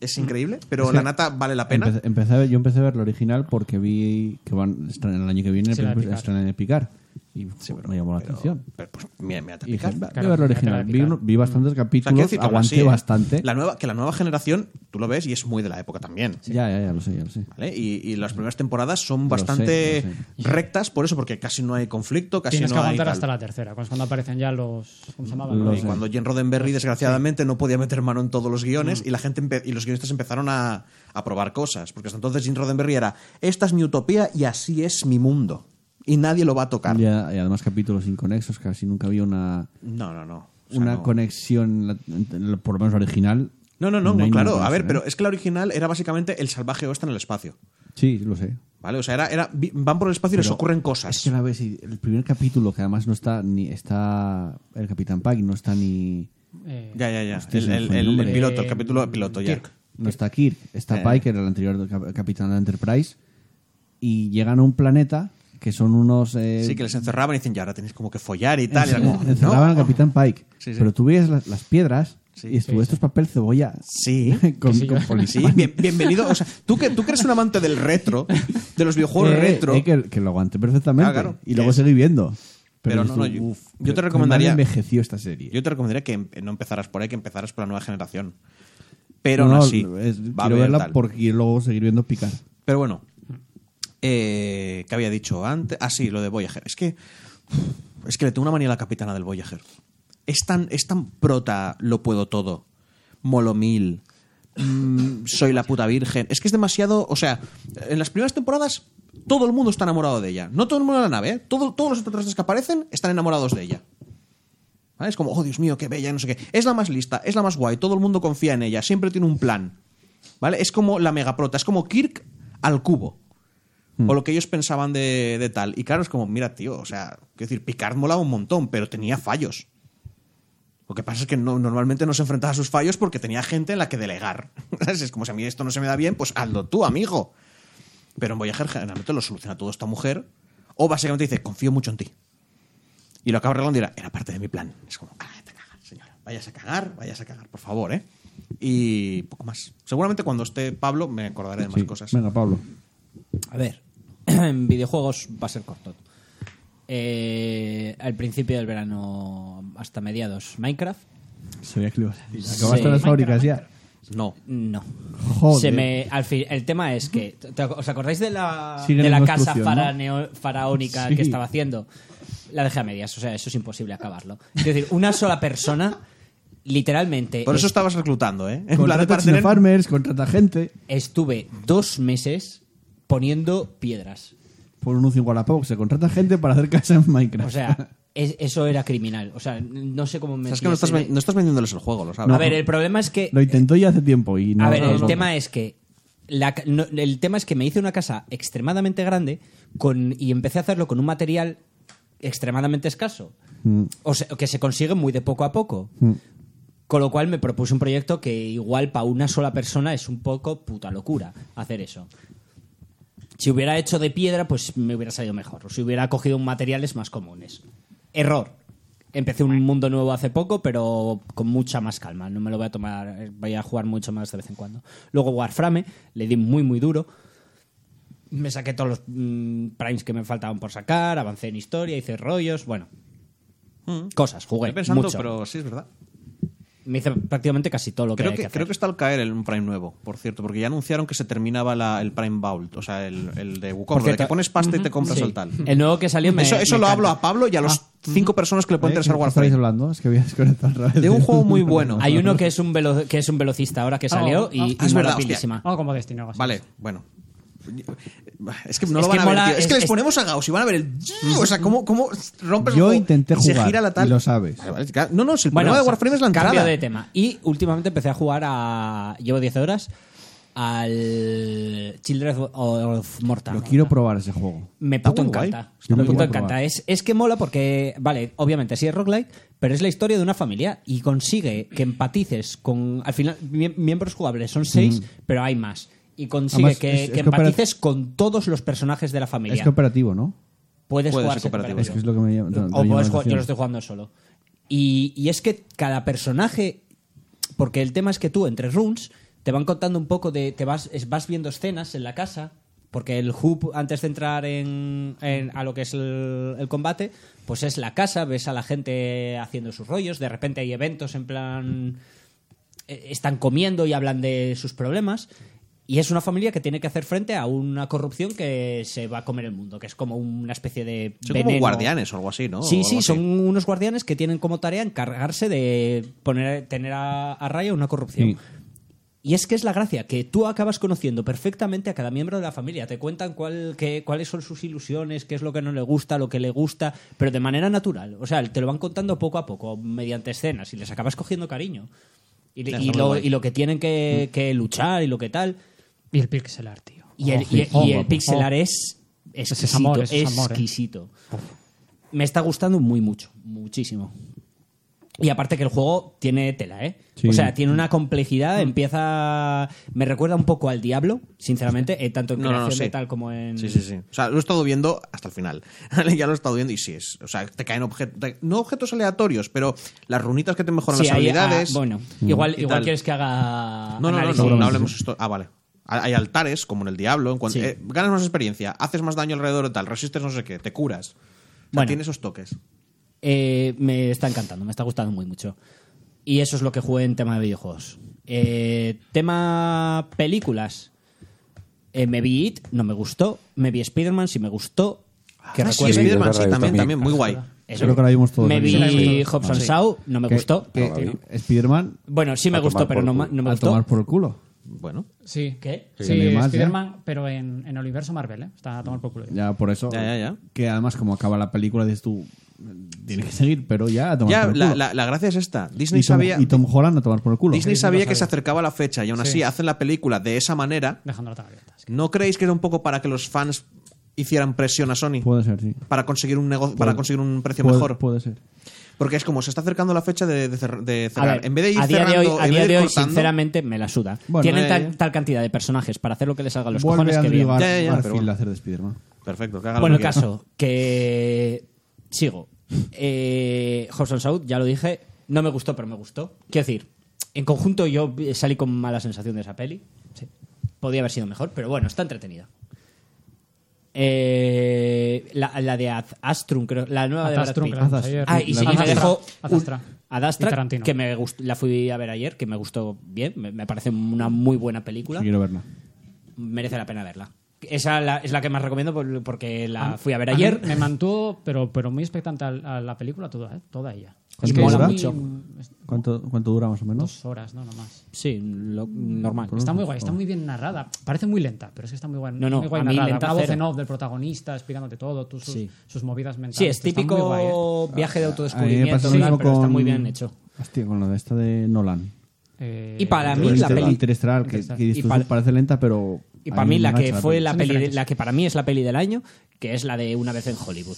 D: Es increíble, pero
B: Es que
D: la nata vale la pena.
B: Empecé- empecé a ver- yo empecé a ver la original porque vi que van estrenan el año que viene
E: Sí, la de
B: pues,
E: Picar.
B: estrenan en Picar. Y me llamó la atención.
D: Pero, pues, mira, mira, te
B: Y dije,
D: picas,
B: "Va,
D: va".
B: voy a ver la
E: Claro,
B: original.
E: Picar.
B: Vi, uno- vi bastantes
D: O sea, quiero
B: capítulos,
D: decir, algo
B: aguanté
D: así, ¿eh?
B: bastante.
D: La nueva, que la nueva generación, tú lo ves y es muy de la época también.
B: Ya, ya, ya lo sé, ya lo sé.
D: ¿vale? Y, y las primeras temporadas son bastante
B: sé, lo
D: rectas, por eso, porque casi no hay conflictico, casi
E: Tienes
D: no
E: que
D: hay.
E: aguantar
D: tal.
E: hasta la tercera, que es cuando aparecen ya los. ¿Cómo se llamaban?
B: Los-
D: Y cuando Jen Roddenberry, desgraciadamente, no podía meter mano en todos los guiones
E: Mm.
D: y la gente empe- y los guionistas empezaron a, a probar cosas. Porque hasta entonces Jen Roddenberry era esta es mi utopía y así es mi mundo. Y nadie lo va a tocar.
B: Y, a- y además capítulos inconexos, casi nunca había una,
D: No, no, no. O sea,
B: una
D: no.
B: conexión, la- en- en- por lo menos la original.
D: No, no, no, no,
B: hay
D: claro.
B: ninguna
D: A ver,
B: conexión,
D: pero
B: ¿eh?
D: es que la original era básicamente el salvaje oeste en el espacio.
B: Sí, lo sé.
D: ¿Vale? O sea, era, era- vi- van por el espacio y les
B: Pero
D: ocurren cosas.
B: Es que la ves y el primer capítulo, que además no está ni está el Capitán Pike, no está ni
E: Eh,
D: Ya, ya, ya.
B: Hostia,
D: El,
B: se me
D: el-
B: fue el
D: el- el
B: nombre.
D: piloto, el
E: Eh,
D: capítulo piloto, ya.
E: Kirk.
B: no está Kirk, está
D: Eh.
B: Pike, que era el anterior cap- capitán de la Enterprise, y llegan a un planeta que son unos eh,
D: Sí, que les encerraban y dicen, ya ahora tenéis como que follar y tal. y era
B: (laughs)
D: como,
B: encerraban al
D: "No".
B: Capitán Pike.
D: Sí, sí.
B: Pero tú veías las, las piedras
D: Sí,
B: y estuvo
E: sí,
B: esto es papel cebolla.
D: Sí.
B: (laughs) con,
E: Sí,
B: con
E: yo-
B: policía.
D: Sí, bien- bienvenido. O sea, tú que, tú que eres un amante del retro, de los videojuegos
B: (laughs) Eh,
D: retro.
B: eh, que, que lo aguanté perfectamente.
D: Ah, claro.
B: Y luego
D: Es-
B: seguí viendo.
D: Pero no,
B: estuvo-
D: no, yo-
B: uf,
D: yo te
B: qué mal
D: recomendaría-
B: envejeció esta serie.
D: Yo te recomendaría que em- no empezaras por ahí, que empezaras por la nueva generación. Pero no,
B: No, no,
D: así.
B: es-
D: va
B: quiero
D: a haber
B: verla
D: tal.
B: porque quiero luego seguir viendo picar.
D: Pero bueno, eh, ¿qué había dicho antes? Ah, sí, lo de Voyager. Es que, es que le tengo una manía a la capitana del Voyager. Es tan, es tan prota, lo puedo todo. Molomil. mm, soy la puta virgen. Es que es demasiado. O sea, en las primeras temporadas todo el mundo está enamorado de ella. No todo el mundo de la nave, ¿eh? Todo- todos los extraterrestres que aparecen están enamorados de ella. ¿Vale? Es como, oh Dios mío, qué bella, no sé qué. Es la más lista, es la más guay, todo el mundo confía en ella, siempre tiene un plan. ¿Vale? Es como la megaprota, es como Kirk al cubo. O lo que ellos pensaban de, de tal. Y claro, es como, mira, tío, o sea, quiero decir, Picard molaba un montón, pero tenía fallos. Lo que pasa es que no- normalmente no se enfrentaba a sus fallos porque tenía gente en la que delegar. (laughs) ¿Sabes? Es como si a mí esto no se me da bien, pues hazlo tú, amigo. Pero en Voyager generalmente lo soluciona todo esta mujer. O básicamente dice, confío mucho en ti. Y lo acaba arreglando y dirá, era parte de mi plan. Es como, ah, te cagas, señora. Vayas a cagar, vayas a cagar, por favor, ¿eh? Y poco más. Seguramente cuando esté Pablo me acordaré de más
B: Sí.
D: cosas.
B: Venga, Pablo.
F: A ver, (clears throat) en videojuegos va a ser corto. Eh, al principio del verano hasta mediados, Minecraft.
B: Sabía que lo ibas a decir.
F: Sí.
B: Acabaste las fábricas ya.
D: No.
F: No.
B: Joder.
F: Se me, al fin, el tema es que. ¿te- ¿Os acordáis de la,
B: Sigue
F: de
B: en
F: la casa
B: construcción, ¿no?
F: faraneo- faraónica
B: Sí.
F: que estaba haciendo? La dejé a medias, o sea, eso es imposible acabarlo. Es decir, una sola persona, literalmente.
D: Por eso
F: es-
D: estabas reclutando, ¿eh? En plan de
B: Contrata
D: para
B: chino
D: tener-
B: farmers, contrata gente
F: estuve dos meses poniendo piedras.
B: por un anuncio en Wallapop. Se contrata gente para hacer casa en Minecraft.
D: (laughs)
F: O sea, es- eso era criminal. O sea, no sé cómo me.
D: Sabes que no estás, ven- no estás vendiéndoles el juego, lo sabes.
F: A ver, el problema es que.
B: (laughs) lo intentó ya hace tiempo y no.
F: a ver,
B: no
F: el
B: lo
F: tema es que. la ca- no, el tema es que me hice una casa extremadamente grande con, y empecé a hacerlo con un material extremadamente escaso.
B: Mm.
F: O sea, que se consigue muy de poco a poco. Con lo cual me propuse un proyecto que igual para una sola persona es un poco puta locura hacer eso. Si hubiera hecho de piedra, pues me hubiera salido mejor. O si hubiera cogido un materiales más comunes. Error. Empecé un mundo nuevo hace poco, pero con mucha más calma. No me lo voy a tomar. eh, Voy a jugar mucho más de vez en cuando. Luego Warframe, le di muy, muy duro. Me saqué todos los mm, primes que me faltaban por sacar. Avancé en historia, hice rollos. Bueno, cosas, jugué.
D: Mm. Estoy pensando,
F: mucho.
D: pero sí es verdad.
F: Me hice prácticamente casi todo lo que
D: Creo
F: hay
D: que,
F: que hacer.
D: creo que está al caer el un Prime nuevo, por cierto, porque ya anunciaron que se terminaba la- el Prime Vault, o sea, el, el de
F: Por
D: Wukong, el
F: cierto,
D: que pones pasta y te compras
F: sí.
D: el tal.
F: El nuevo que salió me.
D: eso
F: me
D: eso lo
F: encanta. Ah,
D: hablo a Pablo y a los cinco personas que le pueden
B: ¿Eh?
D: interesar
B: ¿Qué estáis
D: Warframe.
B: hablando? Es que había desconectado otra vez.
D: De un
B: (laughs)
D: juego muy bueno.
F: Hay uno que es un velo- que es un velocista ahora que salió
E: Ah,
F: y,
E: ah.
F: y
D: Ah, es
F: mola
D: verdad, hostia.
F: pildísima.
E: Algo como Destino. algo así.
D: Vale, bueno. Es que no
F: Es
D: lo van
F: que
D: a ver,
F: mola- este-
D: tío. Es, que
F: es-
D: les
F: es-
D: ponemos a Gauss y van a ver el... O sea, cómo, cómo rompes el
B: Yo
D: juego
B: intenté
D: y se
B: jugar,
D: gira la tal.
B: y lo sabes.
D: Vale, vale, claro. No, no, si el
F: Bueno,
D: problema de Warframe es la
F: cambio
D: entrada.
F: de tema. Y últimamente empecé a jugar a. Llevo 10 horas al Children of Mortal.
B: Lo quiero probar ese juego.
F: Me
D: Está
F: puto
D: muy guay.
F: encanta.
B: Está
F: me
B: muy
F: puto
B: guay
F: encanta.
B: probar.
F: Es, es que mola porque, vale, obviamente sí es roguelike, pero es la historia de una familia y consigue que empatices con. Al final, mie- miembros jugables son seis, pero hay más. Y consigue
B: Además,
F: que,
B: es- es
F: que
B: coopera-
F: empatices con todos los personajes de la familia.
B: Es cooperativo, ¿no?
F: puedes
D: Puede
F: jugar
D: ser cooperativo.
B: Es que es lo que me llama. me
F: o
B: llama la
F: puedes jugar, yo
B: atención.
F: lo estoy jugando solo. Y, y es que cada personaje, porque el tema es que tú entre rooms te van contando un poco de, te vas, es- vas viendo escenas en la casa, porque el hub antes de entrar en, en- a lo que es el, el combate, pues es la casa, ves a la gente haciendo sus rollos, de repente hay eventos en plan eh, están comiendo y hablan de sus problemas. Y es una familia que tiene que hacer frente a una corrupción que se va a comer el mundo, que es como una especie de.
D: Son como
F: veneno.
D: guardianes o algo así, ¿no? O
F: Sí,
D: algo
F: sí,
D: así.
F: son unos guardianes que tienen como tarea encargarse de poner, tener a, a raya una corrupción.
B: Sí.
D: Mm.
F: Y es que es la gracia, que tú acabas conociendo perfectamente a cada miembro de la familia. Te cuentan cuál, qué- cuáles son sus ilusiones, qué es lo que no le gusta, lo que le gusta, pero de manera natural. O sea, te lo van contando poco a poco, mediante escenas, y les acabas cogiendo cariño. Y, le-
D: Ya,
F: y
D: está muy
F: lo,
D: guay. Mm.
F: y lo que tienen que, que luchar y lo que tal.
E: Y el pixel art, tío.
F: Y el, eh.
E: Oh,
F: y,
E: oh,
F: y el
E: guapo.
F: pixel art
E: Oh.
F: es exquisito.
E: es amor, ese es amor, ¿eh?
F: exquisito. Me está gustando muy mucho, muchísimo. Y aparte que el juego tiene tela, ¿eh?
B: Sí.
F: O sea, tiene una complejidad, empieza... Me recuerda un poco al Diablo, sinceramente, eh, tanto en
D: No, no, no,
F: creación de
D: sí.
F: tal como en...
D: Sí, sí, sí. O sea, lo he estado viendo hasta el final. (laughs) ya lo he estado viendo y sí es. O sea, te caen objetos. No objetos aleatorios, pero las runitas que te mejoran
F: Sí,
D: las
F: ahí-
D: habilidades.
F: ah, bueno,
E: Mm.
F: igual,
D: Y
F: igual
D: tal.
F: quieres que haga...
D: No, no, no,
F: análisis.
D: no, no hablemos esto. Ah, vale. Ha- Hay altares, como en el Diablo. En cuanto,
F: Sí.
D: eh, ganas más experiencia, haces más daño alrededor de tal, resistes no sé qué, te curas.
F: Bueno.
D: bueno. tiene esos toques.
F: Eh, me está encantando, me está gustando muy mucho. Y eso es lo que jugué en tema de videojuegos. Eh, tema películas. Eh, me vi It, no me gustó. Me vi Spider-Man, sí me gustó. Que
D: Ah, sí,
F: recuerde.
C: Spider-
D: Spider-Man, sí,
C: yo
D: también,
C: también.
D: también, muy guay.
F: Eso.
B: Creo que la vimos todos
F: Me
B: aquí.
F: vi
B: Sí.
F: Hobson
B: Sí.
F: Shaw, no me
B: Que-
F: gustó.
B: que- Spider-Man
F: Bueno, sí me
C: A
F: gustó,
C: tomar
F: pero
C: por
F: no, ma-
C: culo.
F: no me
B: a
F: gustó.
B: tomar por el culo.
D: Bueno,
E: Sí.
F: ¿Qué?
E: Sí,
B: Sí, más, ¿eh?
E: Spider-Man, pero en, en el universo Marvel, ¿eh? Está a tomar por culo.
B: Ya, por eso.
D: Ya, ya, ya.
B: Que además, como acaba la película, dices tú, tiene que seguir, pero ya a tomar
D: ya
B: por el
D: la,
B: culo.
D: la- la gracia es esta. Disney
B: y, Tom,
D: sabía,
B: y Tom Holland a tomar por el culo.
D: Disney
E: Sí,
D: sabía
E: lo
D: que
E: sabía.
D: se acercaba la fecha y aún así
E: Sí.
D: hacen la película de esa manera.
E: Dejando la tabla abierta. Es que-
D: ¿No creéis que era un poco para que los fans hicieran presión a Sony?
B: Puede ser, sí.
D: Para conseguir un negocio, para conseguir un precio
B: Puede-
D: mejor.
B: Puede ser.
D: Porque es como se está acercando la fecha de, de cer- de
F: A
D: cerrar.
F: ver,
D: en vez de ir
F: a día de
D: cerrando,
F: hoy, a
D: en vez
F: día
D: de
F: de
D: ir
F: hoy
D: cortando-
F: sinceramente, me la suda.
B: Bueno,
F: Tienen
D: ya,
F: tal,
D: ya.
F: tal cantidad de personajes para hacer lo que les salga a los
B: Vuelve
F: cojones que
B: Andrew
F: bien.
B: Gar-
D: Ya, ya, ya,
B: Garfield
D: pero bueno.
B: a hacer de Spider-Man.
D: Perfecto, que haga lo
F: Bueno,
D: que
F: el
D: quiera.
F: caso, que sigo. Eh, Hobson South, ya lo dije, no me gustó, pero me gustó. Quiero decir, en conjunto yo eh, salí con mala sensación de esa peli. Sí. Podía haber sido mejor, pero bueno, está entretenida. Eh, la, la de Ad- Astrum, creo, la nueva
E: Ad Astrum,
F: de
E: que
F: Brad
E: la vimos
F: Pitt.
E: ayer.
F: Ah, y
E: La
F: sí, y
E: vimos
F: me
E: ayer.
F: dejó
E: Ad
F: un-
E: Astra.
F: Ad
E: Y
F: Astra,
E: Tarantino.
F: que me gustó, la fui a ver ayer, que me gustó bien, me, me parece una muy buena película
B: Sí, quiero verla.
F: merece la pena verla. Esa la- es la que más recomiendo por- porque la
B: Ah,
F: fui Ah, a ver
E: mí
F: ayer.
E: Me mantuvo, pero, pero muy expectante a, a la película toda, ¿eh? Toda ella.
B: ¿Cuánto
E: es
B: dura?
E: muy- es-
B: ¿Cuánto, ¿Cuánto dura más o menos?
E: dos horas, no, no más.
F: Sí, lo- normal.
E: Está muy guay, está muy bien narrada. Parece muy lenta, pero es que está muy guay.
F: No, no,
E: muy guay
F: a mí
E: narrada.
F: lenta
E: Una voz
F: cero.
E: en off del protagonista explicándote todo, tus, sus,
F: Sí.
E: sus movidas mentales.
F: sí, es
E: Está muy guay, ¿eh?
F: típico viaje de
B: A mí me
F: autodescubrimiento,
B: pasa lo
F: y
B: mismo
F: tal, pero
B: con...
F: está muy bien hecho.
B: Hostia, con la de esta de Nolan.
E: Eh,
F: Y para mí
B: Inter-
F: la peli-
B: Interestelar, que, que dices
F: Y
B: tú,
F: para-
B: parece lenta, pero...
F: Y
B: a
F: para mí
B: me
F: la que
B: engancha
F: fue la
E: Son
F: peli, de-
E: diferentes.
F: la que para mí es la peli del año, que es la de Una vez en Hollywood.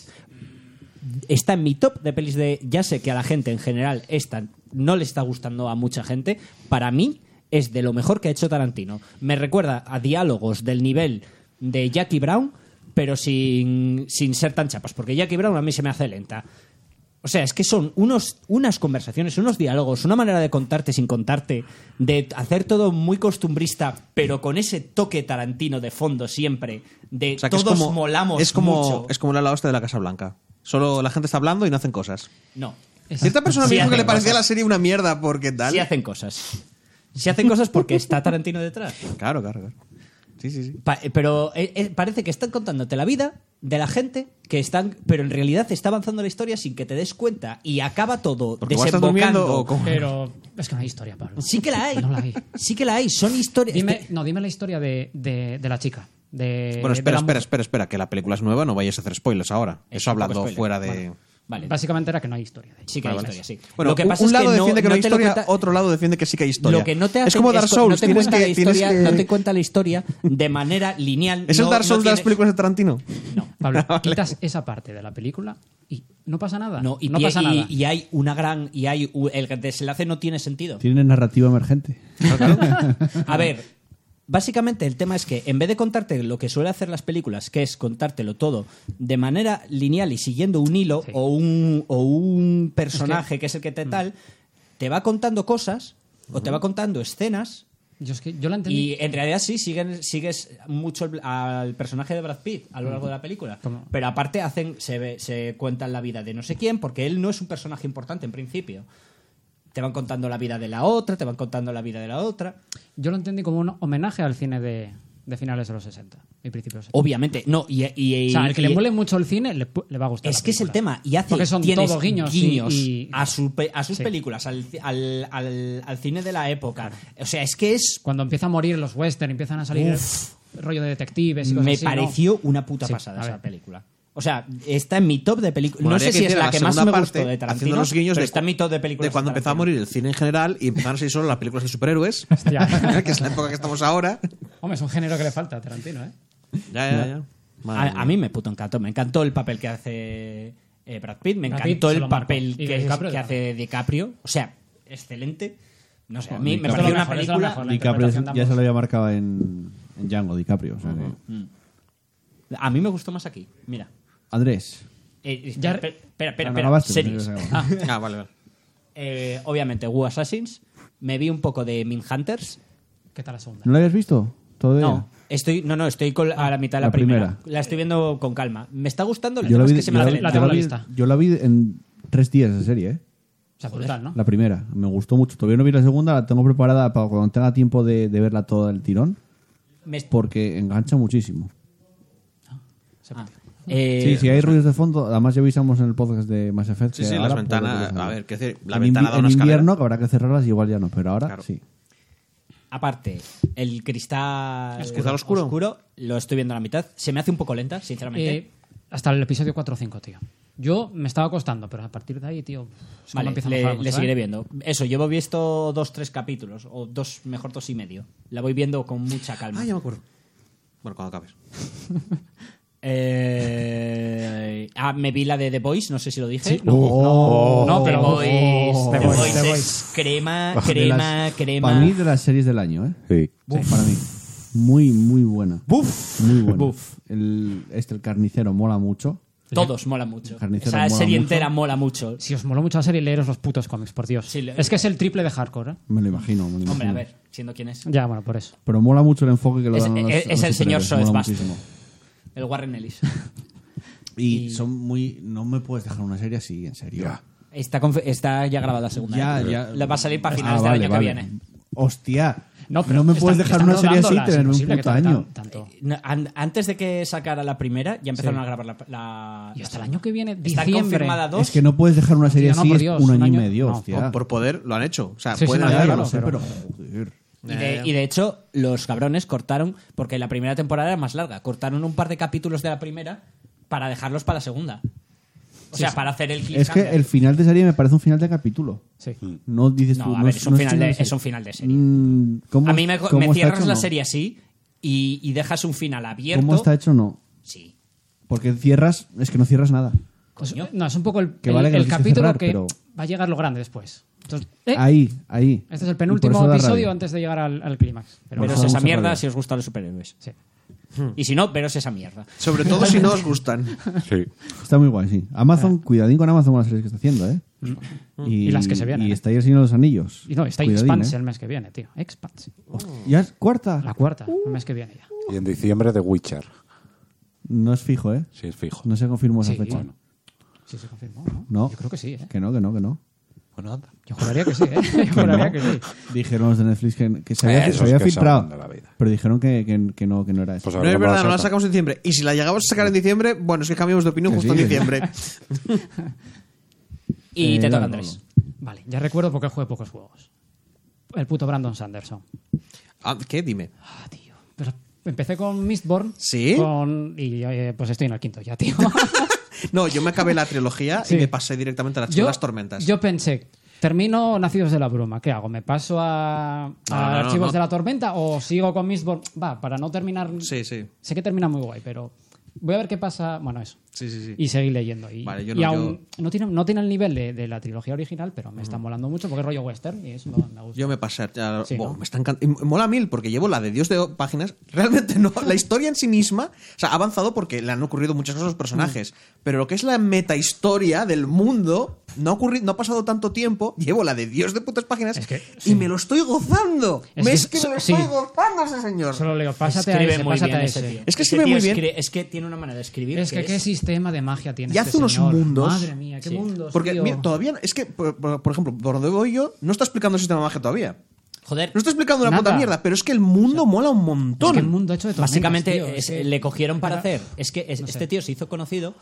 F: Está en mi top de pelis de ya sé que a la gente en general esta no le está gustando a mucha gente, para mí es de lo mejor que ha hecho Tarantino. Me recuerda a diálogos del nivel de Jackie Brown, pero sin, sin ser tan chapas, porque Jackie Brown a mí se me hace lenta. O sea, es que son unos, unas conversaciones, unos diálogos, una manera de contarte sin contarte, de t- hacer todo muy costumbrista, pero con ese toque tarantino de fondo siempre, de
D: O sea, que
F: todos
D: es como,
F: molamos
D: es como,
F: mucho.
D: Es como la la hostia de la Casa Blanca. Solo la gente está hablando y no hacen cosas.
F: No,
D: Cierta persona
F: Sí
D: me dijo que
F: hacen
D: le parecía
F: cosas.
D: la serie una mierda porque tal.
F: sí hacen cosas. Sí hacen cosas porque está Tarantino detrás.
D: Claro, claro, claro. Sí, sí, sí.
F: Pa- eh, pero eh, eh, parece que están contándote la vida de la gente que están pero en realidad está avanzando la historia sin que te des cuenta y acaba todo
D: Porque igual estás durmiendo
F: desembocando
D: o cómo.
E: Pero es que no hay historia, Pablo.
F: sí que la hay
E: No la
F: (laughs)
E: hay.
F: sí que la hay son historias
E: Dime, no, dime la historia de, de, de la chica. De,
D: Bueno, espera,
E: de la
F: eh,
D: espera, espera, espera, que la película es nueva, no vayas a hacer spoilers ahora.
F: Es
D: Eso
F: un poco
D: hablando
F: spoiler.
D: fuera de.
F: Bueno. Vale.
E: Básicamente era que no hay historia. de ello.
F: Sí que hay
E: Vale,
F: historia, sí.
D: Bueno,
F: Lo que
D: un-
F: pasa
D: un
F: es
D: lado
F: que no-
D: defiende que no,
F: no
D: hay
F: te lo
D: historia,
F: cuenta-
D: otro lado defiende que sí que hay historia.
F: Lo que no te
D: es
F: hace-
D: como Dark
F: co-
D: Souls,
F: no te
D: tienes,
F: cuenta
D: que,
F: la
D: tienes
F: historia,
D: que-
F: no te cuenta la historia de manera lineal.
D: Es el
F: no-
D: Dark
F: no
D: Souls de las
F: tienes-
D: películas de Tarantino.
E: No,
F: (laughs)
E: Pablo, quitas esa parte de la película y no pasa nada.
F: No, y,
E: no
F: y-
E: pasa
F: y-
E: nada.
F: y hay una gran y hay u- el desenlace no tiene sentido.
B: Tienen narrativa emergente.
F: A ver, básicamente el tema es que en vez de contarte lo que suele hacer las películas, que es contártelo todo de manera lineal y siguiendo un hilo
E: Sí.
F: o, un, o un personaje que Mm. es el que te tal, te va contando cosas o te va contando escenas
E: Yo, es que, yo la entendí.
F: y en realidad sí, siguen, sigues mucho el- al personaje de Brad Pitt a lo largo de la película.
E: ¿Cómo?
F: Pero aparte hacen, se, ve- se cuentan la vida de no sé quién, porque él no es un personaje importante en principio. Te van contando la vida de la otra, te van contando la vida de la otra.
E: Yo lo entendí como un homenaje al cine de, de finales de los 60 y principios de los 70.
F: Obviamente, no. Y,
E: o
F: y-
E: sea, al que le
F: y-
E: muele mucho el cine le, pu- le va a gustar.
F: Es
E: la
F: que es el
E: película.
F: tema. Y hace
E: Porque son
F: tienes
E: todos guiños, y- y-
F: a, su pe- a sus
E: Sí.
F: películas, al, al- al- al cine de la época. O sea, es que es.
E: Cuando empiezan a morir los western, empiezan a salir
F: Uf.
E: rollo de detectives y cosas
F: Me
E: así, ¿no?
F: pareció una puta
E: Sí,
F: pasada
E: a
F: esa
E: ver.
F: película. O sea, está en mi top de películas. No
D: Molaría
F: sé si es
D: hiciera
F: la, que más me
D: segunda
F: gustó
D: parte
F: de
D: haciendo
F: Tarantino.
D: los guiños
F: pero
D: de,
F: está en mi top de películas.
D: de cuando
F: de
D: empezó a
F: Tarantino.
D: morir el cine en general y empezaron a salir solo las películas de
F: (laughs)
D: superhéroes,
E: Hostia.
D: (laughs) que es la época que estamos ahora.
E: Hombre, es un género que le falta a Tarantino, ¿eh?
D: Ya, ya, ya. Madre
F: A,
D: mía.
F: a mí me puto encantó. Me encantó el papel que hace eh, Brad Pitt. Me
E: Brad Pitt
F: encantó
E: se
F: el
E: lo marcó.
F: papel
E: Y
F: que,
E: DiCaprio
F: que hace DiCaprio. O sea, excelente. No sé, a mí me
B: DiCaprio.
F: pareció una
E: Es lo mejor, es lo
F: película.
E: mejor. la
B: DiCaprio
E: interpretación
B: ya
E: de
B: se lo había marcado en, en Django, DiCaprio. o sea que-
F: A mí me gustó más aquí. Mira.
B: Andrés.
F: Eh,
E: Ya-
F: espera,
B: Ah,
F: espera, espera,
B: no,
F: espera.
B: no, basta,
F: Series.
B: no, no, no.
D: Ah, vale, vale.
F: Eh, obviamente, Wu Assassins. Me vi un poco de Min Hunters.
E: ¿Qué tal la segunda?
B: ¿No lo habías visto? Todavía.
F: No, estoy, no, no, estoy con- a la mitad de la,
B: La
F: primera.
B: primera.
F: La estoy viendo con calma. Me está gustando, el
B: Yo
F: tema
B: la
F: es
B: vi,
F: que se me
B: yo
F: hace
B: la-
E: la
F: lenta.
B: yo
E: tengo
B: la vi-
E: lista.
B: yo la vi en tres días de serie, ¿eh?
E: O sea, brutal, ¿no?
B: La primera, me gustó mucho. Todavía no vi la segunda, la tengo preparada para cuando tenga tiempo de, de verla toda el tirón,
F: Me est-
B: porque engancha muchísimo.
F: Ah. Eh,
B: sí, si hay ruidos de fondo, además ya avisamos en el podcast de Mass Effect.
D: Sí,
B: que
D: sí, las
B: ahora
D: ventanas-
B: puede que
D: a
B: salga.
D: ver, quiero decir, la
B: En
D: ventana
B: invi-
D: da una
B: En
D: escalera.
B: invierno que habrá que cerrarlas, igual ya no, pero ahora
D: Claro.
B: sí.
F: Aparte, el cristal
D: ¿Es cristal oscuro?
F: lo estoy viendo a la mitad. Se me hace un poco lenta, sinceramente.
E: Eh, hasta el episodio 4 o 5, tío. Yo me estaba costando, pero a partir de ahí, tío, es cuando pues
F: vale,
E: empieza a
F: le,
E: mejorar
F: le
E: mucho,
F: seguiré
E: ¿eh?
F: viendo. Eso, llevo visto dos, tres capítulos, o dos, mejor dos y medio. La voy viendo con mucha calma.
D: Ah, ya me acuerdo. Bueno, cuando acabes.
F: Eh, ah, me vi la de The Voice, no sé si lo dije.
E: Sí, no,
B: Oh.
E: no, no, pero
F: The Voice,
E: The
F: The
E: Voice,
F: Voice
E: The
F: es crema,
B: De
F: crema,
B: las-
F: crema.
B: Para mí, de las series del año, ¿eh?
C: Sí.
B: Uf, Para mí. Muy, muy buena.
F: Buf.
B: Muy buena.
F: Buf.
B: El, este, el carnicero, mola mucho.
F: Todos mola mucho.
B: Carnicero
F: Esa
B: mola
F: serie
B: mucho.
F: entera mola mucho.
E: Si os moló mucho la serie, leeros los putos cómics, por Dios.
F: Sí, le-
E: Es que es el triple de hardcore, ¿eh?
B: Me lo imagino. me lo
F: Hombre,
B: imagino.
F: a ver, siendo quién es.
E: Ya, bueno, por eso.
B: Pero mola mucho el enfoque que le
F: Es-
B: dan a las-
F: es-
B: a
F: es
B: los
F: el señor
B: superhéroes, mola
F: Soesbasto.
B: muchísimo.
F: El Warren Ellis.
B: Y,
F: Y-
B: son muy. No me puedes dejar una serie así, en serio.
C: Ya.
F: Está, conf- está ya grabada la segunda.
B: Ya,
F: ¿eh?
B: ya.
F: La va a salir para
B: Ah,
F: finales
B: vale,
F: del año
B: vale.
F: que viene.
B: Hostia. No,
E: pero
B: me
E: están-
B: puedes dejar
E: están
B: una serie así y
E: rodándolas,
B: tener un
E: imposible que
B: puto
E: tardan
B: año.
E: tanto.
F: Eh, No, an- antes de que sacara la primera, ya empezaron a grabar la. la-
E: Y
F: la
E: hasta el
F: segunda.
E: año que viene,
F: Está
E: diciembre.
F: confirmada dos.
B: Es que no puedes dejar una serie
E: Tío, no,
B: así
E: por Dios,
B: un
E: un
B: año y
E: año-
B: medio,
E: no,
B: hostia. Ah,
D: Por poder, lo han hecho. O sea,
E: Sí, sí,
D: pueden
E: no, ya,
B: Ya,
D: hacerlo.
B: ya
E: claro,
B: lo sé,
E: pero-
B: pero. joder.
F: Y de, y de hecho, los cabrones cortaron, porque la primera temporada era más larga, cortaron un par de capítulos de la primera para dejarlos para la segunda. O sea, para hacer el
B: Es que
F: cliffhanger.
B: el final de serie me parece un final de capítulo.
E: Sí.
B: No dices
F: No,
B: tú,
F: a ver, es un final de-
B: serie.
F: es un final de serie.
B: Mm, ¿cómo
F: A mí me,
B: es- cómo
F: me
B: está
F: cierras
B: hecho,
F: la
B: no?
F: serie así y, y dejas un final abierto.
B: ¿Cómo está hecho? No.
F: Sí.
B: Porque cierras, es que no cierras nada.
E: Pues,
F: Coño.
E: no, es un poco el,
B: Que
E: el-
B: vale que
E: el
B: lo quise
E: capítulo
B: cerrar,
E: que
B: pero-
E: va a llegar lo grande después. Entonces, eh,
B: Ahí, ahí.
E: Este es el
B: Y
E: penúltimo
B: por eso da
E: episodio
B: rabia.
E: antes de llegar al, al clímax. Pero,
F: Pero
B: Por
F: veros
B: favor,
F: esa
B: mucha
F: mierda
B: rabia.
F: si os gustan los superhéroes.
E: sí.
F: Y si no, veros esa mierda.
D: Sobre todo si no os gustan.
C: Sí.
B: Está muy guay, sí. Amazon,
F: Ah.
B: cuidadín con Amazon con las series que está haciendo, ¿eh?
F: Mm.
B: Y,
E: Y las que se vienen,
B: Y
E: ¿eh?
B: está ahí el Señor de los Anillos.
E: Y no, está
B: Cuidadín,
E: Expanse
B: ¿eh? Oh,
E: el mes que viene, tío. Expanse.
B: ¿Ya es cuarta?
E: La cuarta,
B: Uh.
E: el mes que viene ya.
C: Y en diciembre de Witcher.
B: No es fijo, ¿eh?
C: Sí, es fijo.
B: No se confirmó esa
E: Sí.
B: fecha.
E: Bueno. Sí, se confirmó, ¿no?
B: No.
E: Yo creo que sí, ¿eh?
B: Que no, que no, que no.
C: Bueno, anda.
E: Yo juraría que sí, ¿eh? (laughs) Yo juraría que sí.
B: Dijeron los de Netflix que, que se había,
C: Esos
B: se había
C: que
B: filtrado.
C: saben de la vida.
B: Pero dijeron que, que- que no, que no era eso.
C: Pues
D: No
C: ahora
D: es
C: me la
D: verdad, no la
C: sacan.
D: sacamos en diciembre. Y si la llegamos a sacar en diciembre, bueno, es que cambiamos de opinión
B: Que
D: justo
B: sí.
D: en diciembre.
F: Y
B: Eh,
F: te toca
B: no,
F: Andrés.
E: Vale, ya recuerdo porque jugué pocos juegos. El puto Brandon Sanderson.
D: Ah, ¿Qué? Dime. (laughs)
E: Ah, tío. Pero empecé con Mistborn.
D: ¿Sí? (laughs)
E: Con, y eh, pues estoy en el quinto ya, tío.
D: No, yo me acabé la trilogía
E: Sí.
D: y me pasé directamente a las
E: (laughs) Yo-
D: las tormentas.
E: Yo pensé, termino Nacidos de la Bruma, ¿qué hago? ¿Me paso a, a
D: No, no, no,
E: Archivos
D: no.
E: de la Tormenta o sigo con Mistborn? Va, para no terminar.
D: Sí, sí.
E: Sé que termina muy guay, pero voy a ver qué pasa. Bueno, eso.
D: Sí, sí, sí.
E: Y seguir leyendo. Y,
D: Vale, yo
E: y
D: no,
E: aún no, tiene, no tiene el nivel de, de la trilogía original, pero me está molando mucho porque es rollo western y eso me me gusta.
D: Mm. Yo me pasé. a-
E: Sí,
D: Buah,
E: ¿no?
D: me está encan- y Mola mil porque llevo la de Dios de o- páginas. (laughs) Realmente no. La historia en sí misma o sea, ha avanzado porque le han ocurrido muchas cosas a los
E: Mm.
D: personajes. Pero lo que es la metahistoria del mundo no ha, ocurrido, no ha pasado tanto tiempo. Llevo la de Dios de putas páginas
E: Es que-
D: y
E: sí.
D: me lo estoy gozando.
E: Es
D: Me-
E: que-
D: es que me lo
E: sí.
D: estoy gozando ese señor.
E: Solo leo, pásate a
F: Escribe
E: ese,
F: muy
E: pásate
F: bien
E: a
F: ese
E: ese.
F: tío.
D: Es que
F: Ese
D: escribe
F: tío
D: muy bien.
F: escri- Es que tiene una manera de escribir.
E: Es que
F: que
E: qué sistema de magia tiene
D: Y
E: este
D: hace unos
E: señor.
D: mundos.
E: Madre mía, qué
F: Sí.
E: mundos,
D: Porque,
E: tío.
D: mira, todavía, es que, por, por- por ejemplo, por donde voy yo, no está explicando el sistema de magia todavía.
F: Joder,
D: No está explicando una
E: Nada.
D: puta mierda, pero es que el mundo mola un
E: Es
D: montón.
E: que el mundo hecho de tormentas,
F: Básicamente
E: tío,
F: es-
E: es que-
F: le cogieron para
E: Era-
F: hacer. Es que es-
E: no sé.
F: este tío se hizo conocido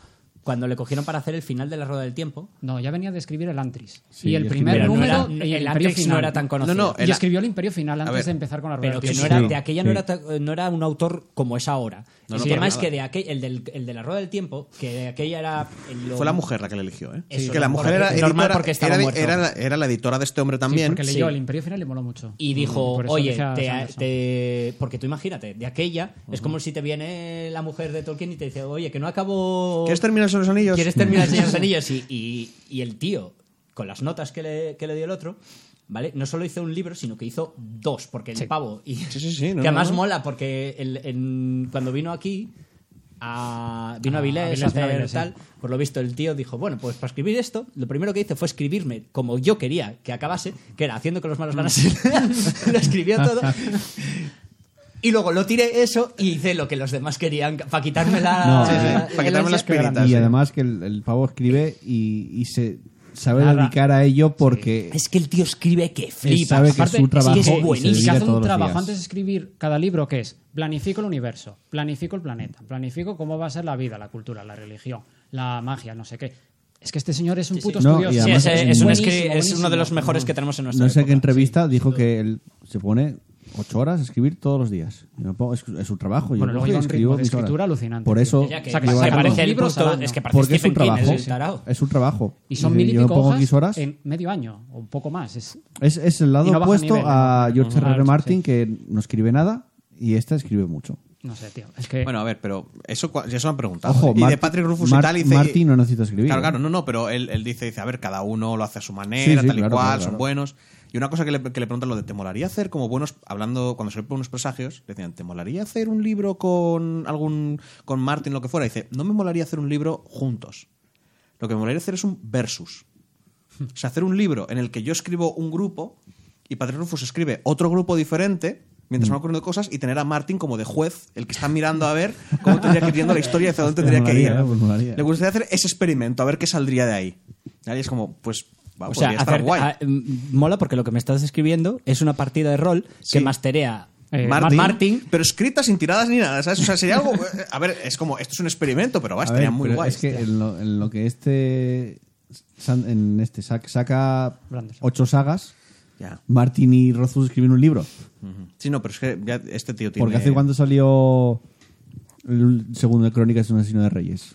F: cuando le cogieron para hacer el final de la rueda del tiempo.
E: No, ya venía de escribir el Antris.
B: Sí,
E: y el
B: es
E: primer
B: que-
F: Pero no
E: número.
F: era-
E: y
F: el
E: Imperio
F: Antrix
E: final.
F: no era tan conocido.
D: No, no,
E: Y
D: el-
E: escribió el Imperio Final antes
D: ver.
E: de empezar con la rueda
F: pero
E: del
F: que no
E: tiempo.
F: era,
B: Sí,
F: de aquella no,
B: sí.
F: era, ta- no era un autor como es ahora.
D: No,
F: el
D: no,
F: tema
D: para
F: es que
D: nada.
F: de aquel, el, del- el de la rueda del tiempo, que de aquella era. el- lo-
D: Fue la mujer la que le eligió, ¿eh?
F: Eso,
D: que la
F: no,
D: mujer era,
F: porque- normal
D: editora-
F: porque estaba
D: era,
F: muerto.
D: era la- era la editora de este hombre también.
E: porque leyó el Imperio Final y le moló mucho.
F: Y dijo,
E: Mm, Por eso
F: oye,
E: dije a
F: te-
E: Sanderson.
F: te- porque tú imagínate, de aquella es como si te viene la mujer de Tolkien y te dice, oye, que no acabo.
D: ¿Quieres terminar sobre los anillos?
F: ¿Quieres terminar el Señor
D: (laughs)
F: de los Anillos? Y, y- y el tío, con las notas que le, que le dio el otro, ¿vale? No solo hizo un libro, sino que hizo dos, porque el pavo. Y,
D: sí,
F: (laughs)
D: sí, no,
F: que
D: no,
F: además
D: no.
F: mola, porque el- en- cuando vino aquí. a- vino a
E: Ah,
F: Vilés,
E: Avilés,
F: a hacer
E: vino a Avilés, sí.
F: tal. Por lo visto, el tío dijo: Bueno, pues para escribir esto, lo primero que hice fue escribirme como yo quería que acabase, que era haciendo que los malos ganasen.
D: Mm.
F: (laughs) lo escribió
D: (laughs)
F: todo. Y luego lo tiré eso y hice lo que los demás querían para quitarme la.
B: No, sí, sí,
D: para quitarme
F: el-
D: las piritas.
B: Y
D: sí.
B: además que el, el pavo escribe y, y se sabe
E: Narra.
B: dedicar a ello porque
F: Es que el tío escribe que flipas.
B: sabe que es
F: Aparte,
B: su
F: que
B: trabajo Oh, y
F: es
B: se
E: Y
B: dedica
E: se
F: buenísimo.
E: hace
B: todos
E: un
B: los
E: trabajo
B: días.
E: antes de escribir cada libro que es planifico el universo, planifico el planeta, planifico cómo va a ser la vida, la cultura, la religión, la magia, no sé qué. Es que este señor es un puto
B: No, y
E: estudioso.
F: Sí,
B: además
F: es,
B: es
F: es un
E: Buenísimo,
F: escri- es uno de los
E: buenísimo.
F: mejores que tenemos en nuestra
B: no sé qué
F: época.
B: entrevista dijo que él se pone ocho horas a escribir todos los días. Yo me pongo- es, es su trabajo. Yo
E: Bueno,
B: cojo
E: luego
B: y
E: lleva un
B: escribo
E: ritmo de
B: mis horas.
E: escritura alucinante,
B: Por
E: tío.
B: eso
F: Ya que
E: O sea, que
B: lleva-
F: se
E: saca dos
F: parece el
E: libros
F: punto,
E: al año.
F: es que parece
B: porque es su
F: Stephen King,
B: trabajo.
F: el tarao.
B: Es su trabajo.
E: Y son
B: Dice,
E: mil y
B: yo me
E: pico
B: pongo
E: horas,
B: aquí horas.
E: en medio año o un poco más. Es,
B: Es, es el
E: Y
B: lado
E: no baja
B: opuesto
E: nivel,
B: a
E: ¿no?
B: George
E: Ajá,
B: R.
E: sí.
B: Martin, que no escribe nada, y esta escribe mucho.
E: no sé, tío. Es que
D: Bueno, a ver, pero eso, cua- eso me han preguntado.
B: Ojo,
D: y de
B: Mart-
D: Patrick Rufus
B: Mart-
D: y tal, dice.
B: Martin no necesita escribir.
D: Claro,
B: ¿eh?
D: claro, no, no, pero él, él dice, dice, a ver, cada uno lo hace a su manera,
B: Sí, sí,
D: tal y
B: claro,
D: cual,
B: claro,
D: son
B: claro.
D: buenos. Y una cosa que le, que le preguntan lo de, ¿te molaría hacer como buenos, hablando cuando se le unos presagios, le decían, ¿te molaría hacer un libro con algún, con Martin, lo que fuera? Y dice, no me molaría hacer un libro juntos. Lo que me molaría hacer es un versus. O sea, hacer un libro en el que yo escribo un grupo y Patrick Rufus escribe otro grupo diferente
B: Mm.
D: mientras van ocurriendo cosas y tener a Martin como de juez, el que está mirando a ver cómo tendría que ir yendo la historia y hacia dónde
B: Pues
D: tendría que ir.
B: molaría, eh, pues molaría.
D: Le gustaría hacer ese experimento, a ver qué saldría de ahí. Y ahí es como, pues, va,
F: O sea,
D: podría estar
F: hacer-
D: guay.
F: a-
B: eh,
F: m- mola porque lo que me estás escribiendo es una partida de rol que masterea
E: Eh,
F: Martin,
D: pero escrita sin tiradas ni nada, ¿sabes? O sea, sería algo. eh, A ver, es como, esto es un experimento, pero va,
B: A
D: estaría
B: ver,
D: muy
B: pero
D: guay.
B: Es que en lo, en lo que este. san- En este sac- saca
E: Brandes.
B: ocho sagas,
D: Ya.
B: Martin y Rozus escriben un libro.
D: Sí, no, pero es que ya este tío tiene.
B: Porque hace cuando salió el segundo de Crónicas de un asesino de Reyes.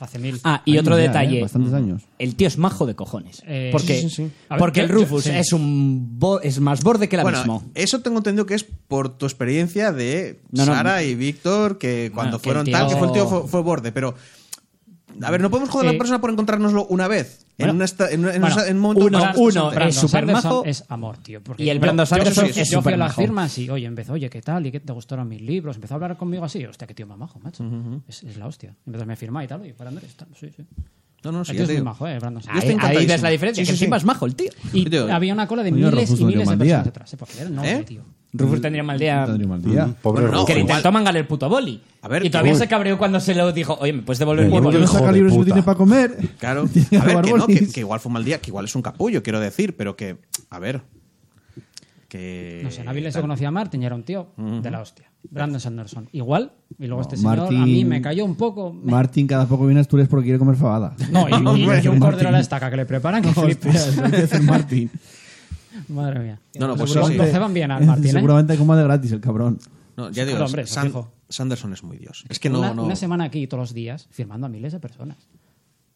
E: hace mil.
F: Ah, y
B: Años
F: otro
B: ya, ¿eh?
F: detalle.
B: Bastantes
E: Mm.
B: años.
F: El tío es majo de cojones.
E: Eh,
F: porque
E: sí, sí, sí. A ver,
F: porque
E: yo-
F: el Rufus
E: yo- sí.
F: es un bo- es más borde que el
D: bueno,
F: abismo.
D: eso tengo entendido que es por tu experiencia de
F: No, no,
D: Sara
F: no.
D: y Víctor, que cuando
F: que
D: fueron
F: el
D: tal, que
F: tío-
D: fue el tío fue, fue borde, pero. A ver, no podemos joder a
E: Sí.
D: la persona por encontrárnoslo una vez.
E: Bueno,
D: en, una esta- en, una- en
E: bueno,
D: una- en un momento
F: uno,
D: bastante
F: uno,
D: interesante.
F: eh,
E: Brandon
F: supermajo.
E: Sanderson es amor, tío. porque
F: Y el
E: yo-
F: Brandon
E: yo-
F: Sanderson
E: yo fui-
F: es
E: Yo fui a las
F: supermajo.
E: firmas y, oye, empezó, oye, ¿qué tal? ¿Y qué te gustaron mis libros? Empezó a hablar conmigo así. Hostia, qué tío más majo, macho. es, es la hostia. Entonces me firma y tal. Oye, para Andrés, tal. Sí, sí.
D: No, no, sí,
E: el
D: ya
E: tío es
D: te
E: muy
D: digo.
E: majo, eh, Brandon
D: Yo estoy
F: ahí,
E: Sanderson.
F: ahí
D: encantadísimo.
F: ves la
D: Sí,
F: diferencia, que
D: sí, sí.
F: encima es majo el tío.
E: Y
D: Yo-
E: había una cola de
B: Coño,
E: miles
B: Rufus
E: y miles
B: Mario
E: de
B: Mandía.
E: personas detrás. ¿eh? Porque era enorme,
D: ¿Eh?
E: tío.
F: Rufus tendría mal
E: Ah.
F: día.
B: Tendría un mal
E: Mm.
B: día.
C: Pobre
D: Bueno, no,
C: Rufus.
F: Que le
D: Oh, igual-
F: intentó mangar el puto boli.
D: A ver,
F: y todavía
D: uy.
F: se cabreó cuando se lo dijo, oye, ¿me puedes devolver el
C: Menudo
B: ¿Por qué
F: boli?
B: no
C: hijo
B: saca
C: de
B: libros si no
C: puta.
B: tiene para comer?
D: Claro.
F: (laughs)
B: Tiene
D: A ver, que no,
B: barbonis.
D: que, que igual fue un mal día, que igual es un capullo, quiero decir, pero que. A ver. Que.
E: No sé, en Avilés yo
D: tal.
E: conocía a Martin y era un tío de la hostia. Brandon Sanderson. Igual. Y luego este
B: No,
E: señor a mí
B: Martin-
E: me cayó un poco. me-
B: Martin cada poco viene a Asturias porque quiere comer fabada.
E: (laughs)
B: (laughs)
E: No, y, y- y un
B: Martin.
E: cordero a la estaca que le preparan que
B: Hostias,
E: flipas. (laughs)
B: lo que hace Martin.
E: Madre mía.
D: No, no, pues sí,
E: Seguramente
D: sí.
E: ceban bien al
B: (laughs)
E: Martin, ¿eh?
B: Seguramente coma de gratis el cabrón.
D: No, ya digo,
E: Claro, hombre, eso
D: San-
E: fijo.
D: Sanderson es muy Dios. Es que no.
E: una,
D: no-
E: una semana aquí todos los días firmando a miles de personas.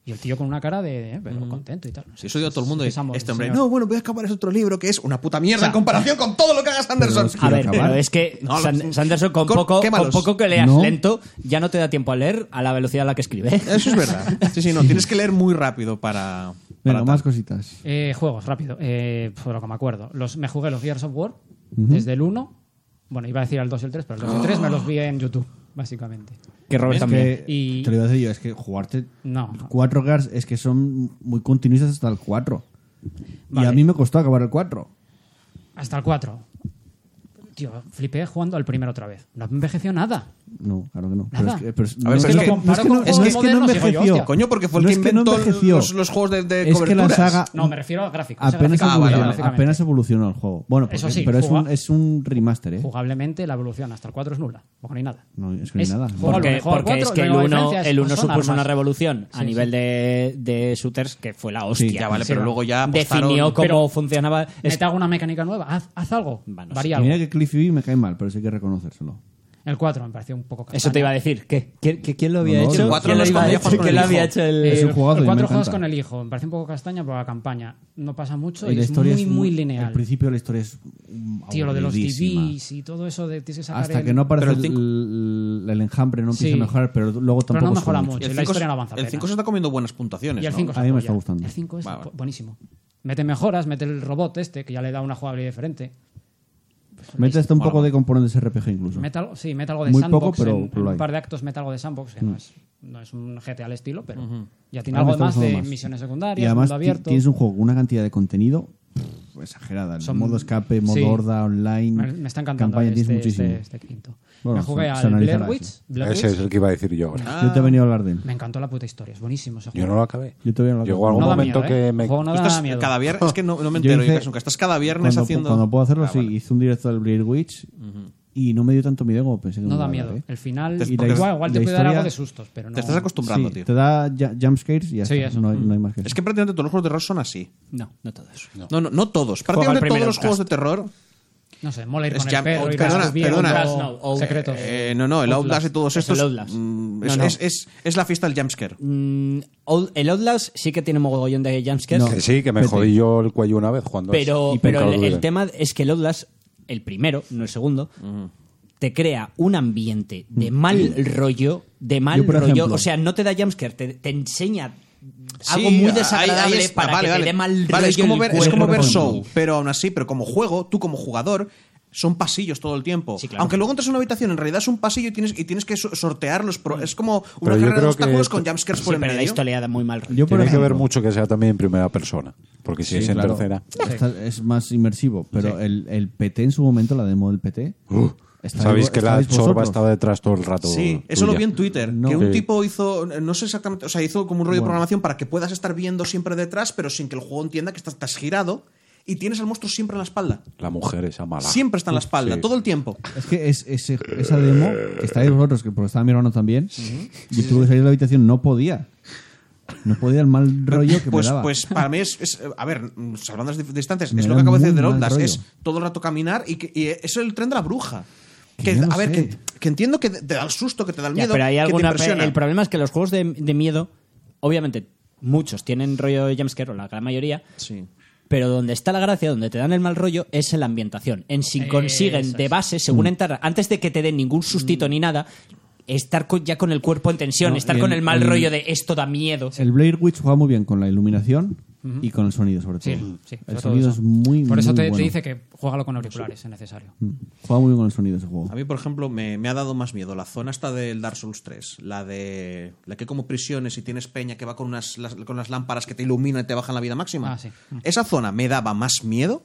E: Y el tío con una cara de, eh, pero contento y tal. no sé.
D: Si Mm. eso dio a todo el mundo, y
E: Es amor,
D: este hombre,
E: señor.
D: no, bueno, voy a acabar ese otro libro que es una puta mierda
E: O sea,
D: en comparación con todo lo que haga Sanderson.
B: es
F: A
B: Quiero
F: ver,
B: acabar.
F: pero es que
D: No,
F: San-
D: los-
F: Sanderson con
D: con-
F: poco,
D: qué
F: con
D: malos.
F: poco que leas
B: No.
F: lento ya no te da tiempo a leer a la velocidad a la que escribe. ¿eh?
D: (laughs) Eso es verdad. Sí,
B: (laughs)
D: sí, no, tienes que leer muy rápido para.
B: Venga,
D: para
B: más cositas.
E: Eh, juegos, rápido. Eh, por lo que me acuerdo. Los, me jugué los Gears of War desde el 1. Bueno, iba a decir al 2 y el 3, pero el 2 y el 3 me los vi en YouTube, básicamente.
F: Que Robert
B: Es que,
F: también.
E: Y-
B: te lo iba a decir yo, es que jugarte
E: No.
B: cuatro Gears es que son muy continuistas hasta el 4. Y
E: Vale.
B: a mí me costó acabar el 4.
E: Hasta el 4. Tío, flipé jugando al primero otra vez. No envejeció nada.
B: No, claro que no. Pero
E: Nada. Este
B: es que, pero es- no
D: A ver, pero
B: es
D: es
B: que
D: que-
B: no- no es que
E: comparo
B: no-
E: con
B: es que
E: juegos
B: no
E: modernos, digo yo,
B: envejeció.
E: hostia.
D: Coño, porque fue el
B: No
D: que
B: es no
D: inventó
B: envejeció.
D: los, los juegos de, de
B: Es que la
D: coberturas.
B: saga
E: No, me refiero a gráficos. a
B: apenas,
E: gráficamente,
D: Ah, vale,
B: evolucionó,
D: vale.
E: gráficamente.
B: apenas evolucionó el juego. Bueno, porque-
E: Eso sí,
B: pero es
E: juega-
B: un, es un remaster, ¿eh?
E: Jugablemente la evolución hasta el 4 es nula. Ojo, ni nada.
B: No, es que ni nada.
E: juega al
F: Porque,
E: uno, juega al
F: porque
E: cuatro,
F: es que el
E: luego
F: 1
E: diferencias,
F: el
E: no
F: uno
E: son
F: supuso una
E: armas.
F: revolución a
E: Sí,
F: nivel De, de shooters que fue la hostia.
D: Ya vale,
E: Sí,
D: pero
E: va.
D: luego ya apostaron-
F: definió cómo
E: Pero-
F: funcionaba.
E: Es...
F: Es-
E: Mete alguna mecánica nueva, haz, haz algo,
F: Va, no
E: varía
B: Mira
E: algo.
B: que Cliffy B me cae mal, pero sí hay que reconocérselo.
E: El 4 me pareció un poco castaño.
F: eso te iba a decir. ¿Qué? ¿Quién, quién- quién lo había
B: No, no,
F: hecho?
B: el
D: cuatro
F: ¿Quién
D: lo
F: lo
D: escondía
F: había hecho?
D: con el
F: ¿Quién lo
D: hijo.
F: había hecho el-
E: Eh,
B: Es un
E: el-
B: jugazo,
E: el
B: me
E: 4
B: encanta.
E: juegas con el hijo, me parece un poco castaña por la campaña. No pasa mucho
B: Y
E: y,
B: la
E: es
B: historia
E: muy,
B: es
E: muy
B: El
E: lineal.
B: principio de la historia es mm,
E: Tío, lo de los
B: aburridísima.
E: TVs y todo eso de tienes que sacar
B: Hasta
E: el-
B: que no aparece
D: Pero
B: el,
D: el cinco-
B: el- el enjambre, no empieza
E: Sí.
B: a mejorar, pero luego tampoco
E: Pero no
B: sube
E: mejora
D: Y
E: mucho.
D: el
E: la
D: 5
E: historia no avanza
D: el
E: apenas.
D: 5 se está comiendo buenas puntuaciones.
E: Y el
D: ¿no?
E: 5
B: A mí me está gustando.
E: El 5 es
D: Vale, vale.
E: buenísimo. Mete mejoras, mete el robot este que ya le da una jugabilidad diferente.
B: Mete hasta un
D: Mola,
B: poco
D: mola.
B: de componentes RPG incluso.
E: Mete algo- sí, mete algo de
B: Muy
E: sandbox.
B: poco, pero-
E: en-
B: pero
E: en
B: lo hay.
E: un par de actos mete algo de sandbox, que no, es, no es un GTA al estilo, pero ya tiene
B: Ahora me
E: algo
B: está
E: más de
B: gustando más.
E: misiones
B: Y
E: secundarias,
B: además
E: mundo
B: ti-
E: abierto.
B: tienes un juego con una cantidad de contenido pff, exagerada. El
E: Son-
B: modo escape, modo
E: sí.
B: horda, online.
E: me, me está encantando
B: Campaña
E: este,
B: tienes muchísimo.
E: este- este quinto.
B: Bueno,
E: me jugué
B: se- se
E: al Blair
B: analizará
E: Witch.
B: eso.
E: Blair
C: Ese
E: Witch.
C: es el que iba a decir yo ahora.
B: Yo te he venido a hablar de él.
E: Me encantó la puta historia, es buenísimo ese
C: Yo
E: juego.
C: no lo acabé.
B: Yo todavía no lo
C: Llegó
B: acabo.
C: algún
E: No da
C: momento
E: miedo, ¿eh?
C: que me...
E: El juego no
D: Tú
E: da
D: estás
E: miedo.
D: cada viernes, es que no, no me
B: Yo
D: entero, yo
B: hice-
D: casi nunca. Estás cada viernes
B: Cuando,
D: haciendo.
B: cuando puedo hacerlo,
D: Ah,
B: sí.
D: vale.
B: Hice un directo del Blair Witch y no me dio tanto miedo como pensé que me
E: No da
B: iba a dar,
E: miedo.
B: ¿eh?
E: El final,
D: Te-
E: igual,
D: porque
E: igual te
B: la
E: puede dar
B: historia-
E: algo de sustos, pero no.
D: Te estás acostumbrando,
B: Sí,
D: tío.
B: Te da ya- jump scares y ya
E: Sí,
B: está.
E: eso.
B: No, hay, no hay más que
D: Es
B: eso.
D: que prácticamente todos los juegos de terror son así.
F: No, no todo eso.
D: No, no, no todos.
F: Juega al
D: Prácticamente todos
F: primero,
D: los juegos de terror.
E: No sé, mola ir
D: Es
E: con
D: que
E: el
D: a-
E: perro, ir
D: perdona,
E: descubriendo
D: perdona.
E: secretos.
F: No, o-
E: secretos.
D: Eh, no, no, el Outlast y todos
F: Es el
D: estos.
F: Outlast.
D: mm,
F: No,
D: Es,
F: no.
D: es- es- es la fiesta del jumpscare.
F: Mm, Out- el Outlast sí que tiene mogollón de jumpscares.
B: No.
C: Que sí, que me
B: Vete.
C: jodí yo el cuello una vez cuando...
F: Pero,
C: es-
F: pero
C: Pecado
F: el, el
C: libre.
F: tema es que el Outlast, el primero, no el segundo, te crea un ambiente
D: Mm.
F: de mal rollo, de mal
B: Yo, por
F: rollo.
B: ejemplo-
F: o sea, no te da jumpscare, te, te enseña algo
D: Sí,
F: muy
D: ahí-
F: desagradable
D: ahí es-
F: para
D: vale,
F: que
D: vale.
F: te dé mal
D: Vale,
F: rollo.
D: es como
F: el
D: ver, es
F: cuerpo.
D: como ver
B: Por ejemplo.
D: show, pero aún así, pero como juego, tú como jugador. Son pasillos todo el tiempo.
F: Sí, claro.
D: Aunque luego entras en una habitación, en realidad es un pasillo y tienes, y tienes que so- sortear los. pro- es como una
C: Pero yo
D: carrera de
C: creo
D: obstáculos
C: que-
D: con jumpscares
F: Mm. Sí,
D: por el
F: pero la
D: medio.
F: historia da muy mal rollo.
B: Yo, por
C: Tiene que ver
B: ejemplo,
C: mucho que sea también en primera persona. Porque si
B: Sí,
C: es en
B: claro.
C: tercera...
B: Está- es más inmersivo, pero el, el PT en su momento, la demo del PT,
C: Uh,
B: Estabais-
C: Sabéis que la
B: estabais
C: chorba
B: vosotros.
C: estaba detrás todo el rato.
D: Sí, eso lo
C: tuya.
D: vi en Twitter.
B: No.
D: Que un
B: Sí.
D: tipo hizo, no sé exactamente, o sea, hizo como un rollo de programación para que puedas estar viendo siempre detrás, pero sin que el juego entienda que estás, estás girado y tienes al monstruo siempre en la espalda.
C: La mujer esa mala.
D: Siempre está en la espalda,
C: Sí.
D: todo el tiempo.
F: Ah,
B: Es que es, ese- esa demo, que estáis vosotros, que porque estaba mi hermano también, yo tuve que salir de la habitación, no podía. No podía el mal rollo que
D: pues,
B: me daba.
D: pues para mí es, es, eh, a ver, mm, salvando las dif- distancias,
B: Me
D: es lo
B: da
D: que acabo de
B: muy
D: decir del
B: mal
D: Outlast,
B: rollo.
D: es todo el rato caminar y, que, y es el tren de la bruja.
B: Que
D: Que,
B: yo no
D: a ver,
B: sé.
D: que, que entiendo que te da el susto, que te da el
F: Ya,
D: miedo,
F: pero hay
D: que te
F: alguna pe-
D: impresiona.
F: el problema es que los juegos de, de miedo, obviamente, muchos tienen rollo de jumpscare, o la gran mayoría,
D: Sí.
F: Pero donde está la gracia, donde te dan el mal rollo, es en la ambientación. En si
E: Eso
F: consiguen
E: es. Mm.
F: de base, según entrar, antes de que te den ningún sustito ni nada, estar con- ya con el cuerpo en tensión,
B: No,
F: estar
B: y
F: con
B: el-
F: el mal
B: y-
F: rollo de esto da miedo.
B: El Blair Witch juega muy bien con la iluminación y con el sonido, sobre todo.
E: Sí,
D: mm.
E: sí, sobre
B: el
E: todo
B: sonido
E: eso.
B: es muy
E: Por eso
B: muy
E: te, te
B: bueno.
E: dice que juégalo con auriculares, es necesario.
F: Mm.
B: Juega muy bien con el sonido ese juego.
D: A mí, por ejemplo, me, me ha dado más miedo la zona esta del Dark Souls 3, la de la que hay como prisiones y tienes peña que va con unas las- con las lámparas que te iluminan y te bajan la vida máxima.
E: Ah, sí.
D: Esa zona me daba más miedo.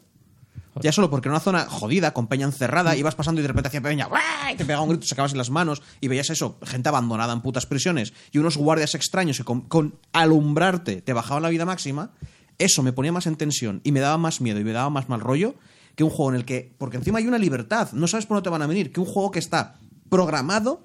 D: Ya solo porque era una zona jodida, con peña encerrada, ibas pasando y de repente hacía peña, ¡guau! y te pegaba un grito, sacabas en las manos y veías eso, gente abandonada en putas prisiones y unos guardias extraños que con, con alumbrarte te bajaban la vida máxima. Eso me ponía más en tensión y me daba más miedo y me daba más mal rollo que un juego en el que, porque encima hay una libertad, no sabes por dónde te van a venir, que un juego que está programado,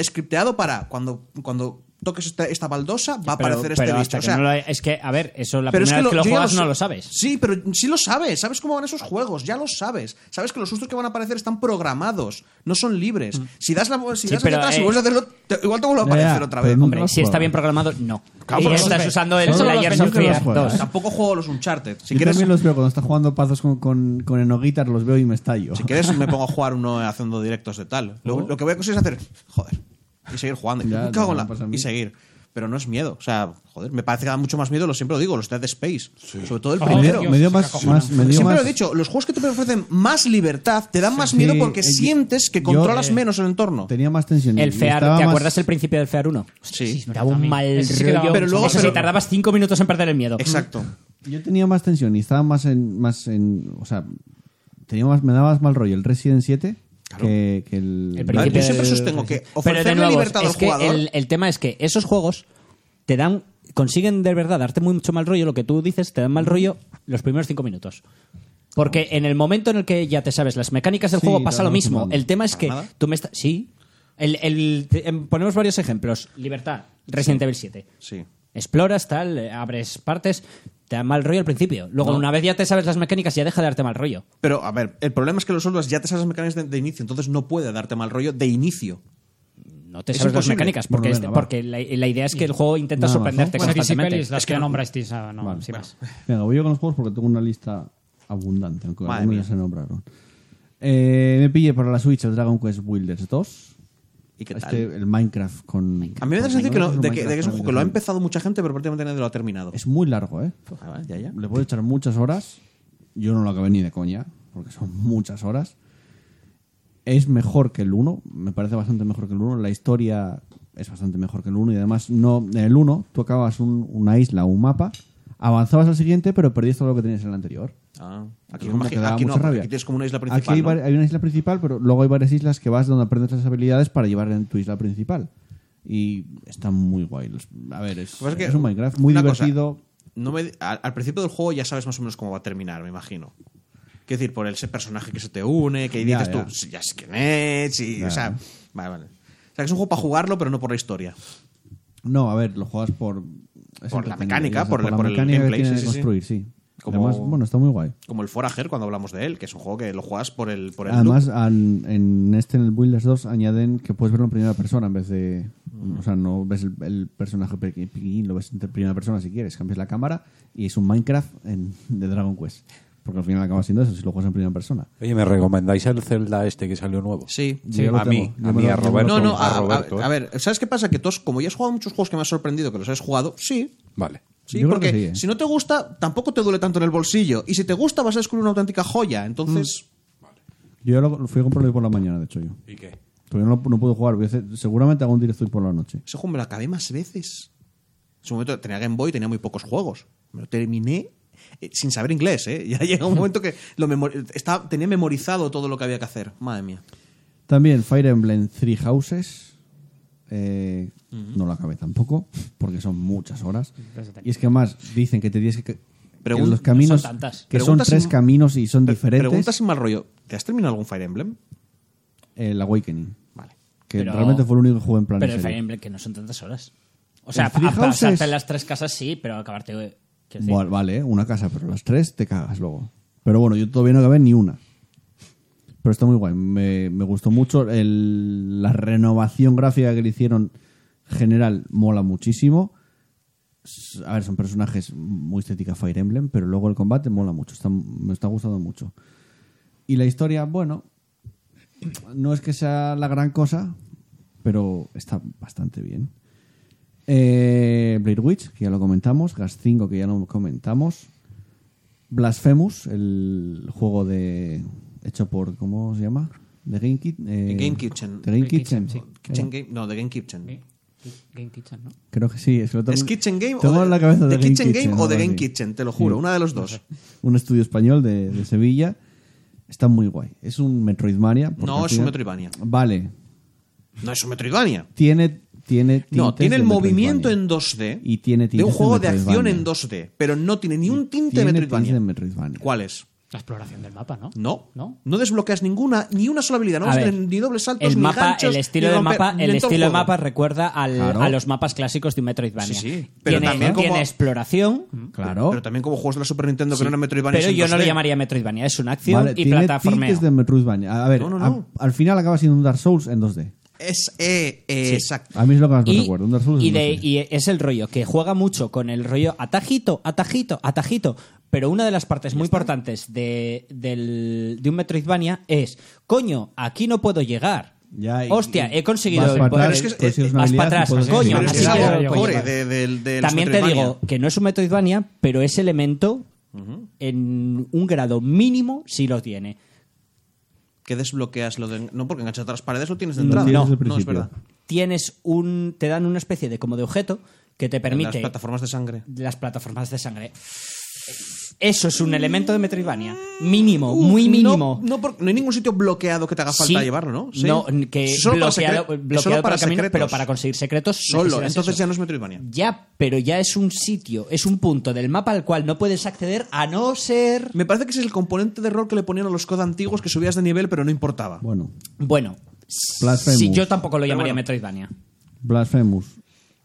D: scripteado para cuando, cuando toques esta, esta baldosa, va a
F: Pero-
D: aparecer
F: pero
D: este bicho.
F: hasta
D: O
F: que
D: sea,
F: no lo- es que, a ver, eso la
D: pero
F: primera vez que lo
D: yo ya
F: juegas
D: sé.
F: no lo sabes.
D: Sí, pero sí lo sabes. Sabes cómo van esos juegos. Ya lo sabes. Sabes que los sustos que van a aparecer están programados. No son libres. Si das la si
F: Mm. Sí,
D: das hacia
F: pero,
D: atrás y
F: eh,
D: vuelves a hacerlo, te- igual te vuelve a
B: Ya, ya,
D: aparecer otra
B: pero
D: vez.
B: nunca-
F: Hombre, si está bien programado, no.
C: Claro,
F: y
C: porque
F: estás
E: los-
F: usando el
E: son los
F: Layers
E: que
F: of
E: no
F: Fear
B: los juegas.
F: 2.
D: Tampoco juego los Uncharted. Si
B: Yo
D: quieres,
B: también los veo cuando está jugando pazos con, con, con Enoguitar, los veo y me estallo.
D: si quieres, me pongo a jugar uno haciendo directos de tal. Lo,
F: Oh.
D: lo que voy a conseguir es hacer, joder, y seguir jugando.
B: Ya,
D: Me cago
B: ya,
D: en la-
B: me pasa a mí.
D: y seguir. Pero no es miedo. O sea, joder, me parece que da mucho más miedo, lo siempre lo digo, los Dead Space. Sobre todo el
F: Ah,
B: me
E: Oh,
D: primero.
B: dio,
E: Dios,
B: me dio
E: se
B: más,
E: cacojona.
B: más- me dio
D: Siempre
B: más-
D: lo he dicho, los juegos que te ofrecen más libertad te dan más
B: Sí,
D: miedo porque
B: eh,
D: sientes que
B: yo,
D: controlas
B: eh,
D: menos el entorno.
B: Tenía más tensión.
F: El
B: y
F: FEAR, ¿te
B: estaba más-
F: acuerdas el principio del FEAR 1?
D: Sí.
E: Sí,
F: Era un mal
E: Ese sí que daba
F: rollo.
D: Pero luego-
F: Ese sí,
D: pero-
F: tardabas 5 minutos en perder el miedo.
D: Exacto.
B: Yo tenía más tensión y estaba más en. Más en o sea, tenía más, me daba más mal rollo el Resident 7 que, que el.
F: El
D: Yo
F: principio
D: siempre
F: del-
D: sostengo que
F: Pero de
D: ofrecerle
F: nuevo,
D: libertad al
F: es que
D: jugador-
F: El, el tema es que esos juegos te dan consiguen de verdad darte mucho mal rollo lo que tú dices te dan mal rollo los primeros cinco minutos porque en el momento en el que ya te sabes las mecánicas del
B: Sí,
F: juego pasa
B: no,
F: lo
B: no,
F: mismo
B: no, no.
F: el tema es que
D: nada?
F: tú me estás sí el, el- te- em, ponemos varios ejemplos libertad Resident Evil 7
D: Sí.
F: exploras tal eh, abres partes te dan mal rollo al principio luego una vez ya te sabes las mecánicas ya deja de darte mal rollo
D: Pero, a ver, el problema es que los solos ya te sabes las mecánicas de, de inicio, entonces no puede darte mal rollo de inicio.
F: no te
D: Es
F: sabes las
D: imposible.
F: mecánicas porque,
B: Bueno,
F: este-
B: venga, va.
F: porque la, la idea es que el juego intenta
B: Nada más, ¿no?
F: sorprenderte
E: Bueno, Dizzy
F: constantemente
E: Pelis, las que nombrasteis, ah, no,
B: Vale.
E: sin más.
B: Venga, voy yo con los juegos porque tengo una lista abundante, aunque
D: Madre
B: algunos
D: mía.
B: ya se nombraron. Eh, me pillé para la Switch el Dragon Quest Builders 2.
D: ¿Y qué
B: Es
D: tal?
B: que el Minecraft con.
D: a mí me da la
B: con-
D: sensación que, no-
B: con
D: de que,
B: Minecraft
D: de que es un
B: con
D: juego que lo ha
B: habitación.
D: empezado mucha gente, pero prácticamente nadie lo ha terminado.
B: Es muy largo, ¿eh?
D: Ah, vale, ya, ya.
B: Le puedo echar muchas horas. Yo no lo acabé ni de coña, porque son muchas horas. Es mejor que el 1, me parece bastante mejor que el 1. La historia es bastante mejor que el 1 y además no, en el 1 tú acabas un- una isla o un mapa, avanzabas al siguiente pero perdías todo lo que tenías en el anterior.
D: Ah, aquí,
B: Entonces, como que
D: imagi-
B: daba
D: aquí no,
B: mucha rabia.
D: aquí tienes como una isla principal.
B: Aquí hay,
D: ¿no?
B: vari- hay una isla principal, pero luego hay varias islas que vas donde aprendes las habilidades para llevar en tu isla principal. Y está muy guay. Los- A ver, es,
D: Lo que pasa es
B: es
D: que
B: un Minecraft muy
D: una
B: divertido.
D: cosa, no me- al, al principio del juego ya sabes más o menos cómo va a terminar, me imagino. Quiero decir, por ese personaje que se te une, que
B: Ya,
D: dices
B: ya.
D: tú, "Sí, ya sé quién es, y,
B: Ya.
D: o sea, vale, vale. O sea, que es un juego para jugarlo, pero no por la historia.
B: No, a ver, lo juegas por... es
D: Por la
B: entretenido,
D: mecánica,
B: ya sabes,
D: por la- por el
B: mecánica
D: gameplay,
B: que tiene
D: sí,
B: de
D: sí, sí.
B: construir, sí.
D: Como-
B: Además, bueno, está muy guay.
D: Como el Forager, cuando hablamos de él, que es un juego que lo juegas por el, por el
B: Además,
D: loop.
B: al- en este, en el Builders 2, añaden que puedes verlo en primera persona en vez de... O sea, no ves el, el personaje peque- pequeñín, lo ves en primera persona si quieres. Cambias la cámara y es un Minecraft en- de Dragon Quest. Porque al final acaba siendo eso, si lo juegas en primera persona.
C: Oye, ¿me recomendáis el Zelda este que salió nuevo?
D: Sí.
B: Sí. Yo lo
C: a mí,
B: tengo.
C: a
B: Yo me lo-
C: mí,
B: yo
C: a
B: me lo
C: Roberto.
D: No, no, a, a-
C: Roberto, ¿eh?
D: a ver, ¿sabes qué pasa? Que todos, como ya has jugado muchos juegos que me han sorprendido que los has jugado, sí.
C: Vale.
D: Sí,
B: Yo creo
D: porque
B: que sí, ¿eh?
D: si no te gusta, tampoco te duele tanto en el bolsillo. Y si te gusta, vas a descubrir una auténtica joya.
B: Mm.
D: Entonces,
B: Yo lo, lo fui a comprarlo hoy por la mañana, de hecho, yo.
C: ¿Y qué?
B: Todavía no, no puedo jugar. voy a hacer- seguramente hago un directo hoy por la noche.
D: Ese juego me lo acabé más veces. En su momento tenía Game Boy, tenía muy pocos juegos. Me lo terminé eh, sin saber inglés, ¿eh? (laughs) Ya llega un momento que lo memori- estaba- tenía memorizado todo lo que había que hacer. Madre mía.
B: También Fire Emblem Three Houses. Eh, No lo acabé tampoco, porque son muchas horas. Y es que además dicen que te tienes que. que
D: Pregun-
B: los caminos.
F: son tantas.
B: Que son
D: Preguntas
B: tres
D: sin-
B: caminos y son
D: Pre-
B: diferentes.
D: Pregunta sin mal rollo. ¿Te has terminado algún Fire Emblem?
B: eh, El Awakening.
D: Vale.
B: Que
F: Pero-
B: realmente fue el único que jugué en plan.
F: Pero
B: en
F: el
B: serio.
F: Fire Emblem, que no son tantas horas. O sea,
B: El Three
F: a- pasarte
B: Houses-
F: las tres casas sí, pero acabarte. eh, quiero decir,
B: Vale, vale, ¿eh? una casa, pero las tres te cagas luego. Pero bueno, yo todavía no acabé ni una. Pero está muy guay, me, me gustó mucho. El- la renovación gráfica que le hicieron general mola muchísimo. S- A ver, son personajes muy estética Fire Emblem, pero luego el combate mola mucho, está- me está gustando mucho. Y la historia, bueno, no es que sea la gran cosa, pero está bastante bien. Eh, Blair Witch, que ya lo comentamos. Gas 5, que ya lo comentamos. Blasphemous, el juego de hecho por. ¿Cómo se llama? The Game, Kit- eh,
D: Game Kitchen.
B: The Game
E: Game
B: Kitchen.
E: Kitchen,
B: Creo-
D: Kitchen Game- no, de Game Kitchen.
E: Game Kitchen, ¿no?
B: Creo que sí. Es, que lo tengo-
D: ¿Es Kitchen Game
B: tengo
D: o de,
B: en la cabeza
D: de
B: The Game
D: Kitchen Game
B: Kitchen,
D: o de
B: algo
D: Game
B: así. Mm.
D: Kitchen? Te lo juro,
B: Sí.
D: una de los dos.
B: Un estudio español de, de Sevilla. Está muy guay. Es un Metroidvania. porque
D: No,
B: al
D: es un Metroidvania.
B: Vale.
D: No es un Metroidvania.
B: Tiene. Tiene,
D: No,
B: tintes
D: tiene
B: de
D: el movimiento
B: Metroidvania.
D: en 2D
B: Y tiene
D: de un
B: tintes de
D: juego de acción
B: Metroidvania.
D: en 2D, pero no tiene ni un tinte
B: Tiene
D: de Metroidvania.
B: tintes de Metroidvania.
D: ¿Cuál es?
E: La exploración del mapa, ¿no?
D: No,
E: ¿No?
D: desbloqueas ninguna, ni una sola habilidad. No vas
F: A
D: a
F: ver,
D: tener ni dobles saltos,
F: el
D: ni
F: mapa,
D: ganchos,
F: el estilo
D: ni
F: de
D: romper-
F: mapa,
D: ni
F: el
D: en todo
F: estilo de
D: juego.
F: mapa recuerda al-
B: Claro.
F: a los mapas clásicos de un
D: Sí,
F: Metroidvania.
D: sí, pero
F: tiene,
D: también
F: tiene
D: como-
F: exploración.
B: Claro.
D: Pero también como juegos de la Super Nintendo que no eran Metroidvania.
F: Pero
D: son
F: yo no le
D: 2D.
F: llamaría Metroidvania, es una acción
B: Vale,
F: y
B: tiene
F: plataformeo.
B: tintes de Metroidvania. A ver,
D: No, no,
B: a-
D: no.
B: al final acaba siendo un Dark Souls en 2D.
D: Es, eh, eh,
F: Sí.
D: Exacto.
B: A mí es lo que más me
F: Y,
B: recuerdo, un Dark Souls
F: y
B: en
F: de-
B: 2D.
F: y es el rollo que juega mucho con el rollo atajito, atajito, atajito. Pero una de las partes muy importantes de, del- de un Metroidvania es, coño, aquí no puedo llegar.
B: Ya, y-
F: Hostia,
B: y
F: he conseguido...
B: vas para
F: el poder-
B: atrás,
D: Pero es que-
B: consigues una
F: vas para
B: habilidad y
F: atrás,
B: puedes-
F: coño,
D: Pero es que
E: así
D: es
E: que-
D: algo
E: Coño.
D: core de, del- de los
F: También te
D: Metroidvania.
F: digo que no es un Metroidvania, pero ese elemento en un grado mínimo sí lo tiene.
D: Que desbloqueas lo de... No, porque enganchas a las paredes lo tienes de
B: Lo
D: entrada.
B: tienes
D: No,
B: desde el
D: no, es
B: principio.
D: verdad.
F: Tienes un te dan una especie de como de objeto que te
D: Las
F: permite
D: plataformas de sangre.
F: las plataformas de sangre. Eso es un elemento de Metroidvania, mínimo, muy mínimo.
D: Mm, No, no, por- no hay ningún sitio bloqueado que te haga falta
F: Sí.
D: llevarlo, ¿no? Sí.
F: No, que bloqueado,
D: secre-
F: bloqueado
D: solo
F: por
D: para
F: el camino,
D: secretos.
F: pero para conseguir secretos
D: Solo,
F: necesitas
D: entonces
F: eso.
D: ya no es Metroidvania.
F: Ya, pero ya es un sitio, es un punto del mapa al cual no puedes acceder a no ser
D: Me parece que ese es el componente de error que le ponían a los COD antiguos que subías de nivel, pero no importaba.
B: Bueno,
F: Bueno,
B: Blasphemous.
F: sí, yo tampoco lo
D: Pero
F: llamaría
D: bueno.
F: Metroidvania.
B: Blasphemous.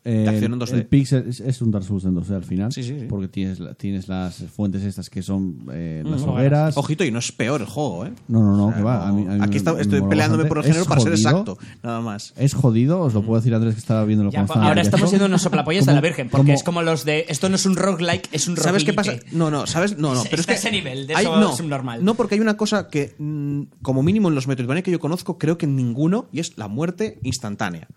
B: Eh,
D: De acción en
B: el-
D: 2D.
B: El Pixel es, es un Dark Souls en 2D al final.
D: Sí, sí, sí.
B: Porque tienes, la- tienes las fuentes estas que son eh, las hogueras.
D: Ojito, y no es peor el juego, ¿eh?
B: No, no, no,
D: O sea,
B: que va. a mí- a mí
D: Aquí
B: me-
D: está-
B: me
D: estoy
B: mola
D: peleándome
B: bastante.
D: por el género
B: Es
D: para ser
B: jodido.
D: exacto, Mm. nada más.
B: Es jodido, os lo puedo decir Andrés que estaba viéndolo
F: Ya,
B: constantemente.
F: ahora estamos siendo unos soplapollas de la Virgen, porque
B: como-
F: es como los de. Esto no es un roguelike, es un
D: ¿Sabes qué pasa?
F: roguelite.
D: No, no, ¿sabes? No, no,
F: Es-
D: pero es
F: está
D: que
F: ese nivel de
D: hay-
F: eso
D: no,
F: subnormal.
D: No, porque hay una cosa que, mm, como mínimo en los Metroidvania que yo conozco, creo que en ninguno, y es la muerte instantánea.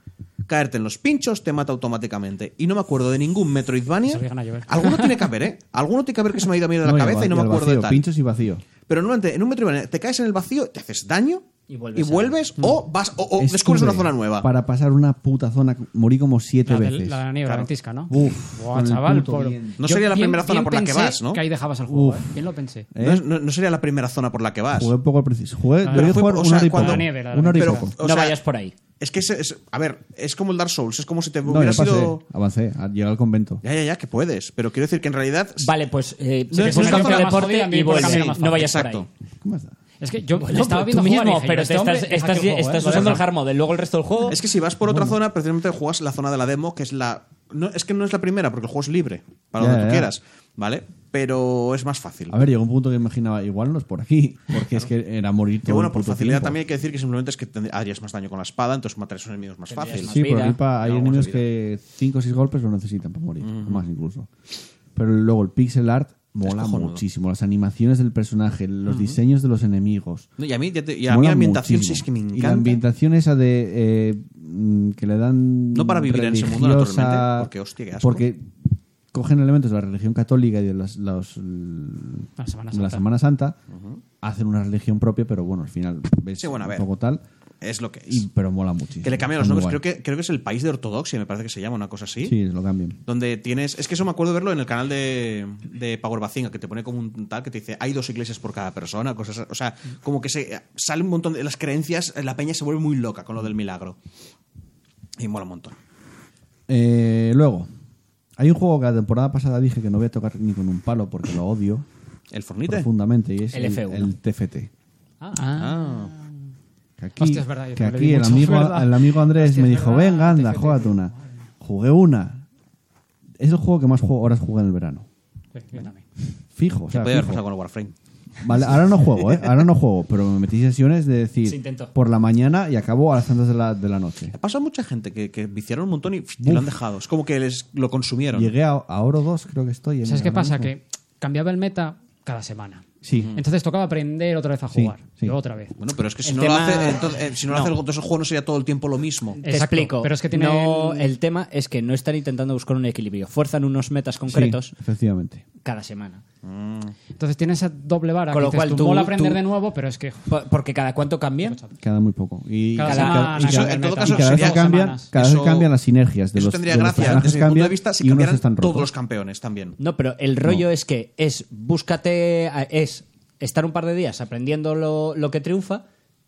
D: Caerte en los pinchos te mata automáticamente. Y no me acuerdo de ningún Metroidvania.
E: Se obligan a llover.
D: Alguno tiene
F: (laughs)
D: que haber, ¿eh? Alguno tiene que haber que se me ha ido a mí de la
B: No, y al
D: cabeza y no
B: va-
D: me
B: al
D: acuerdo
B: vacío,
D: de tal.
B: Pinchos y vacío.
D: Pero normalmente en un Metroidvania te caes en el vacío, te haces daño
F: Y vuelves a- Mm.
D: vuelves, o vas o, o
B: Es
D: Oh, descubres una
B: cubre.
D: zona nueva.
B: Para pasar una puta zona, morí como siete
E: La de,
B: veces.
E: la de la nieve, la
D: Claro.
E: ventisca, ¿no?
B: Uf,
E: Buah,
B: con el
E: chaval,
B: puto
E: pobre.
B: bien.
D: No
E: Yo
D: sería la
E: bien-
D: primera zona
E: bien
D: por la que
E: pensé
D: vas, ¿no?
E: Que ahí dejabas el juego,
B: Uf.
E: ¿eh? Bien lo pensé.
B: ¿Eh?
D: No, es- no- no sería la primera zona por la que vas.
B: Jugué poco preciso. Jugué,
E: La-
B: debí
E: fue-
B: jugar
D: o
B: una
D: sea,
B: hora y
D: cuando-
B: poco.
E: La nieve, la-
B: Una hora y
D: Pero-
B: poco.
D: o
F: no
D: sea,
F: vayas por ahí.
D: Es que, es, es- a ver, es como el Dark Souls, es como si te
B: No,
D: hubiera
B: yo pasé,
D: sido...
B: avancé, a- llegué al convento.
D: Ya, ya, ya, que puedes, pero quiero decir que en realidad...
F: Vale, pues. eh,
D: No,
F: te
D: no es
F: pones
D: la
F: a
D: zona
F: hacer
D: más
E: jodida,
F: deporte
E: ni
F: y
E: por el
F: vuelve.
E: camino más
F: no
E: fácil.
F: vayas
D: Exacto.
F: por ahí.
B: ¿Cómo está?
E: Es que yo
F: Bueno,
E: estaba
F: tú
E: viendo jugar y
F: mismo,
E: dije,
F: pero
E: este
F: te
E: hombre
F: estás,
E: deja
F: estás,
E: que el juego,
F: estás
E: ¿eh?
F: usando el
E: Deja.
F: hard mode, luego el resto del juego.
D: Es que si vas por otra zona, precisamente juegas la zona de la demo, que es la... No, es que no es la primera, porque el juego es libre, para
B: Ya,
D: donde tú
B: ya.
D: quieras, ¿vale? Pero es más fácil.
B: A ver, llegó un punto que imaginaba, igual no es por
D: (laughs)
B: aquí, porque es que era morir todo
D: que bueno,
B: el
D: por
B: puto
D: facilidad
B: tiempo.
D: también hay que decir que simplemente es que tendr- harías más daño con la espada, entonces matarías a los enemigos más fácil.
F: más
B: Sí, por
F: vida.
B: aquí pa- hay
D: No,
B: enemigos
D: mucha
B: que 5 o 6 golpes lo necesitan para morir, más incluso. Pero luego el pixel art mola
D: cojonudo.
B: muchísimo, las animaciones del personaje, los diseños de los enemigos.
D: No, y a mí, ya te- y a mí
B: Mola
D: la ambientación
B: muchísimo.
D: sí es que me encanta.
B: Y la ambientación esa de. eh, mm, que le dan.
D: No para vivir en ese mundo,
B: religiosa,
D: naturalmente, porque, hostia, qué asco.
B: Porque cogen elementos de la religión católica y de las, los-
E: La Semana
B: de la
E: Santa.
B: Semana Santa, hacen una religión propia, pero bueno, al final ves
D: Sí, bueno, a
B: un
D: ver.
B: poco tal.
D: Es lo que es.
B: y- pero mola muchísimo.
D: que le cambian los
B: Está muy
D: nombres,
B: guay.
D: creo que, creo que es el país de ortodoxia, me parece que se llama una cosa así.
B: Sí, lo cambian.
D: Donde tienes. Es que eso me acuerdo verlo en el canal de, de Power Bazinga, que te pone como un tal que te dice hay dos iglesias por cada persona, cosas. O sea, como que se sale un montón de las creencias, la peña se vuelve muy loca con lo del milagro. Y mola un montón.
B: Eh, luego, hay un juego que la temporada pasada dije que no voy a tocar ni con un palo porque lo odio
D: ¿El Fornite?
B: profundamente y es
F: El
B: el,
F: F1.
B: el TFT.
E: Ah,
B: Que aquí,
E: Hostia, es verdad, yo
B: que
E: también
B: aquí
E: le di
B: el,
E: mucho,
B: amigo,
E: es verdad.
B: el amigo Andrés
E: Hostia,
B: me
E: es
B: dijo,
E: verdad,
B: venga, anda,
E: TFT".
B: jugate una. Jugué una. Es el juego que más juego, horas jugué en el verano.
E: sí, yo pues también.
B: Fijo, o sea,
D: Podría haber
B: fijo.
D: pasado con el Warframe.
B: Vale, ahora no juego, ¿eh? Ahora no juego, pero me metí sesiones de
F: Se
B: decir
F: intentó.
B: por la mañana y acabo a las tantas de la, de la noche.
D: Ha pasado mucha gente que, que viciaron un montón y, pff, y lo
B: Uf.
D: han dejado. Es como que les lo consumieron.
B: Llegué a, a Oro 2, creo que estoy. en-
E: ¿Sabes qué
B: ahora
E: pasa?
B: mismo.
E: Que cambiaba el meta cada semana.
B: Sí.
F: Mm.
E: Entonces tocaba aprender otra vez a
B: Sí,
E: jugar.
B: sí.
E: Y luego otra vez.
D: Bueno, pero es que si
F: El
D: no,
F: tema-
D: lo hace, entonces, eh, si no, lo
F: No.
D: hace el, entonces el juego no sería todo el tiempo lo mismo.
F: Te
E: Exacto,
F: explico.
E: pero es que tienen-
F: No, el tema es que no están intentando buscar un equilibrio. Fuerzan unos metas concretos
B: Sí, efectivamente.
F: cada semana.
E: Entonces tiene esa doble vara.
F: Con
E: que
F: lo
E: dices
F: cual
E: tú,
F: tú-
E: mola aprender
F: tú-
E: de nuevo, pero es que.
F: Po- Porque cada cuánto cambian.
B: Cada muy poco. Y
E: Cada
B: y
E: semana
B: y
E: cambia
D: Eso,
E: el
D: en
E: meta.
B: Y
D: todo caso,
B: cada vez,
D: sería-
B: que cambian,
E: semanas.
B: cada vez
D: Eso-
B: cambian las sinergias de
D: Eso
B: los,
D: tendría
B: de los
D: gracia
B: personajes
D: desde mi punto de
B: cambian
D: vista si
B: y unos
D: cambiaran
B: están
D: todos
B: rotos.
D: los campeones también.
F: No, pero el rollo es que es búscate, a- es estar un par de días aprendiendo lo, lo que triunfa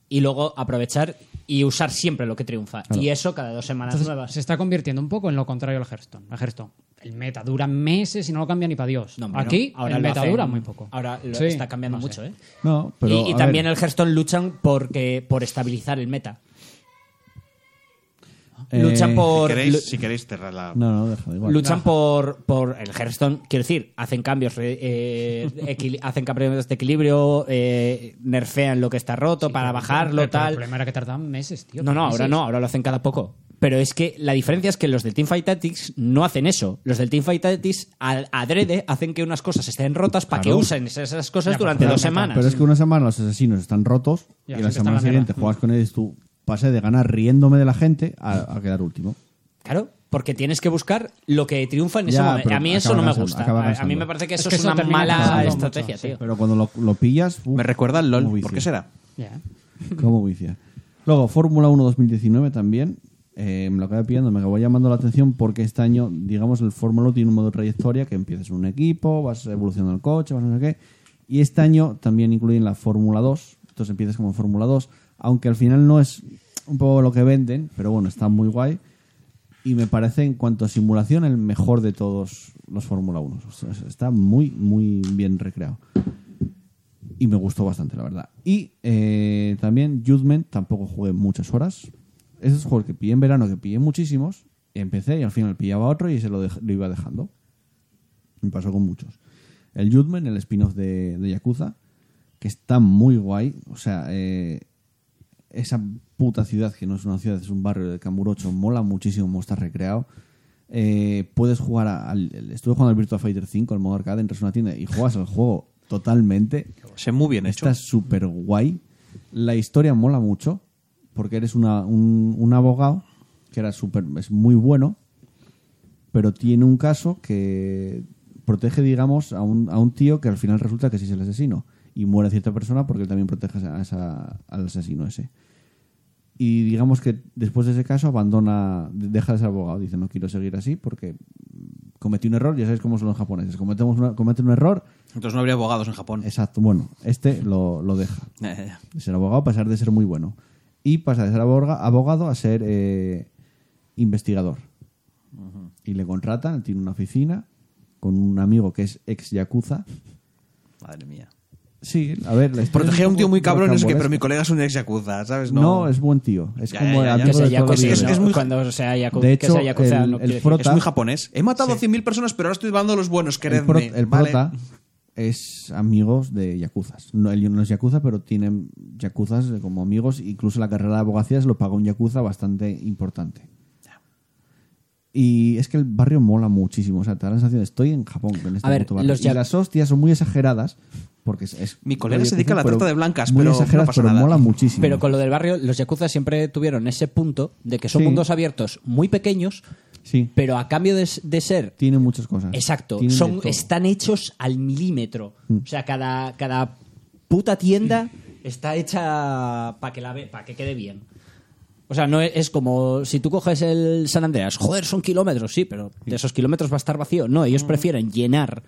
F: y luego aprovechar y usar siempre lo que triunfa. Y eso cada dos semanas
E: Entonces,
F: nuevas.
E: se está convirtiendo un poco en lo contrario al Hearthstone. A Hearthstone. el meta dura meses y no lo cambia ni para Dios.
F: No, hombre,
E: Aquí
F: no. Ahora
E: el
F: lo
E: meta
F: hacen-
E: dura muy poco.
F: Ahora lo
E: Sí,
F: está cambiando
E: no
F: mucho,
E: sé.
F: ¿eh?
B: No, pero.
F: y y
B: a
F: también
B: ver,
F: el Hearthstone luchan porque, por estabilizar el meta.
B: eh,
F: luchan por.
D: si,
F: lu-
D: queréis, si queréis cerrar la...
B: No, no, déjalo igual.
F: luchan por, por el Hearthstone, quiero decir, hacen cambios, re- eh, (laughs) equili- hacen cambios de equilibrio, eh, nerfean lo que está roto para bajarlo,
E: Pero
F: tal.
E: El problema era que tardaban meses, tío.
F: No, no,
E: meses.
F: ahora no, ahora lo hacen cada poco. Pero es que la diferencia es que los del Team Fight Tactics no hacen eso. Los del Team Fight Tactics al- adrede hacen que unas cosas estén rotas para
B: Claro.
F: que usen esas, esas cosas
E: Ya,
F: durante
E: para
F: dos
E: jugar al meta.
F: semanas.
B: Pero es que una semana los asesinos están rotos
E: Y
B: y
E: así
B: la
E: está
B: semana
E: la
B: siguiente
E: mierda.
B: juegas con ellos y tú pasé de ganar riéndome de la gente a, a quedar último.
F: Claro, porque tienes que buscar lo que triunfa en ese
B: Ya,
F: momento.
B: pero
F: A mí eso
B: acaba
F: no me
B: cansando,
F: gusta.
B: acaba
F: A- A mí
B: cansando.
F: me parece que
E: Es
F: eso
E: que
F: es
E: eso
F: una
E: termina cansando
F: mala
E: mucho,
F: estrategia,
E: sí.
F: tío.
B: Pero cuando lo, lo pillas. uf,
D: Ah, Me recuerda al LOL,
B: cómo
D: ¿por
B: vicia.
D: qué será?
E: Ya.
B: Cómo vicia. Luego, Fórmula 1 2019 también. eh, me lo acabé pillando, me acabó llamando la atención porque este año, digamos, el Fórmula 1 tiene un modo de trayectoria que empiezas en un equipo, vas evolucionando el coche, vas no sé qué. Y este año también incluyen la Fórmula 2. Entonces empiezas como en Fórmula 2, aunque al final no es un poco lo que venden, pero bueno, está muy guay. Y me parece, en cuanto a simulación, el mejor de todos los Fórmula 1. O sea, está muy, muy bien recreado. Y me gustó bastante, la verdad. Y eh, también Judgment tampoco jugué muchas horas. Ese es un juego que pillé en verano, que pillé muchísimos. Empecé y al final pillaba otro y se lo, dej- lo iba dejando. Me pasó con muchos. El Judgment, el spin-off de, de Yakuza, que está muy guay. O sea, eh, esa puta ciudad que no es una ciudad, es un barrio de Camurocho, mola muchísimo cómo está recreado. Eh, puedes jugar a- al. Estuve jugando al Virtua Fighter 5, el modo arcade, entras a una tienda y juegas al juego totalmente.
D: Se muy bien hecho.
B: Está súper guay. La historia mola mucho porque eres una- un, un abogado que era súper, es muy bueno, pero tiene un caso que protege, digamos, a un, a un tío que al final resulta que sí es el asesino y muere cierta persona porque él también protege a esa- al asesino ese. Y digamos que después de ese caso abandona, deja de ser abogado, dice no quiero seguir así porque cometí un error, ya sabes cómo son los japoneses, cometemos una- cometen un error,
D: Entonces no habría abogados en (laughs) Japón.
B: exacto, bueno, este lo, lo deja
D: Eh,
B: de ser abogado a pasar de ser muy bueno. Y pasa de ser aboga- abogado a ser eh, investigador. Y le contratan, tiene una oficina con un amigo que es ex yakuza.
D: madre mía.
B: Sí, a ver, la historia
D: Proteger a un tío muy
B: poco
D: cabrón, no sé qué, pero mi
B: rocambolesca.
D: colega es un ex yakuza, ¿sabes? No,
B: No, es buen tío. Es
D: Ya,
B: como
D: ya,
B: el
D: ya,
B: amigo
D: ya,
B: de
F: Que sea
B: toda la
F: yakuza,
B: vida.
D: Es- es muy-
F: cuando sea yaku-
B: De
F: que
B: hecho,
F: sea yakuza,
B: el-
F: no
B: el
F: quiero decir.
B: frota-
D: es muy japonés. He matado a 100.000 personas, pero ahora estoy dando a los buenos,
B: el,
D: queredme.
B: pro- el
D: ¿vale?
B: prota es amigos de yakuzas. No, él no es yakuza, pero tienen yakuzas como amigos. Incluso la carrera de abogacía se lo pagó un yakuza bastante importante. Y es que el barrio mola muchísimo. O sea, te da la sensación de estoy en Japón. En este
F: A ver,
B: puto barrio.
F: los
B: y
F: ya-
B: las hostias son muy exageradas. Porque es, es-
D: Mi colega
B: yakuza,
D: se dedica a la
B: pero
D: trata de blancas,
B: muy
D: pero no
B: exageradas,
D: pasa
B: pero
D: nada.
B: mola muchísimo.
F: Pero con lo del barrio, los Yakuza siempre tuvieron ese punto de que son
B: Sí.
F: mundos abiertos muy pequeños,
B: Sí.
F: pero a cambio de, de ser...
B: Tiene muchas cosas.
F: Exacto,
B: Tiene de
F: son,
B: todo.
F: están hechos al milímetro.
D: Mm.
F: O sea, cada, cada puta tienda está hecha para que, la ve- pa' que quede bien. O sea, no es, es como si tú coges el San Andreas, joder, son kilómetros, sí, pero
D: Mm.
F: de esos kilómetros va a estar vacío. No, ellos prefieren llenar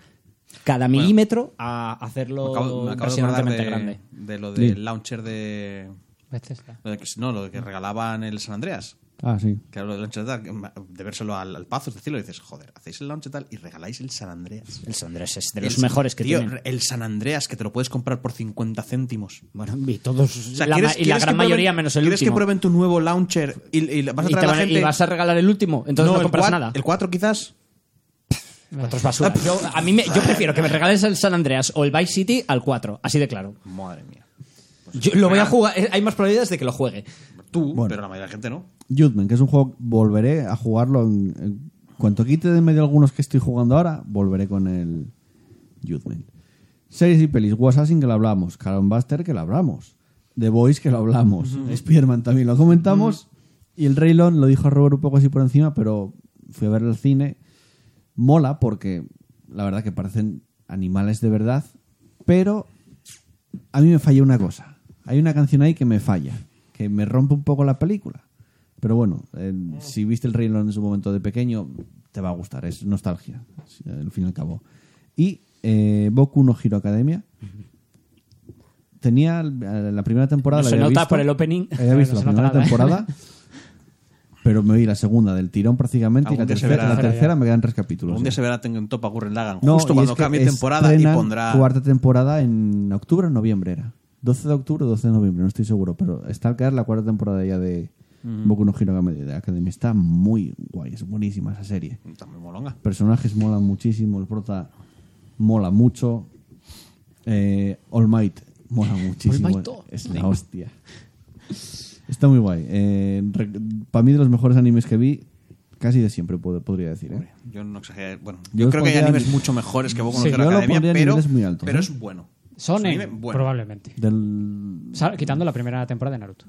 F: cada milímetro a
D: Me
F: hacerlo
D: acabo, me acabo de acordar
F: impresionantemente
D: de,
F: grande.
D: de lo del launcher de...
E: Bethesda.
D: lo de que- No, lo de que regalaban el San Andreas.
B: Ah, sí.
D: Que era lo del launcher tal, que ma- de vérselo al, al Pazos, decirlo, y dices, joder, hacéis el launcher tal y regaláis el San Andreas.
F: El San Andreas es de los
D: El-
F: mejores que
D: tío,
F: tienen.
D: el San Andreas, que te lo puedes comprar por 50 céntimos.
F: Bueno, y todos.
D: O sea,
F: la,
D: ¿quieres-
F: ma- y la
D: quieres
F: gran
D: que prueben-
F: mayoría menos el
D: ¿Quieres
F: último.
D: que prueben tu nuevo launcher y, y vas a traer
F: y, te
D: a la
F: van a- y
D: gente...
F: vas a regalar el último, entonces no,
D: el
F: compras
D: cuat-
F: nada.
D: ¿El 4 quizás?
F: Otros basura. Yo, a mí me- yo prefiero que me regales el San Andreas o el Vice City al 4, así de claro.
D: Madre mía.
F: Yo lo voy a jugar, eh, hay más probabilidades de que lo juegue.
D: Tú,
B: Bueno.
D: pero la mayoría de la gente no.
B: Judgment, que es un juego que volveré a jugarlo en, en cuanto quite de medio algunos que estoy jugando ahora, volveré con el Judgment. Series y pelis, War Assassin que lo hablamos, Caron Buster que lo hablamos, The Voice que lo hablamos, Spider-Man también lo comentamos y el Rey León lo dijo Robert un poco así por encima, pero fui a ver el cine. Mola porque la verdad que parecen animales de verdad, pero a mí me falla una cosa. Hay una canción ahí que me falla, que me rompe un poco la película. Pero bueno, eh, si viste el Rey León en su momento de pequeño, te va a gustar, es nostalgia, si- al fin y al cabo. Y eh, Boku no Hero Academia. Tenía eh, la primera temporada.
F: No
B: la
F: se
B: había
F: nota
B: visto.
F: por el opening.
B: Había visto
E: No se
B: la
E: nota
B: primera
E: nada, ¿eh?
B: temporada. pero me vi la segunda del tirón prácticamente y la
D: Algún día se
B: tercera,
D: verá.
B: la tercera me quedan tres capítulos.
D: Un día
B: sí.
D: se verá en Top a Gurren Lagann
B: No,
D: justo
B: y
D: cuando
B: es que
D: cambie temporada y
B: estrenan
D: pondrá.
B: Cuarta temporada en octubre o noviembre era. 12 de octubre o 12 de noviembre, no estoy seguro, pero está al caer la cuarta temporada ya de Boku no Hero Academy. Está muy guay, es buenísima esa serie.
D: Está muy molonga.
B: Personajes molan muchísimo, el prota mola mucho. Eh, All Might mola muchísimo.
E: Might-o.
B: es la hostia. Está muy guay. Para mí de los mejores animes que vi, casi de siempre pod- podría decir. ¿eh?
D: Yo no exageré. Bueno,
B: Yo
D: yo, creo que hay
B: pondría-
D: animes mucho mejores que Boku no
B: Sí,
D: Hero
B: yo lo
D: Academia,
B: pondría en
D: pero,
B: niveles muy altos,
D: pero
B: ¿eh?
D: es bueno.
E: Son
D: Es un anime
E: en-
D: bueno.
E: probablemente.
B: Del...
E: Sal- Quitando la primera temporada de Naruto.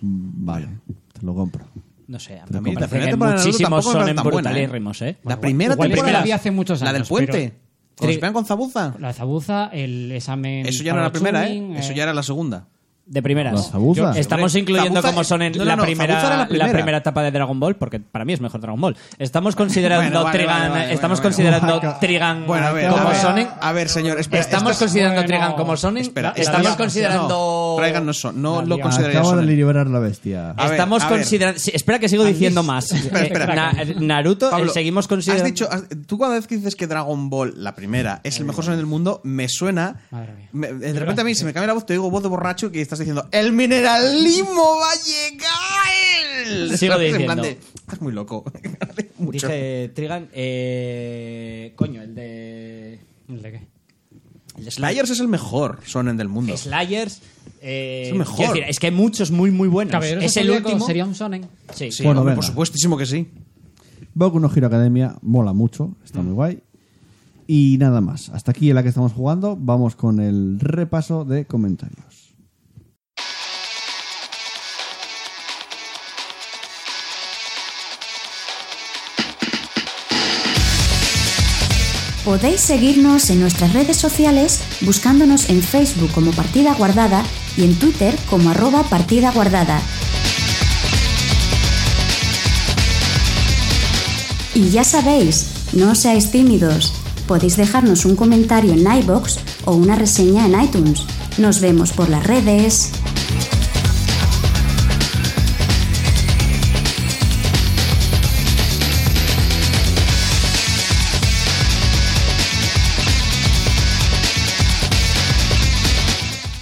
B: Vale, te lo compro.
F: No sé, a
B: Pero
F: mí me
D: la
F: parece
D: primera
F: que
D: temporada de Naruto
F: muchísimos
D: tampoco
F: son
D: era
F: en
D: tan buena,
F: brutalérrimos, ¿eh?
D: la primera
E: igual
D: temporada.
E: primera la vi hace muchos
D: La del
E: años,
D: puente.
E: pero-
D: ¿Cuando
E: Tri-
D: se pegan con Zabuza.
E: La zabuza, el examen.
D: Eso ya no era la
E: para
D: primera,
E: Chunin,
D: ¿eh? Eso ya era la segunda.
F: De primeras.
B: La Zabuza.
F: Yo- estamos
D: Hombre,
F: incluyendo
D: Zabuza-
F: como son en
D: no, no,
F: la,
D: no,
F: primera,
D: Zabuza era la
F: la primera.
D: primera.
F: etapa de Dragon Ball, porque para mí es mejor Dragon Ball. Estamos considerando
D: Bueno, vale,
F: Trigan,
D: vale, vale,
F: estamos
D: bueno,
F: considerando
B: bueno.
F: Trigan
D: Bueno, a ver,
F: Mm, como
D: a ver,
F: Sonen.
D: A ver, señor, espera.
F: Estamos
D: esto-
F: considerando
E: Bueno.
F: Trigan como Sonen.
D: Espera, esto-
F: estamos
D: no,
F: considerando
D: No, Traigan no son. No
E: La
D: lo
E: liamos.
D: consideraría
B: Acabo de
D: shonen.
B: liberar la bestia.
D: A ver,
F: Estamos
D: a ver.
F: considerando. sí, espera, que
D: (laughs)
F: sigo diciendo más. Eh,
D: espera.
F: Na- Naruto, eh,
D: Pablo,
F: seguimos considerando.
D: Has dicho, has- tú cada vez que dices que Dragon Ball, la primera, es el mejor son del mundo, me suena.
E: Madre mía.
D: me- de repente a mí se me cambia la voz, te digo voz de borracho que estás diciendo: ¡El mineralismo va a llegar!
F: Sigo
D: ¿Sabes? En
F: diciendo.
D: plan de, estás muy loco. (laughs) Mucho.
F: Dije Trigan. Eh, coño, el de.
E: ¿El de qué?
F: El
D: Slayers es el mejor sonen del mundo.
F: Slayers. eh,
D: Es el mejor.
F: quiero decir, es que hay muchos muy, muy buenos.
E: Caballeros
F: es el
E: Zodíaco
F: último.
E: Sería un Sonen.
F: Sí.
D: Sí,
B: Bueno,
D: hombre,
B: venga.
D: por supuestísimo que sí.
B: Boku no Hero Academia mola mucho, está
D: Mm.
B: muy guay. Y nada más. Hasta aquí en la que estamos jugando. Vamos con el repaso de comentarios.
A: Podéis seguirnos en nuestras redes sociales buscándonos en Facebook como Partida Guardada y en Twitter como arroba Partida Guardada. Y ya sabéis, no seáis tímidos. Podéis dejarnos un comentario en iBox o una reseña en iTunes. Nos vemos por las redes.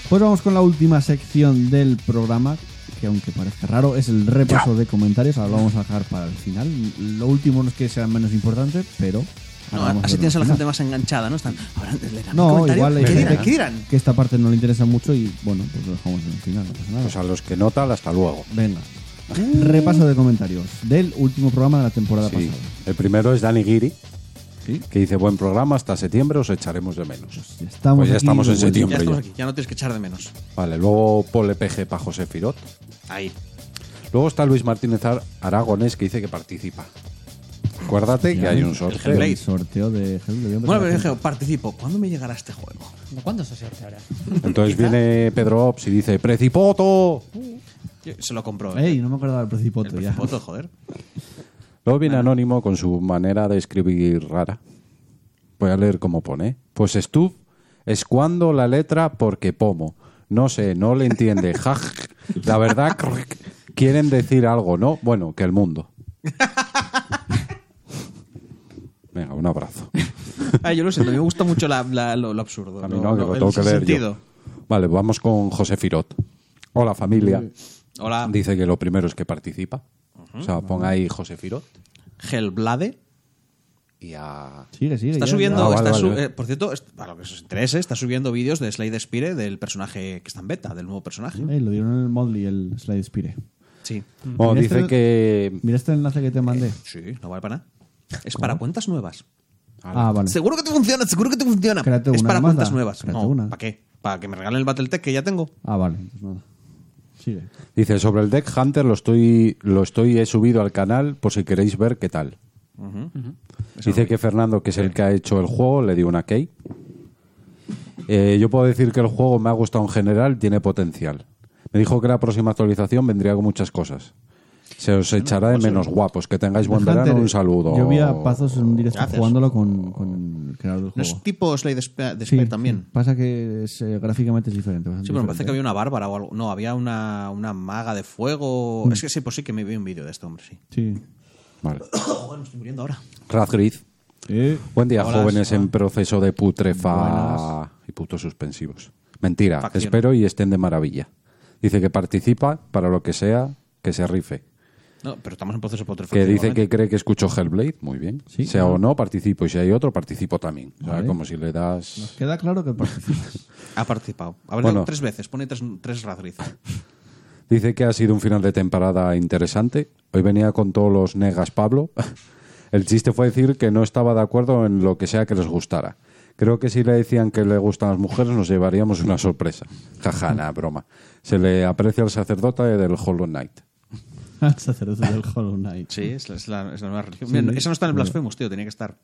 B: Pues vamos con la última sección del programa, que aunque parezca raro, es el repaso de comentarios. Ahora lo vamos a dejar para el final. Lo último no es que sea menos importante, pero...
D: No,
B: ahora vamos
D: así
B: verlo
D: tienes a la
B: al
D: gente
B: final.
D: más enganchada, ¿no? Están, ahora leerán mi
B: No,
D: comentario.
B: igual hay
D: ¿Qué
B: gente
D: dirán? ¿Qué dirán?
B: que esta parte no le interesa mucho y bueno, pues lo dejamos en el final, no pasa nada.
C: Pues a los que no tal, hasta luego.
B: Venga.
D: Uh.
B: Repaso de comentarios del último programa de la temporada
C: Sí.
B: pasada.
C: El primero es Dani Giri,
B: Sí.
C: que dice buen programa hasta septiembre, os echaremos de menos.
B: Ya estamos,
C: Pues ya
B: aquí
C: estamos
B: de
C: en
B: vuelta.
C: septiembre.
D: Ya
C: Hombre,
D: estamos
C: ya.
D: aquí, ya no tienes que echar de menos.
C: Vale, luego Pole PG para José Firot.
D: Ahí.
C: Luego está Luis Martínez Ar- Aragonés que dice que participa. Acuérdate que hay un sorteo.
B: El sorteo de Hellblade. Yo
D: Bueno, pero
B: empecé
D: dije, participo. ¿Cuándo me llegará este juego?
E: ¿Cuándo se sorteará?
C: Entonces viene Pedro Ops y dice ¡Precipoto!
D: Yo se lo compró.
B: a- Ey, no me acordaba del
D: el
B: precipoto ya.
D: Precipoto, joder.
C: Luego viene Anónimo con su manera de escribir rara. Voy a leer cómo pone. Pues Stuv es cuando la letra porque pomo. No sé, no le entiende. (laughs) Jaj. La verdad, cruic. quieren decir algo, ¿no? Bueno, que el mundo. Venga, un abrazo.
D: Ah, yo lo siento, a mí me gusta mucho la- la- lo, lo absurdo.
C: A mí
D: lo-
C: no, que
D: lo-
C: lo
D: el
C: tengo que leer
D: sentido.
C: yo. Vale, vamos con José Firot. Hola, familia.
D: Hola,
C: Dice que lo primero es que participa. O sea, ponga ahí José Firot
D: Gelblade.
C: y a
B: Sigue, sigue.
D: Está
B: ya,
D: subiendo,
C: Ah, vale,
D: está su-
C: vale.
D: eh, por cierto, es- para lo que os interese, está subiendo vídeos de Slade Spire del personaje que está en beta, del nuevo personaje.
B: ya. Ey, lo dieron en el Modly, el Slide Spire.
D: Sí.
C: Bueno,
B: Mira,
C: dice
B: este-
C: que.
B: Mira este enlace que te mandé.
D: Sí, no vale para nada. Es para cuentas nuevas.
B: Ah, vale.
D: Seguro que te funciona, seguro que te funciona.
B: Créate
D: es
B: una,
D: para
B: Amanda.
D: cuentas nuevas.
B: Créate
D: No,
B: una.
D: ¿Para qué? Para que me regalen el Battletech que ya tengo.
B: Ah, vale. Entonces, nada. Sigue.
C: Dice, sobre el Deck Hunter lo estoy, lo estoy, he subido al canal por si queréis ver qué tal. Dice que Fernando, que es el que ha hecho el juego, le dio una key. Eh, yo puedo decir que el juego me ha gustado en general, tiene potencial. Me dijo que la próxima actualización vendría con muchas cosas. Se os echará de menos guapos. Que tengáis buen
B: pues, eh, Hunter,
C: verano. Un saludo.
B: Yo vi a Pazos en un directo
D: Gracias.
B: jugándolo con, con el creador del
D: ¿No
B: juego.
D: es tipo Slay the Spire
B: Sí,
D: también?
B: sí. Pasa que es, eh, gráficamente es diferente. bastante
D: Sí, pero me parece
B: diferente.
D: que había una bárbara o algo. No, había una, una maga de fuego. Es que sí, pues sí que me vi un vídeo de este hombre, sí.
B: Sí.
C: Vale.
D: Joder, Oh, me estoy muriendo ahora.
C: Razgriz.
B: Eh,
C: Buen día,
D: Hola,
C: jóvenes
D: hola.
C: en proceso de putrefa
B: Buenas.
C: y puntos suspensivos. Mentira,
D: Facción.
C: espero y estén de maravilla. Dice que participa para lo que sea, que se rife.
D: No, pero estamos en proceso de
C: Que dice que cree que escuchó Hellblade, muy bien.
B: Sí,
C: sea
B: claro.
C: o no, participo. Y si hay otro, participo también. O sea,
B: Vale.
C: como si le
B: nos
C: das...
B: queda claro que participas.
D: (laughs) Ha participado. Ha hablado
C: Bueno.
D: tres veces. Pone tres, tres Radriz.
C: Dice que ha sido un final de temporada interesante. Hoy venía con todos los negas Pablo. (laughs) El chiste fue decir que no estaba de acuerdo en lo que sea que les gustara. Creo que si le decían que le gustan las mujeres nos llevaríamos una sorpresa. (laughs) Jaja, na, broma. Se le aprecia al sacerdote del Hollow Knight.
B: Al sacerdote del Hollow Knight.
D: (laughs) Sí, es la, es la- es la nueva religión. Mira, esa no está en el Blasphemous, tío. Tenía que estar.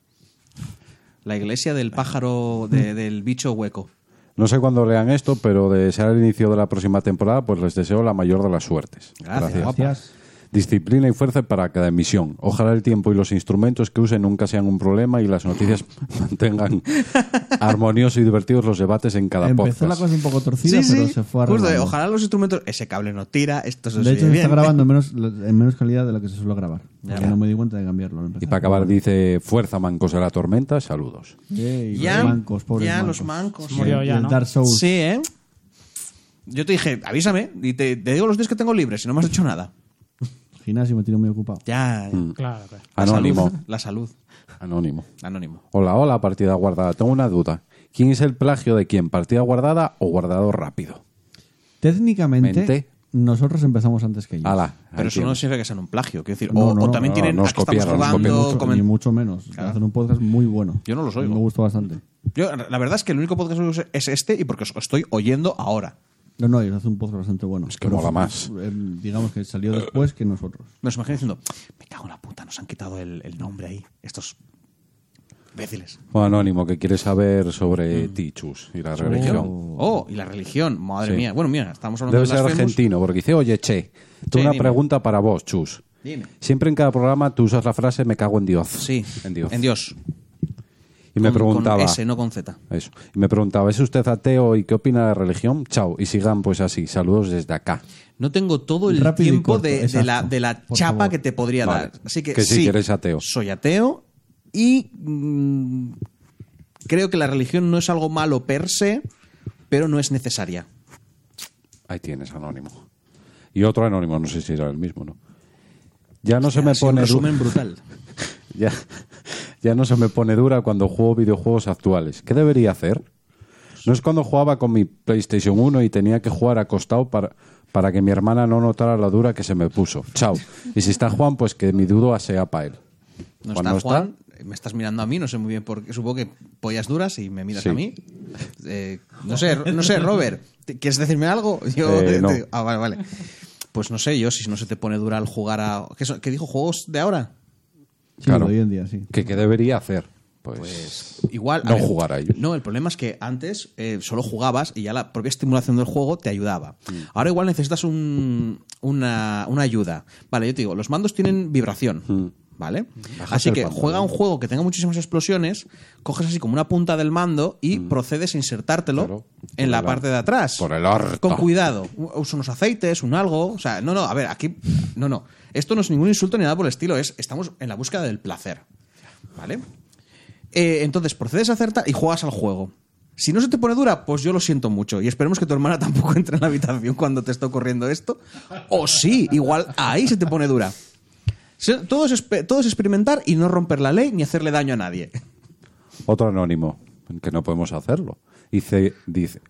D: La iglesia del pájaro, de- del bicho hueco.
C: No sé cuándo lean esto, pero de ser el inicio de la próxima temporada, pues les deseo la mayor de las suertes.
D: Gracias, guapo.
B: Gracias.
C: Disciplina y fuerza para cada emisión. Ojalá el tiempo y los instrumentos que usen nunca sean un problema y las noticias (laughs) mantengan armoniosos y divertidos los debates en cada
B: Empezó
C: podcast.
B: la cosa un poco torcida, pero se fue
D: Justo,
B: arreglando.
D: ojalá los instrumentos. Ese cable no tira. Esto se
B: De hecho,
D: oye
B: se está
D: bien.
B: grabando en menos, en menos calidad de la que se suele grabar.
D: Ya.
B: Porque No me di cuenta de cambiarlo. al
C: Y
B: empezar.
C: para acabar dice, fuerza mancos de la tormenta, saludos.
B: Eh, y
D: Ya,
B: los mancos, pobres
D: ya,
B: mancos.
D: los mancos.
B: Sí,
E: Murió
B: y
E: ya,
B: el
E: ¿no?
B: Dark Souls.
D: Sí, ¿eh? Yo te dije, avísame. Y te, te digo los días que tengo libres. Si no me has hecho nada.
B: Gimnasio me tiene muy ocupado.
D: Ya.
E: Claro, claro.
B: Ah,
D: La
C: Mm. Anónimo.
D: salud, la salud.
C: (laughs) Anónimo.
D: Anónimo.
C: Hola, hola, partida guardada. Tengo una duda. ¿Quién es el plagio de quién? ¿Partida guardada o guardado rápido?
B: Técnicamente,
C: Mente.
B: nosotros empezamos antes que ellos.
C: Ala, ahí
D: Pero eso
C: tienes.
D: no significa que sean un plagio. Quiero decir,
B: No,
D: o,
B: no,
D: o
B: no,
D: también
C: Ah, no,
D: tienen.
C: no,
D: ah,
C: nos
D: que estamos
C: copiaron, nos
B: Ni
C: copiaron.
D: rodando.
B: mucho,
D: comen-
B: ni mucho menos.
D: Claro.
B: Hacen un podcast muy bueno.
D: Yo no los
B: A mí
D: oigo.
B: Me gustó bastante.
D: Yo, la verdad es que el único podcast que uso es este y porque os estoy oyendo ahora.
B: No, no, ellos hacen un podcast bastante bueno.
C: Es que mola más.
B: eh, digamos que salió después que nosotros.
D: Me os imagino diciendo, me cago en la puta, nos han quitado el, el nombre ahí. Estos imbéciles.
C: Bueno, Anónimo, que quiere saber sobre
D: Mm.
C: Tichus y la religión.
D: Oh, y la religión, madre
C: Sí.
D: mía. Bueno, mira, estamos hablando
C: Debe
D: de
C: ser
D: Blasphemous.
C: argentino, porque dice, oye, che,
D: Sí,
C: tengo una
D: dime.
C: pregunta para vos, Chus.
D: Dime.
C: Siempre en cada programa tú usas la frase me cago en Dios.
D: Sí,
C: en Dios.
D: En Dios.
C: Y me
D: Con-
C: preguntaba...
D: Con S, no con Z.
C: Eso. Y me preguntaba, ¿es usted ateo y qué opina de la religión? Chao. Y sigan pues así. Saludos desde acá.
D: No tengo todo el
B: Rápido y
D: tiempo
B: corto,
D: de, de la,
B: exacto.
D: de la
B: Por
D: chapa
B: favor.
D: que te podría
C: Vale.
D: dar. Así que,
C: Que sí,
D: sí,
C: que eres ateo.
D: Soy ateo y mm, creo que la religión no es algo malo per se, pero no es necesaria.
C: Ahí tienes, anónimo. Y otro anónimo, no sé si era el mismo, ¿no? Ya no se me
D: Ha sido
C: pone...
D: un
C: du-
D: resumen brutal.
C: (laughs) ya, ya no se me pone dura cuando juego videojuegos actuales. ¿Qué debería hacer? No es cuando jugaba con mi PlayStation 1 y tenía que jugar acostado para, para que mi hermana no notara la dura que se me puso. Chao. Y si está Juan, pues que mi duda sea para él.
D: No
C: Cuando
D: está Juan, me estás mirando a mí, no sé muy bien por qué. Supongo que pollas duras y me miras
C: Sí.
D: a mí. Eh, no sé, no sé, Robert, ¿te- ¿quieres decirme algo? Yo
C: Eh,
D: te-
C: no.
D: te- ah, vale, vale. Pues no sé, yo si no se te pone dura al jugar a. ¿Qué, son- qué dijo? ¿Juegos de ahora?
B: Sí,
C: Claro.
B: de hoy en día, sí.
C: ¿Qué, qué debería hacer? Pues,
D: Pues igual. a
C: no
D: ver,
C: jugar a ellos.
D: No, el problema es que antes eh, solo jugabas y ya la propia estimulación del juego te ayudaba.
C: Mm.
D: Ahora igual necesitas un- una, una ayuda. Vale, yo te digo, los mandos tienen vibración. ¿Vale?
C: Bajas
D: Así
C: Mm. el
D: que
C: pantalón.
D: juega un juego que tenga muchísimas explosiones, coges así como una punta del mando y procedes a insertártelo
C: Mm. Claro.
D: en
C: Por
D: la
C: el
D: parte de
C: ar-
D: atrás.
C: por el orto.
D: Con cuidado. Usa unos aceites, un algo. O sea, no, no, a ver, aquí. No, no. Esto no es ningún insulto ni nada por el estilo. Es, estamos en la búsqueda del placer. ¿Vale? Eh, entonces procedes a acertar y juegas al juego. Si no se te pone dura, pues yo lo siento mucho. Y esperemos que tu hermana (laughs) tampoco entre en la habitación cuando te está ocurriendo esto. O sí, igual ahí se te pone dura. Se- Todo es, espe- todo es experimentar y no romper la ley ni hacerle daño a nadie.
C: Otro anónimo, que no podemos hacerlo. Dice, dice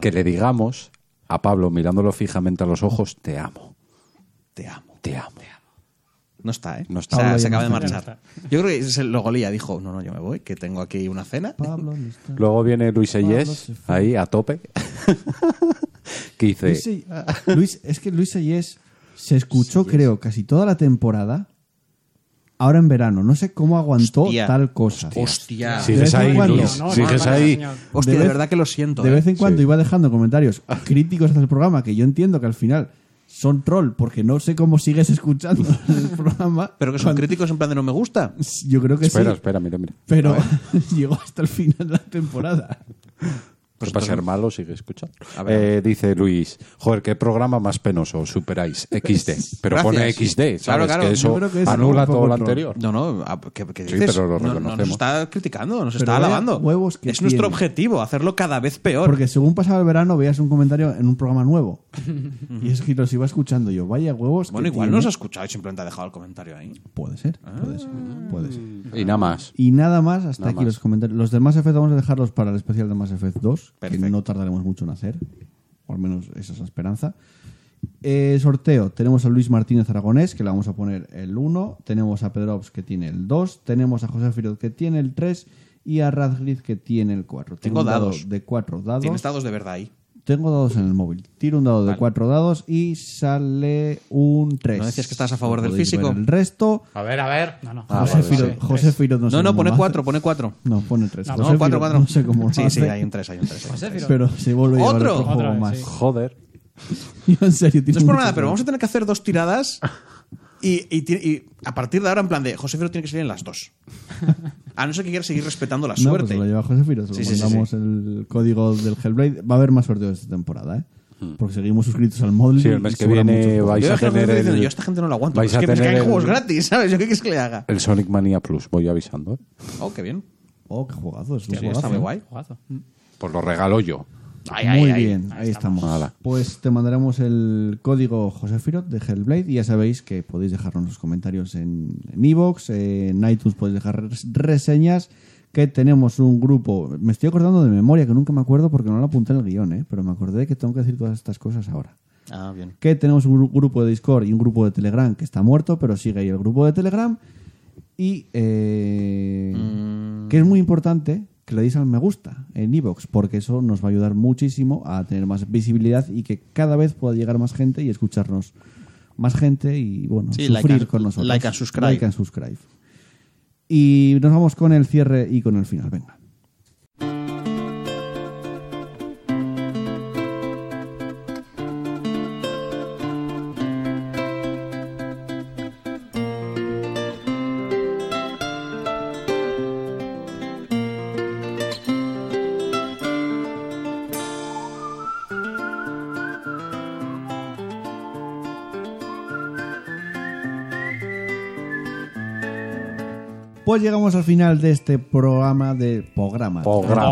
C: que le digamos a Pablo, mirándolo fijamente a los ojos, te amo,
D: Te amo.
C: te amo.
D: No está, ¿eh?
C: No está.
D: O sea,
C: Pablo
D: se
C: ya
D: acaba de
C: no
E: está.
D: marchar. Yo creo que se lo golía. Dijo, no, no, yo me voy, que tengo aquí una cena.
B: Pablo, ¿dónde está?
C: Luego viene Luis
B: Pablo
C: Eyes,
B: se fue.
C: ahí a tope, (laughs) que dice,
B: Luis, Se- Luis- es que Luis Seyes se escuchó, creo, casi toda la temporada. Ahora en verano. No sé cómo aguantó
D: Hostia.
B: tal cosa.
D: Hostia.
B: De vez
C: sigues
B: en
C: ahí,
B: cuando.
C: Luis,
E: No, no,
C: sigues
E: no, no,
C: ahí.
E: señor.
D: Hostia,
B: de
D: de,
B: vez-
D: verdad que lo siento.
B: De
D: ¿eh?
B: vez en cuando iba dejando comentarios críticos hacia el programa que yo entiendo que al final son troll, porque no sé cómo sigues
D: (laughs)
B: escuchando el programa.
D: Pero que son críticos en plan de no me gusta.
B: Yo creo que
C: espera,
B: sí.
C: espera, mira, mira.
B: Pero (laughs) llegó hasta el final de la temporada.
C: Pues para ser malo, sigue escuchando. Eh, dice Luis, joder, qué programa más penoso,
D: (laughs)
C: superáis, XD. Pero pone
D: Gracias.
C: XD, ¿sabes?
D: Claro, claro,
C: que
D: yo
C: eso
B: creo que es
C: anula
B: un poco
C: todo lo
B: troll.
C: anterior.
D: No, no, ah, ¿qué, qué
C: Sí,
D: dices?
C: pero lo
D: No- no
C: reconocemos.
D: nos está criticando, nos
B: Pero
D: está
B: vaya
D: alabando.
B: huevos que
D: es nuestro
B: tiene.
D: objetivo, hacerlo cada vez peor.
B: Porque según pasaba el verano veías un comentario en un programa nuevo. y es que los iba escuchando yo. Vaya huevos. que
D: bueno, igual
B: tiene.
D: nos Ah. ha escuchado y simplemente ha dejado el comentario ahí.
B: Puede ser, puede ser, puede ser.
C: Y nada más.
B: Y nada más, hasta
C: Nada
B: aquí
C: más.
B: los comentarios. Los de Mass Effect vamos a dejarlos para el especial de Mass Effect 2,
D: Perfecto.
B: que no tardaremos mucho en hacer, o al menos esa es la esperanza. Eh, sorteo, tenemos a Luis Martínez Aragonés, que le vamos a poner el 1, tenemos a Pedro Ops, que tiene el 2, tenemos a José Firoz, que tiene el 3, y a Radglitz, que tiene el 4.
D: Tengo
B: un dado
D: dados.
B: de 4
D: Tienes
B: dados.
D: dados de verdad ahí.
B: Tengo dados en el móvil. Tiro un dado de
D: Vale.
B: 4 dados y sale un 3.
D: ¿No decías que estás a favor del físico? Ah,
B: El resto...
G: A ver, a ver.
E: No, no.
B: José, Firoz, José Firoz no sé
D: No, no,
B: cómo
D: pone
B: lo hace.
D: cuatro, pone cuatro.
B: No, pone tres.
E: No,
D: No,
B: José
D: cuatro,
B: Firo-
D: cuatro.
B: No sé cómo lo
D: Sí, sí,
B: hace,
D: hay un tres, hay un tres.
E: José Firo.
B: Pero se vuelve a llevar
D: ¿Otro?
B: otro juego
E: Otra vez,
B: más.
E: sí.
C: Joder.
B: Yo (laughs) en serio, tiene
D: No es por
B: mucho
D: nada, pero
B: juego.
D: vamos a tener que hacer dos tiradas y, y ti- y a partir de ahora, en plan de José Firo tiene que salir en las dos. A no ser que quiera seguir respetando
B: No,
D: la
B: pues
D: suerte.
B: se lo lleva José Firo, se lo
D: Sí, sí, sí,
B: mandamos el código del Hellblade. Va a haber más sorteos esta temporada, ¿eh?
D: Hmm.
B: Porque seguimos suscritos al módulo.
C: Sí, el
B: y
C: mes que
B: sobra mucho
C: viene
B: juego.
C: vais
D: yo
C: a
D: imagino que
C: tener
D: estoy diciendo,
C: el,
D: yo a esta gente no la aguanto.
C: vais
D: Es
C: a
D: que, es que
C: tener
D: hay
C: el-
D: juegos gratis, ¿sabes? ¿Yo qué quieres que le haga?
C: el Sonic Mania Plus, voy avisando. ¿eh?
D: Oh, qué bien.
B: Oh, qué jugazo, es un
D: Sí,
B: juegazo,
D: está muy
B: ¿eh?
D: guay.
E: Jugazo.
C: Pues lo regalo yo.
B: Muy bien, ahí, estamos.
C: Ala.
B: Pues te mandaremos el código José Firot de Hellblade y ya sabéis que podéis dejarnos los comentarios en en iVoox, eh, en iTunes podéis dejar res- reseñas, que tenemos un grupo, me estoy acordando de memoria, que nunca me acuerdo porque no lo apunté en el guión, eh, pero me acordé que tengo que decir todas estas cosas ahora.
D: Ah, bien.
B: Que tenemos un gru- grupo de Discord y un grupo de Telegram que está muerto, pero sigue ahí el grupo de Telegram. Y eh,
D: Mm.
B: que es muy importante que le deis al me gusta en iVoox, porque eso nos va a ayudar muchísimo a tener más visibilidad y que cada vez pueda llegar más gente y escucharnos más gente y bueno,
D: Sí,
B: sufrir
D: like and-
B: con nosotros.
D: like and subscribe.
B: Like and subscribe. Y nos vamos con el cierre y con el final. Venga. Pues llegamos al final de este programa de programa.
C: Programa.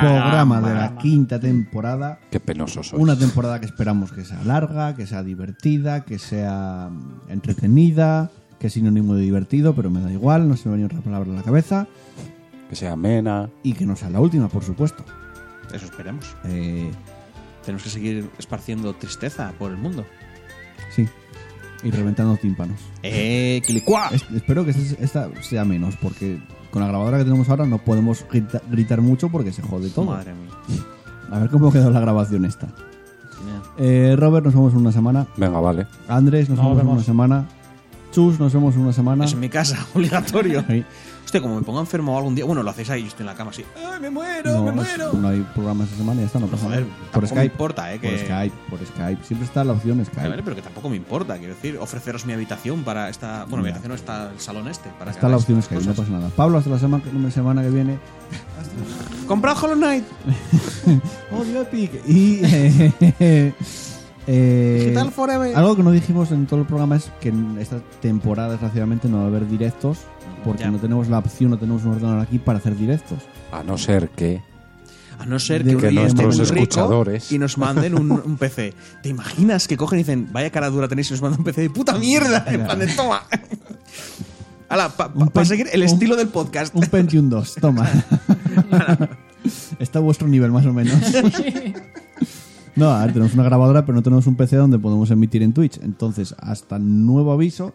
B: El primer programa de la quinta temporada.
C: Qué penoso soy.
B: Una temporada que esperamos que sea larga, que sea divertida, que sea mm, entretenida, que es sinónimo de divertido, pero me da igual, no se me venía otra palabra a la cabeza.
C: Que sea amena.
B: Y que no sea la última, por supuesto.
D: Eso esperemos.
B: Eh,
D: Tenemos que seguir esparciendo tristeza por el mundo.
B: sí. Y reventando tímpanos.
D: ¡Eh, Quilicua!
B: Es- espero que este- esta sea menos, porque con la grabadora que tenemos ahora no podemos grita- gritar mucho porque se jode todo.
D: Madre mía.
B: A ver cómo quedó la grabación esta. Eh, Robert, nos vemos en una semana.
C: Venga, vale.
B: Andrés, nos,
E: Nos
B: vemos, en
E: vemos.
B: una semana. Chus, nos vemos en una semana.
D: Es en mi casa, (laughs) obligatorio.
B: Sí.
D: Hostia, como me ponga enfermo algún día. Bueno, lo hacéis ahí, yo estoy en la cama así. ¡Ay, me muero,
B: No,
D: me
B: es-
D: muero!
B: no hay programa esta semana, ya está, no pasa
D: joder,
B: nada.
D: tampoco
B: Por
D: me
B: Skype.
D: importa, eh, que-
B: Por Skype, por Skype. Siempre está la opción
D: A ver,
B: Skype.
D: pero que tampoco me importa, quiero decir, ofreceros mi habitación para esta. Bueno, mi
B: Ya.
D: habitación no está el salón este. Para
B: Está la opción Skype, no pasa nada. Pablo, hasta la semana, semana que viene.
D: nada. ¡Comprad Hollow Knight!
B: ¡Odio Epic! Y. (laughs) eh, eh,
D: Digital Forever.
B: Algo que no dijimos en todo el programa es que en esta temporada, desgraciadamente, no va a haber directos. Porque
D: Ya.
B: no tenemos la opción, no tenemos un ordenador aquí para hacer directos.
C: A no ser que.
D: A no ser
B: De
D: que,
B: que
D: un día esté
B: nuestros
D: muy rico
C: escuchadores-
D: y nos manden un, un PC. ¿Te imaginas que cogen y dicen, vaya cara dura tenéis y nos mandan un PC de puta mierda? En plan
B: (laughs)
D: de toma. Hala, para
B: Un pen-
D: seguir el
B: un-
D: estilo del podcast.
B: Un Pentium 2,
D: (laughs)
B: toma. Está a vuestro nivel, más o menos. No, a ver, tenemos una grabadora, pero no tenemos un PC donde podemos emitir en Twitch. Entonces, hasta nuevo aviso,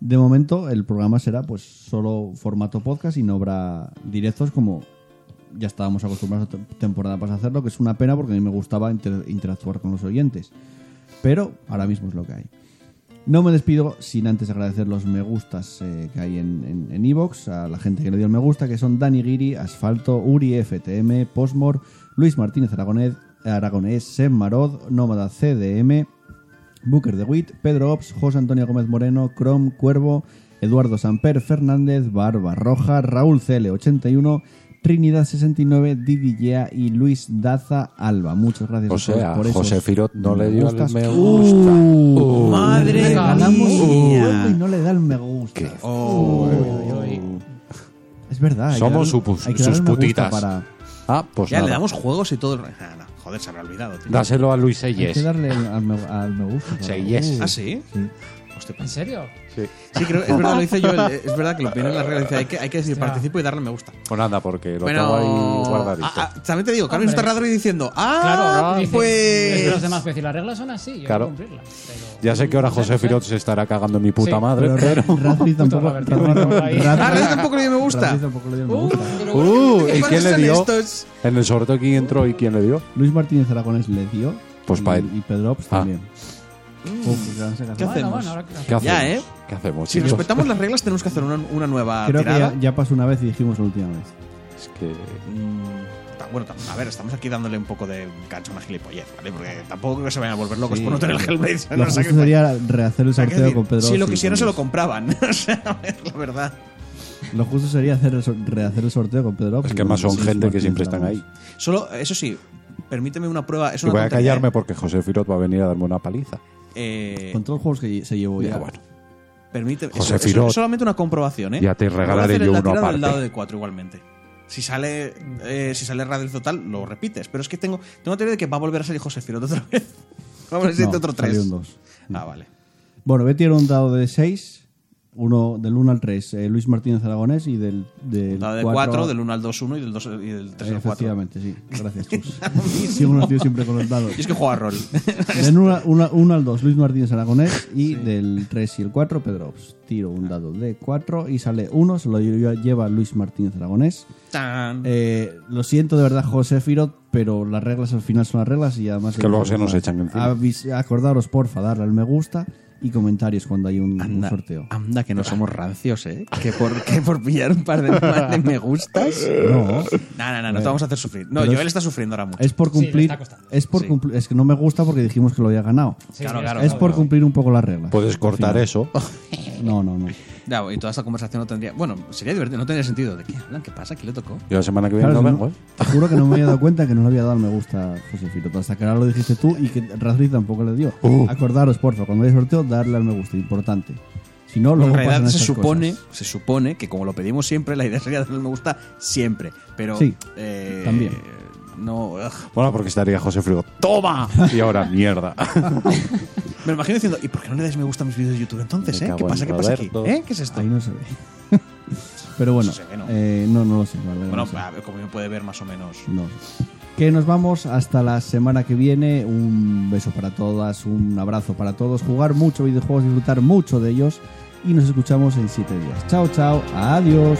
B: de momento el programa será pues solo formato podcast y no habrá directos como ya estábamos acostumbrados a tem- temporada pasada a hacerlo, que es una pena porque a mí me gustaba inter- interactuar con los oyentes. Pero ahora mismo es lo que hay. No me despido sin antes agradecer los me gustas eh, que hay en Evox, en, iVoox, a la gente que le dio el me gusta, que son Dani Giri, Asfalto, Uri FTM, Postmor, Luis Martínez Aragonés, Aragonés Sem Marod, Nómada CDM, Booker de Witt, Pedro Ops, José Antonio Gómez Moreno, Chrome, Cuervo, Eduardo Samper, Fernández, Barba Roja, Raúl CL81, Trinidad69, Didi Yea y Luis Daza Alba. Muchas gracias
C: O
B: a todos
C: sea,
B: por esos
C: José Firot no le dio el
B: gustas.
C: me
B: ¡Uh!
C: gusta. Uh,
D: (laughs) ¡Madre
B: Regalamos
D: mía!
B: un juego y no le da el me gusta. Oh. Es verdad. hay que
C: Somos
B: darle-
C: sus-
B: hay que darle
C: sus
B: el me gusta
C: putitas.
B: para-
C: Ah, pues
D: Ya le
C: nada.
D: damos juegos y todo. el- Ah, no, joder, se habrá olvidado, tío.
C: Dáselo a Luis
B: Hay que
C: Eyes.
B: darle el- al me, al me gusta. para-
C: Sí, yes.
D: ¿Ah, sí? Hostia,
E: ¿En serio?
D: Sí, creo, es verdad, lo hice yo.
B: (laughs)
D: el- Es verdad que lo viene en las reglas. dice, Hay que, hay que decir participo y darle me gusta.
C: Pues anda, porque lo
D: Bueno,
C: tengo ahí guardadito.
D: ah, ah, también te digo, Carmen
E: Hombre.
D: está raro y diciendo, ah,
E: Claro, dice, es que los
D: pues...
E: demás, pues, si las reglas son así, yo
C: Claro.
E: voy a cumplirlas. pero-
C: ya sé que ahora José
E: Sí, sí.
C: Firot se estará cagando en mi puta
E: Sí,
C: madre,
B: Pero
C: (laughs) pero...
B: Ra- Radcliffe tampoco.
E: Roberto, Roberto, ahí.
B: Radcliffe-
D: Ah, Rey tampoco le dio me gusta.
B: Radcliffe tampoco le dio el me
E: Uh,
B: gusta.
E: pero bueno,
C: ¡Uh! ¿Y
D: ¿Cuáles
C: quién le
D: son
C: dio?
D: estos?
C: En el sorteo, ¿quién entró y quién le dio?
B: Luis Martínez Aragones le dio.
C: Pues
B: y,
C: pa' él.
B: y Pedro Ops
C: Ah.
B: también. Uf, pues ya no sé qué hacer.
D: ¿Qué hace?
E: bueno,
D: hacemos?
E: ahora que-
C: ¿Qué hacemos?
D: Ya, ¿eh?
C: ¿Qué hacemos,
D: Si
C: chicos?
D: respetamos las reglas, tenemos que hacer una, una nueva
B: Creo que
D: tirada.
B: ya, ya pasó una vez y dijimos la última vez.
C: Es que...
D: Mm, ta- Bueno, ta- a ver, estamos aquí dándole un poco de cancha a una gilipollez, ¿vale? Porque tampoco creo que se vayan a volver locos
B: Sí.
D: por no tener el Hellblade. (laughs)
B: Lo
D: no
B: justo
D: sé qué-
B: sería rehacer el
D: o sea,
B: sorteo
D: quiero decir,
B: con Pedro
D: si lo
B: Ops y
D: quisieran,
B: con
D: se lo
B: Luis.
D: compraban. (laughs) O sea, a ver, la verdad.
B: Lo justo sería hacer el sor- rehacer el sorteo con Pedro Ops.
C: Es
B: y
C: que
B: con
C: más son
B: Luis
C: gente que
B: Martínez
C: siempre están ahí.
B: Aragones.
D: Solo, eso sí, permíteme una prueba. Es
C: Y
D: una
C: voy a
D: tontería,
C: callarme porque José Firot va a venir a darme una paliza.
D: ¿eh? Eh,
B: Con todos los juegos que se llevó
C: Ya,
B: ya.
C: bueno.
D: Permíteme.
C: José
D: eso-
C: Firot.
D: eso- solamente una comprobación, ¿eh?
C: Ya te
D: Lo voy a
C: regalaré
D: hacer en
C: yo
D: la
C: uno
D: tirada del
C: aparte.
D: dado de cuatro igualmente. Si sale, eh, si sale Radio Total, lo repites. Pero es que tengo, tengo la teoría de que va a volver a salir José Firot otra (laughs) vez. Vamos a ver si
B: No,
D: hay otro
B: salió
D: tres.
B: un dos.
C: Mm.
D: Ah, vale.
B: Bueno, Betty era un dado de 6, uno del 1 al 3, Luis Martínez Aragonés y del, del
D: Dado de
B: cuatro-
D: 4, del 1 al 2, 1 y del 2 y del 3 al 4.
B: Efectivamente, sí.
D: (laughs)
B: Gracias, Chus. Sí, uno tío siempre con los dados.
D: Y es que juega rol. (laughs)
B: Del 1 al 2, Luis Martínez Aragonés y del 3 y el 4, Pedro Ops. Tiro un dado de 4 y sale 1, se lo lle- lleva Luis Martínez Aragonés.
D: Tan.
B: Eh, lo siento de verdad, José Firot, pero las reglas al final son las reglas y además...
C: Que luego se nos echan encima.
B: Avis- Acordaros, porfa, darle al me gusta y comentarios cuando hay un, un
D: Anda, Ah,
B: sorteo.
D: anda, que no somos rancios, ¿eh? Que por, que por pillar un
B: (laughs)
D: par de, de me gustas.
B: No,
D: No, no, no, no te vamos a hacer sufrir. No,
B: Pero es-
D: Joel está sufriendo ahora mucho.
B: es por
E: Sí, le
B: cumplir...
E: está costando.
B: es, por
D: Sí.
B: cumplir es que no me gusta porque dijimos que lo había ganado.
E: Sí,
D: Claro,
E: sí,
D: claro,
B: es
E: está
B: por
E: bien.
B: cumplir un poco las reglas.
C: Puedes cortar eso.
B: No, no, no.
D: Ya, y toda esta conversación no tendría. Bueno, sería divertido, no tendría sentido. ¿De qué hablan? ¿Qué pasa? ¿Quién le tocó?
C: Yo la semana que viene
B: Claro,
C: no
B: si no-
C: vengo, ¿eh?
B: Te juro que no me había
C: (laughs)
B: dado cuenta que no le había dado el me gusta a José Firot. Hasta que ahora lo dijiste tú y que Razri tampoco le dio.
C: Uh.
B: Acordaros, porfa, cuando haya sorteo, darle al me gusta. Importante. Si no, luego
D: en
B: pasan
D: realidad se
B: estas
D: supone,
B: cosas.
D: se supone que como lo pedimos siempre, la idea sería darle me gusta siempre. Pero
B: Sí,
D: eh,
B: también.
D: No. ugh.
C: Bueno, porque estaría José Firot. ¡Toma! Y ahora, mierda.
D: Me lo imagino diciendo, ¿y por qué no le dais me gusta a mis vídeos de YouTube entonces?
C: Me
D: Eh? ¿Qué
C: cago en
D: pasa? ¿Qué pasa aquí?
C: Roberto.
D: ¿Eh? ¿Qué es esto?
B: Ahí no se ve. (laughs) Pero bueno,
D: Se ve, ¿no?
B: eh, no, no lo sé. la verdad,
D: Bueno,
B: no sé.
D: a ver, como puede ver más o menos.
B: No. Que nos vamos hasta la semana que viene. Un beso para todas, un abrazo para todos. Jugar mucho videojuegos, disfrutar mucho de ellos. Y nos escuchamos en 7 días. Chao, chao. Adiós.